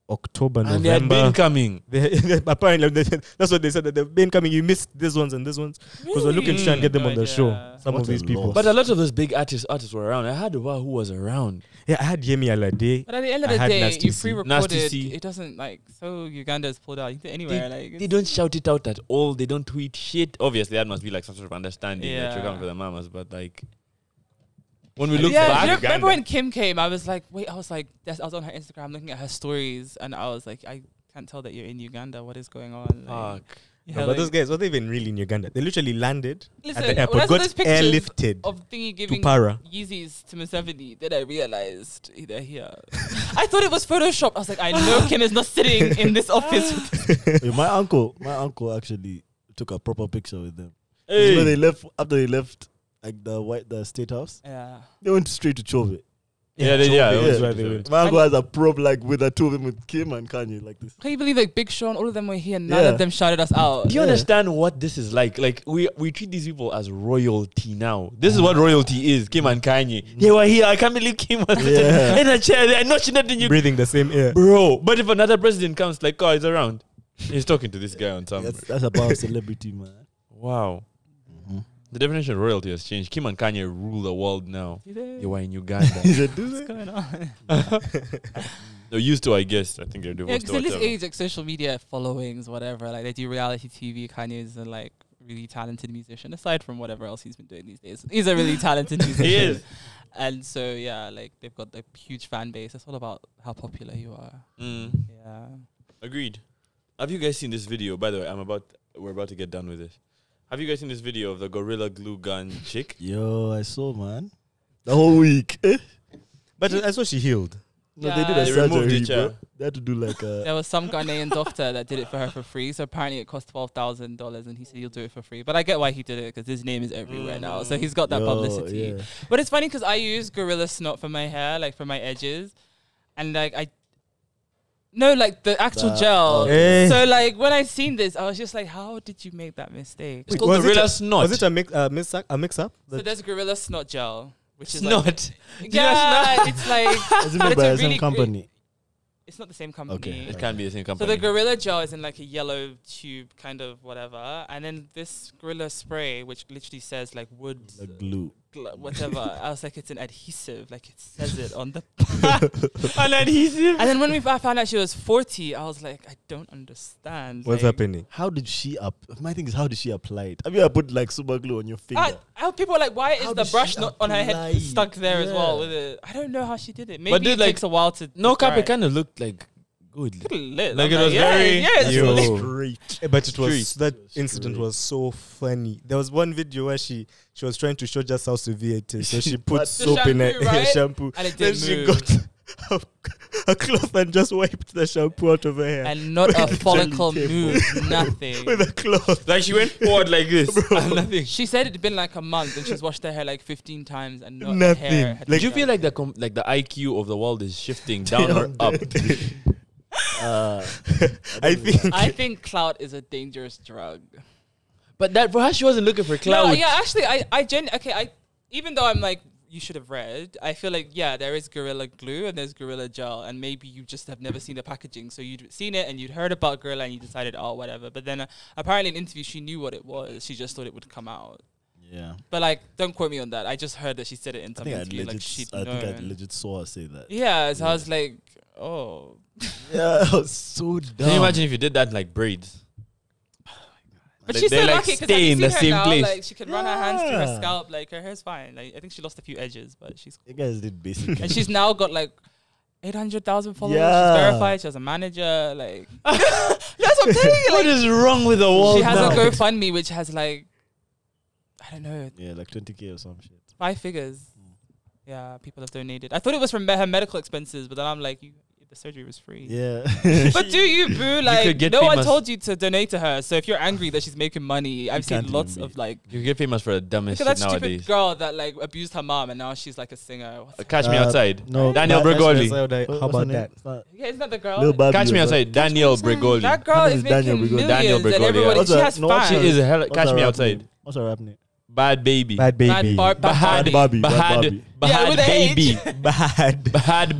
Speaker 4: October,
Speaker 1: And they had
Speaker 4: November.
Speaker 1: been coming.
Speaker 4: They- they- apparently, they- that's what they said that they've been coming. You missed these ones and these ones because we're looking to try
Speaker 5: Really?
Speaker 4: and get them
Speaker 5: No
Speaker 4: on the
Speaker 5: idea.
Speaker 4: show. Some
Speaker 3: What
Speaker 4: of
Speaker 3: a
Speaker 4: these people. uh,
Speaker 3: loss.
Speaker 1: But a lot of those big artists artists were around. I had a while who was around.
Speaker 4: yeah, I had Yemi Alade.
Speaker 5: But at the end of
Speaker 4: I
Speaker 5: the
Speaker 4: had
Speaker 5: day,
Speaker 4: Nasty
Speaker 5: you
Speaker 4: C.
Speaker 1: Nasty
Speaker 5: pre-recorded.
Speaker 1: C.
Speaker 5: It doesn't like so Uganda's pulled out You can anywhere. like
Speaker 1: They
Speaker 5: it's-
Speaker 1: don't shout it out at all. They don't tweet shit. Obviously, that must be like some sort of understanding that
Speaker 5: Yeah.
Speaker 1: you're coming for the mamas. But like, when we look
Speaker 5: yeah,
Speaker 1: back,
Speaker 5: you know, remember when Kim came? I was like, wait, I was like, that's, I was on her Instagram looking at her stories, and I was like, I can't tell that you're in Uganda. What is going on? Like,
Speaker 1: Fuck.
Speaker 5: yeah,
Speaker 4: No, but
Speaker 5: like-
Speaker 4: those guys, were they even really in Uganda? They literally landed
Speaker 5: Listen,
Speaker 4: at the
Speaker 5: when I
Speaker 4: airport,
Speaker 5: saw
Speaker 4: got
Speaker 5: those pictures
Speaker 4: airlifted
Speaker 5: of thingy
Speaker 4: to
Speaker 5: giving
Speaker 4: Para.
Speaker 5: Yeezys to Museveni, then I realized they're here. I thought it was Photoshop. I was like, I know Kim is not sitting in this office. with this-
Speaker 3: Yeah, my uncle, my uncle actually took a proper picture with them.
Speaker 1: Hey.
Speaker 3: When they left, after they left, like the white, the state house,
Speaker 5: yeah.
Speaker 3: they went straight to Chove.
Speaker 1: Yeah, they- yeah,
Speaker 4: Chombe
Speaker 1: yeah.
Speaker 4: is where they went.
Speaker 3: My uncle has a probe like with the two of them with Kim and Kanye like this.
Speaker 5: Can you believe like Big Sean, all of them were here, none
Speaker 3: Yeah.
Speaker 5: of them shouted us out.
Speaker 1: Do you understand what this is like? Like we we treat these people as royalty now. This is what royalty is. Kim and Kanye. They were here. I can't believe Kim was
Speaker 3: Yeah.
Speaker 1: in a chair. I know she not in you,
Speaker 4: breathing the same air.
Speaker 1: bro. But if another president comes, like, oh, he's around. He's talking to this guy on some.
Speaker 3: That's, that's about celebrity, man.
Speaker 1: Wow.
Speaker 2: Mm-hmm.
Speaker 1: The definition of royalty has changed. Kim and Kanye rule the world now.
Speaker 5: Mm.
Speaker 1: They were in
Speaker 3: He
Speaker 1: Uganda.
Speaker 3: said, "Do
Speaker 5: What's
Speaker 3: they?"
Speaker 5: going on?
Speaker 1: They're used to, I guess. I think they're
Speaker 5: Yeah,
Speaker 1: divorced
Speaker 5: because
Speaker 1: or
Speaker 5: at this
Speaker 1: whatever.
Speaker 5: age, like social media followings, whatever, like they do reality TV. Kanye's a like really talented musician, aside from whatever else he's been doing these days. He's a really talented musician.
Speaker 1: He is.
Speaker 5: And so yeah, like they've got a huge fan base. It's all about how popular you are.
Speaker 1: Mm,
Speaker 5: Yeah.
Speaker 1: agreed. Have you guys seen this video? By the way, I'm about we're about to get done with this. Have you guys seen this video of the gorilla glue gun chick?
Speaker 3: Yo, I saw man. The whole week. Eh?
Speaker 4: But I saw she healed.
Speaker 3: No, they did
Speaker 5: Yeah.
Speaker 3: a
Speaker 5: They
Speaker 1: removed
Speaker 3: surgery,
Speaker 1: it, yeah.
Speaker 3: bro. They had to do like a.
Speaker 5: There was some Ghanaian doctor that did it for her for free. So apparently it cost twelve thousand dollars, and he said he'll do it for free. But I get why he did it because his name is everywhere now, so he's got that
Speaker 3: Yo,
Speaker 5: publicity.
Speaker 3: yeah.
Speaker 5: But it's funny because I use Gorilla Snot for my hair, like for my edges, and like I. No, like the actual
Speaker 3: That-
Speaker 2: Oh,
Speaker 5: gel.
Speaker 4: Eh.
Speaker 5: So like when I seen this, I was just like, "How did you make that mistake?"
Speaker 1: It's
Speaker 4: Wait,
Speaker 1: called
Speaker 4: was it
Speaker 1: gorilla
Speaker 4: a-
Speaker 1: snot.
Speaker 4: Was it a mix, uh, mix, a mix up?
Speaker 5: So there's Gorilla Snot gel, which is
Speaker 1: snot?
Speaker 5: like, yeah, it's like
Speaker 3: Is it made
Speaker 5: But it's
Speaker 3: by
Speaker 5: a
Speaker 3: the
Speaker 5: really
Speaker 3: same
Speaker 5: great-
Speaker 3: company?
Speaker 5: it's not the same company.
Speaker 3: Okay.
Speaker 1: it can't be the same
Speaker 5: So
Speaker 1: company.
Speaker 5: the gorilla gel is in like a yellow tube, kind of whatever, and then this gorilla spray, which literally says like wood
Speaker 3: The glue.
Speaker 5: gl- whatever. I was like, it's an adhesive. Like it says it on the back. an adhesive. And then when we f- I found out she was forty, I was like, I don't understand.
Speaker 4: What's
Speaker 5: like,
Speaker 4: happening?
Speaker 2: How did she up? My thing is, how did she apply it? Have you ever put like super glue on your finger?
Speaker 5: I, I, people are like, why is
Speaker 2: How
Speaker 5: the
Speaker 2: does
Speaker 5: brush
Speaker 2: she
Speaker 5: not on her head
Speaker 2: apply?
Speaker 5: stuck there as well?
Speaker 2: Yeah.
Speaker 5: With it, I don't know how she did it. Maybe
Speaker 1: dude,
Speaker 5: it
Speaker 1: like,
Speaker 5: takes a while to.
Speaker 1: No cap,
Speaker 5: dry.
Speaker 1: it kind of looked like good.
Speaker 5: Look at lit.
Speaker 1: Like,
Speaker 5: I'm
Speaker 1: it was
Speaker 5: yeah,
Speaker 1: very-
Speaker 5: Yeah, it's
Speaker 4: Yo.
Speaker 5: lit.
Speaker 2: Great.
Speaker 4: Eh, but it was
Speaker 1: Street.
Speaker 4: that incident was so funny. There was one video where she she was trying to show just how severe it is. So she put
Speaker 2: But-
Speaker 5: The
Speaker 4: soap in her
Speaker 5: shampoo, right?
Speaker 4: shampoo.
Speaker 5: And it
Speaker 4: Then
Speaker 5: did
Speaker 4: she
Speaker 5: move.
Speaker 4: got a cloth and just wiped the shampoo out of her hair
Speaker 5: and not a
Speaker 4: Literally
Speaker 5: follicle
Speaker 4: came
Speaker 5: move, nothing.
Speaker 4: with a cloth.
Speaker 1: Like she went forward like this. and nothing.
Speaker 5: She said it'd been like a month, and she's washed her hair like 15 times, and not
Speaker 4: Nothing.
Speaker 5: Hair
Speaker 1: Like,
Speaker 5: had
Speaker 4: Like-
Speaker 1: Do you feel like the com- like the IQ of the world is shifting down or up?
Speaker 2: Uh,
Speaker 4: I think
Speaker 5: I think clout is a dangerous drug.
Speaker 1: but that for her, she wasn't looking for
Speaker 5: No,
Speaker 1: clout.
Speaker 5: yeah, actually, I, I gen, okay, I, even though I'm like, you should have read, I feel like, yeah, there is Gorilla Glue and there's Gorilla Gel, and maybe you just have never seen the packaging. So you'd seen it and you'd heard about Gorilla and you decided, oh, whatever. But then uh, apparently in interview, she knew what it was. She just thought it would come out.
Speaker 2: yeah.
Speaker 5: But like, don't quote me on that. I just heard that she said it
Speaker 2: I
Speaker 5: in some
Speaker 2: think I
Speaker 5: interview.
Speaker 2: legit.
Speaker 5: like, she'd
Speaker 2: I think I
Speaker 5: known.
Speaker 2: legit saw her say that.
Speaker 5: Yeah, so I was like, oh.
Speaker 2: Yeah, I was so dumb.
Speaker 1: Can you imagine if you did that in, like braids?
Speaker 5: But
Speaker 1: They-
Speaker 5: she's so
Speaker 1: they, like,
Speaker 5: lucky because
Speaker 1: stay
Speaker 5: I
Speaker 1: in
Speaker 5: can see
Speaker 1: the
Speaker 5: her
Speaker 1: same
Speaker 5: now.
Speaker 1: place.
Speaker 5: Like she can run her hands through her
Speaker 2: Yeah.
Speaker 5: scalp. Like her hair's fine. Like I think she lost a few edges, but she's
Speaker 2: You guys did basic.
Speaker 5: and she's now got like eight hundred thousand followers.
Speaker 2: Yeah.
Speaker 5: She's verified. She has a manager. Like that's what I'm telling you.
Speaker 1: What is wrong with the world?
Speaker 5: Like, she has
Speaker 1: now?
Speaker 5: a GoFundMe which has like I don't know
Speaker 2: yeah, like 20k or some shit.
Speaker 5: five figures. Yeah, people have donated. I thought it was from me- her medical expenses, but then I'm like, you, the surgery was free.
Speaker 2: Yeah.
Speaker 5: But do you boo? Like
Speaker 1: could get
Speaker 5: no one
Speaker 1: famous.
Speaker 5: told you to donate to her. So if you're angry that she's making money, I've seen
Speaker 2: can't
Speaker 5: lots
Speaker 2: even
Speaker 5: of like
Speaker 1: You get famous for the dumbest
Speaker 5: Look at
Speaker 1: shit
Speaker 5: that stupid
Speaker 1: nowadays.
Speaker 5: girl that like abused her mom and now she's like a singer. What's
Speaker 1: Uh, Catch me
Speaker 2: Uh,
Speaker 1: outside.
Speaker 2: no,
Speaker 1: Daniel
Speaker 2: but-
Speaker 1: Bregoli.
Speaker 2: What-
Speaker 4: How
Speaker 2: what's her name?
Speaker 4: about that?
Speaker 2: It's not-
Speaker 5: Yeah, isn't that the girl?
Speaker 2: Lil Baby
Speaker 1: Catch me
Speaker 2: was
Speaker 1: outside. Daniel Bregoli.
Speaker 5: That
Speaker 2: Her
Speaker 5: girl
Speaker 2: name
Speaker 5: is
Speaker 2: is Daniel
Speaker 5: making
Speaker 2: Brigoli.
Speaker 5: millions
Speaker 1: Daniel
Speaker 5: and
Speaker 1: Brigoli,
Speaker 5: everybody
Speaker 1: yeah.
Speaker 5: she has
Speaker 2: No, what's
Speaker 5: fans.
Speaker 1: She is a hell.
Speaker 2: What's
Speaker 1: Catch
Speaker 2: her
Speaker 1: me
Speaker 2: rap
Speaker 1: outside.
Speaker 2: name? What's her rap name?
Speaker 1: Bad baby.
Speaker 4: Bad baby.
Speaker 5: Bad bar- bad
Speaker 1: Bad
Speaker 5: body.
Speaker 2: Bobby. Bad
Speaker 1: Bad,
Speaker 2: Bobby.
Speaker 5: Yeah,
Speaker 1: bad
Speaker 5: with a H.
Speaker 1: baby.
Speaker 4: Bad.
Speaker 1: Bad
Speaker 4: Bad.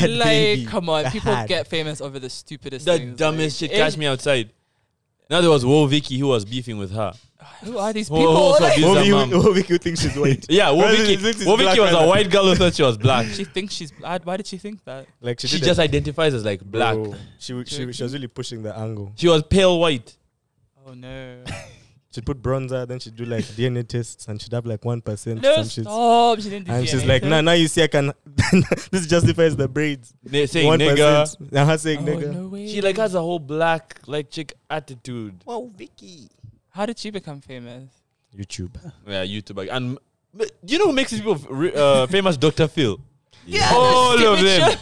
Speaker 1: baby.
Speaker 5: Like,
Speaker 4: baby.
Speaker 5: come on, people
Speaker 4: Bad.
Speaker 5: get famous over the stupidest
Speaker 1: The
Speaker 5: things.
Speaker 1: dumbest
Speaker 5: like,
Speaker 1: shit. Catch
Speaker 5: it-
Speaker 1: me outside. Now there was Wo Vicky who was beefing with her.
Speaker 5: Who are these
Speaker 1: Who
Speaker 5: people?
Speaker 1: also
Speaker 5: Like,
Speaker 1: abused her mom.
Speaker 4: Woviki thinks she's white.
Speaker 1: Yeah, Wo
Speaker 4: Well,
Speaker 1: Vicky.
Speaker 4: this is
Speaker 1: Wo
Speaker 4: black
Speaker 1: Vicky was a
Speaker 4: right
Speaker 1: white girl who thought she was black.
Speaker 5: she thinks she's bad. Why did she think that?
Speaker 4: Like
Speaker 1: She,
Speaker 4: did
Speaker 1: just
Speaker 4: it.
Speaker 1: identifies as like black.
Speaker 4: Bro, She, she she was really pushing the angle.
Speaker 1: She was pale white.
Speaker 5: Oh no!
Speaker 4: She'd put bronzer, then she'd do like DNA tests, and she'd have like one percent.
Speaker 5: no
Speaker 4: some shit.
Speaker 5: stop! She didn't. do
Speaker 4: And she's
Speaker 5: DNA.
Speaker 4: like, nah, now you see, I can. this justifies the braids.
Speaker 1: They saying
Speaker 4: One
Speaker 1: nigga.
Speaker 4: percent. Now her saying
Speaker 5: Oh,
Speaker 4: nigga.
Speaker 5: no way.
Speaker 1: She like has a whole black like chick attitude.
Speaker 4: Wow, Vicky.
Speaker 5: How did she become famous?
Speaker 4: YouTube.
Speaker 1: Yeah, YouTube and but you know who makes these people f- re- uh, famous? Doctor Phil.
Speaker 5: Yeah,
Speaker 1: All of them.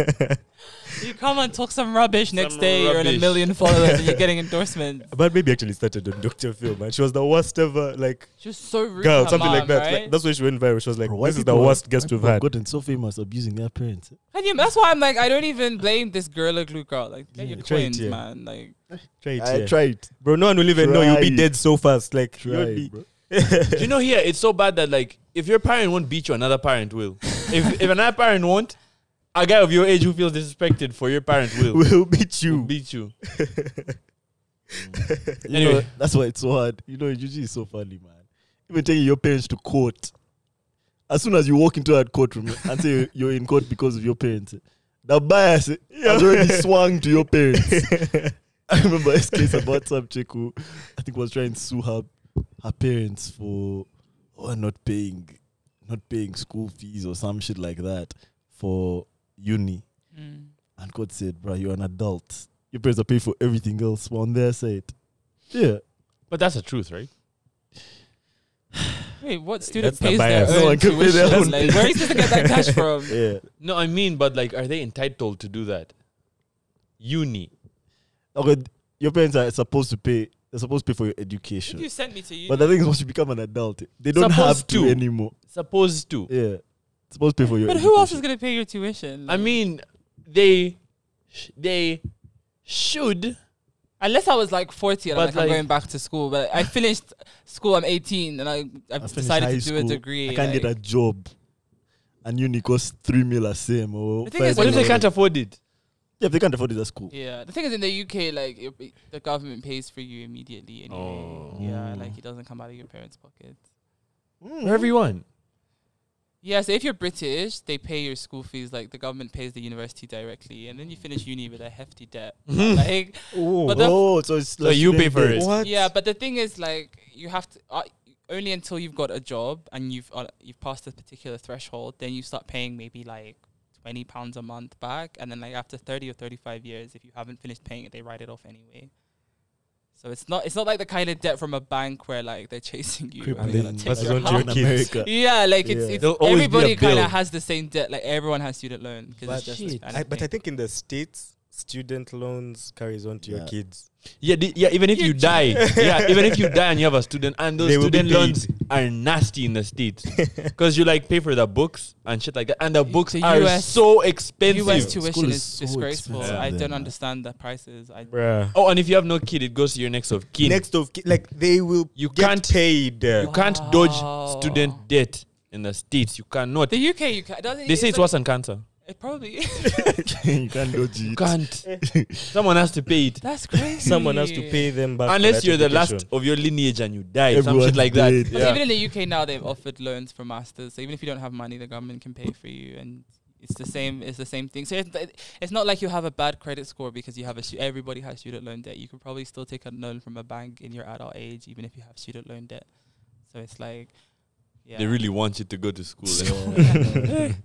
Speaker 5: you come and talk some rubbish next
Speaker 1: Some
Speaker 5: day. You're in a
Speaker 1: rubbish.
Speaker 5: million followers and you're getting endorsements.
Speaker 4: But maybe actually started on Dr. Phil, man. She was the worst ever, like,
Speaker 5: She was so rude. to
Speaker 4: girl,
Speaker 5: her
Speaker 4: something like
Speaker 5: mom,
Speaker 4: that.
Speaker 5: Right?
Speaker 4: Like, that's why she went viral. She was like,
Speaker 2: Bro, why
Speaker 4: this is the
Speaker 2: people-
Speaker 4: worst guest
Speaker 2: why
Speaker 4: we've
Speaker 2: people have
Speaker 4: had.
Speaker 2: Gotten so famous abusing their parents.
Speaker 5: Can you- that's why I'm like, I don't even blame this gorilla glue girl. Like, get your
Speaker 4: try it,
Speaker 5: coins,
Speaker 4: yeah.
Speaker 5: man. Like,
Speaker 4: Try it,
Speaker 2: I
Speaker 4: yeah.
Speaker 2: tried.
Speaker 4: Bro, no one will even know. You'll be
Speaker 2: Try.
Speaker 4: dead so fast. Like,
Speaker 2: Try,
Speaker 4: you'll be.
Speaker 2: bro.
Speaker 1: you know here it's so bad that like if your parent won't beat you, another parent will. if if another parent won't, a guy of your age who feels disrespected for your parent will
Speaker 4: We'll beat you.
Speaker 1: beat you.
Speaker 2: You
Speaker 1: Anyway.
Speaker 2: know, that's why it's so hard. You know, Juju is so funny, man. Even taking your parents to court. As soon as you walk into that courtroom and say you're in court because of your parents, the bias has already swung to your parents. I remember this case about some chick who I think was trying to sue her her parents for oh, not paying not paying school fees or some shit like that for uni. And God said, bro, you're an adult. Your parents are paying for everything else. But on their side, yeah.
Speaker 1: But that's the truth, right?
Speaker 5: wait, what student
Speaker 4: That's the
Speaker 5: pays their
Speaker 4: bias.
Speaker 5: own
Speaker 2: No one can pay their
Speaker 5: tuition?
Speaker 2: own
Speaker 5: Like, where are you supposed to get that cash from?
Speaker 2: Yeah.
Speaker 1: No, I mean, but like, are they entitled to do that? Uni.
Speaker 2: Okay, th- your parents are supposed to pay. They're supposed to pay for your education.
Speaker 5: You sent me to you.
Speaker 2: But the thing is, once you become an adult, they don't have
Speaker 1: Supposed
Speaker 2: to,
Speaker 1: to.
Speaker 2: anymore.
Speaker 1: Supposed to.
Speaker 2: Yeah. Supposed to pay for your
Speaker 5: but
Speaker 2: education.
Speaker 5: who else is gonna pay your tuition?
Speaker 1: I
Speaker 5: Like,
Speaker 1: mean, they sh- they should.
Speaker 5: unless I was like 40 and
Speaker 1: But,
Speaker 5: I'm, like, I'm
Speaker 1: like-
Speaker 5: going back to school. But I finished school. I'm 18 and I I
Speaker 2: I finished
Speaker 5: decided
Speaker 2: high
Speaker 5: to do a
Speaker 2: school,
Speaker 5: degree.
Speaker 2: I can't get a
Speaker 5: like-
Speaker 2: job. And uni costs three mil a sem or
Speaker 5: The thing is,
Speaker 2: five
Speaker 1: What if
Speaker 2: mil
Speaker 1: they
Speaker 2: a
Speaker 1: can't afford it?
Speaker 2: Yeah, if they can't afford it, that's cool.
Speaker 5: Yeah, the thing is in the UK, like it, it- the government pays for you immediately anyway. Yeah, like it doesn't come out of your parents' pockets.
Speaker 4: Hmm.
Speaker 2: For everyone.
Speaker 5: Yeah, so if you're British, they pay your school fees, like the government pays the university directly, and then you finish uni with a hefty debt. like, but the,
Speaker 3: Oh, so it's
Speaker 1: So you pay for it.
Speaker 4: What?
Speaker 5: yeah, but the thing is, like, you have to uh, only until you've got a job and you've uh, you've passed a particular threshold, then you start paying maybe like twenty pounds a month back, and then like after thirty or thirty five years, if you haven't finished paying it, they write it off anyway. So it's not it's not like the kind of debt from a bank where like they're chasing you.
Speaker 4: Crippling.
Speaker 5: and they're gonna take
Speaker 4: Passes
Speaker 5: your
Speaker 4: on to your
Speaker 5: house.
Speaker 4: kids.
Speaker 5: Yeah, like it's,
Speaker 4: Yeah.
Speaker 5: it's
Speaker 1: There'll always be a
Speaker 5: everybody kind
Speaker 1: bill.
Speaker 5: of has the same debt. Like everyone has student loan because it's just. a
Speaker 2: Shit.
Speaker 5: Spanish
Speaker 4: I, but I
Speaker 5: thing.
Speaker 4: think in the states, student loans carries on to your
Speaker 3: Yeah.
Speaker 4: kids.
Speaker 1: Yeah, the, yeah. Even if you die, yeah, even if you die and you have a student, and those
Speaker 4: They will be
Speaker 1: student loans
Speaker 4: paid.
Speaker 1: are nasty in the states because you like pay for the books and shit like that, and the books
Speaker 5: The
Speaker 1: are
Speaker 5: US
Speaker 1: so expensive.
Speaker 5: U.S. tuition
Speaker 3: School
Speaker 5: is,
Speaker 3: is so
Speaker 5: disgraceful.
Speaker 3: expensive
Speaker 5: I
Speaker 3: there,
Speaker 5: don't
Speaker 3: man.
Speaker 5: understand the prices. I
Speaker 4: Bruh.
Speaker 1: Oh, and if you have no kid, it goes to your next of kin.
Speaker 4: Next of ki- like they will
Speaker 1: You
Speaker 4: get
Speaker 1: can't-
Speaker 4: paid.
Speaker 1: you can't dodge
Speaker 5: Wow.
Speaker 1: student debt in the states. You cannot.
Speaker 5: The UK, you ca- doesn't.
Speaker 1: They say it's
Speaker 5: like-
Speaker 1: worse than cancer.
Speaker 5: It probably
Speaker 3: you can't dodge
Speaker 1: You
Speaker 3: it.
Speaker 1: can't. Someone has to pay it.
Speaker 5: That's crazy.
Speaker 4: Someone has to pay them back. for
Speaker 1: Unless
Speaker 4: that
Speaker 1: you're the last
Speaker 4: education.
Speaker 1: of your lineage and you die, some
Speaker 3: Everyone
Speaker 1: shit like that.
Speaker 3: did.
Speaker 5: But
Speaker 1: Yeah.
Speaker 5: Even in the UK now, they've offered loans for masters. So even if you don't have money, the government can pay for you, and it's the same. It's the same thing. So it's, it's not like you have a bad credit score because you have a. Stu- everybody has student loan debt. You can probably still take a loan from a bank in your adult age, even if you have student loan debt. So it's like, yeah.
Speaker 1: They really want you to go to school.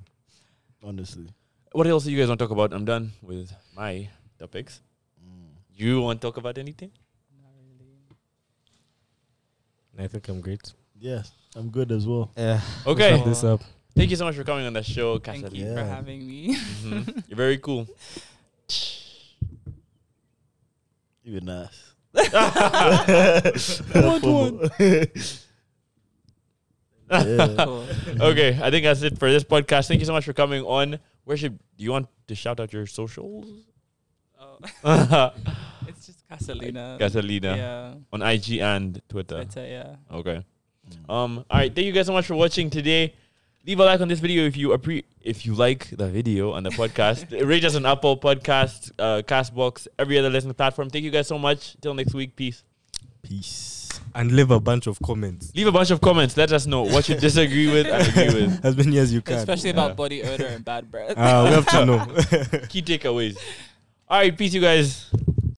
Speaker 3: Honestly.
Speaker 1: what else do you guys want to talk about? I'm done with my topics.
Speaker 2: Mm.
Speaker 1: You want to talk about anything?
Speaker 4: I think I'm great.
Speaker 3: Yes, I'm good as well.
Speaker 4: Yeah.
Speaker 1: Okay.
Speaker 5: this up.
Speaker 1: Thank you so much for coming on the show,
Speaker 5: Thank
Speaker 1: Cassidy.
Speaker 5: you for
Speaker 3: Yeah.
Speaker 5: having me.
Speaker 1: Mhm. You're very cool.
Speaker 3: You're nice.
Speaker 5: Cool.
Speaker 1: Okay, I think that's it for this podcast. Thank you so much for coming on. Where should do you want to shout out your socials?
Speaker 5: Oh,
Speaker 1: Casalina.
Speaker 5: it's just Casalina. Yeah.
Speaker 1: on IG and Twitter.
Speaker 5: Better, yeah.
Speaker 1: Okay. Um. All right. Thank you guys so much for watching today. Leave a like on this video if you appre- if you like the video and the podcast. Rate us on Apple Podcasts, uh, Castbox, every other listening platform. Thank you guys so much. Till next week. Peace.
Speaker 3: Peace.
Speaker 4: And leave a bunch of comments.
Speaker 1: Leave a bunch of comments. Let us know what you disagree with and agree with.
Speaker 4: As many as you can.
Speaker 5: Especially
Speaker 1: Yeah.
Speaker 5: about body odor and bad breath.
Speaker 4: Ah, we have to know.
Speaker 1: Key takeaways. All right. Peace, you guys.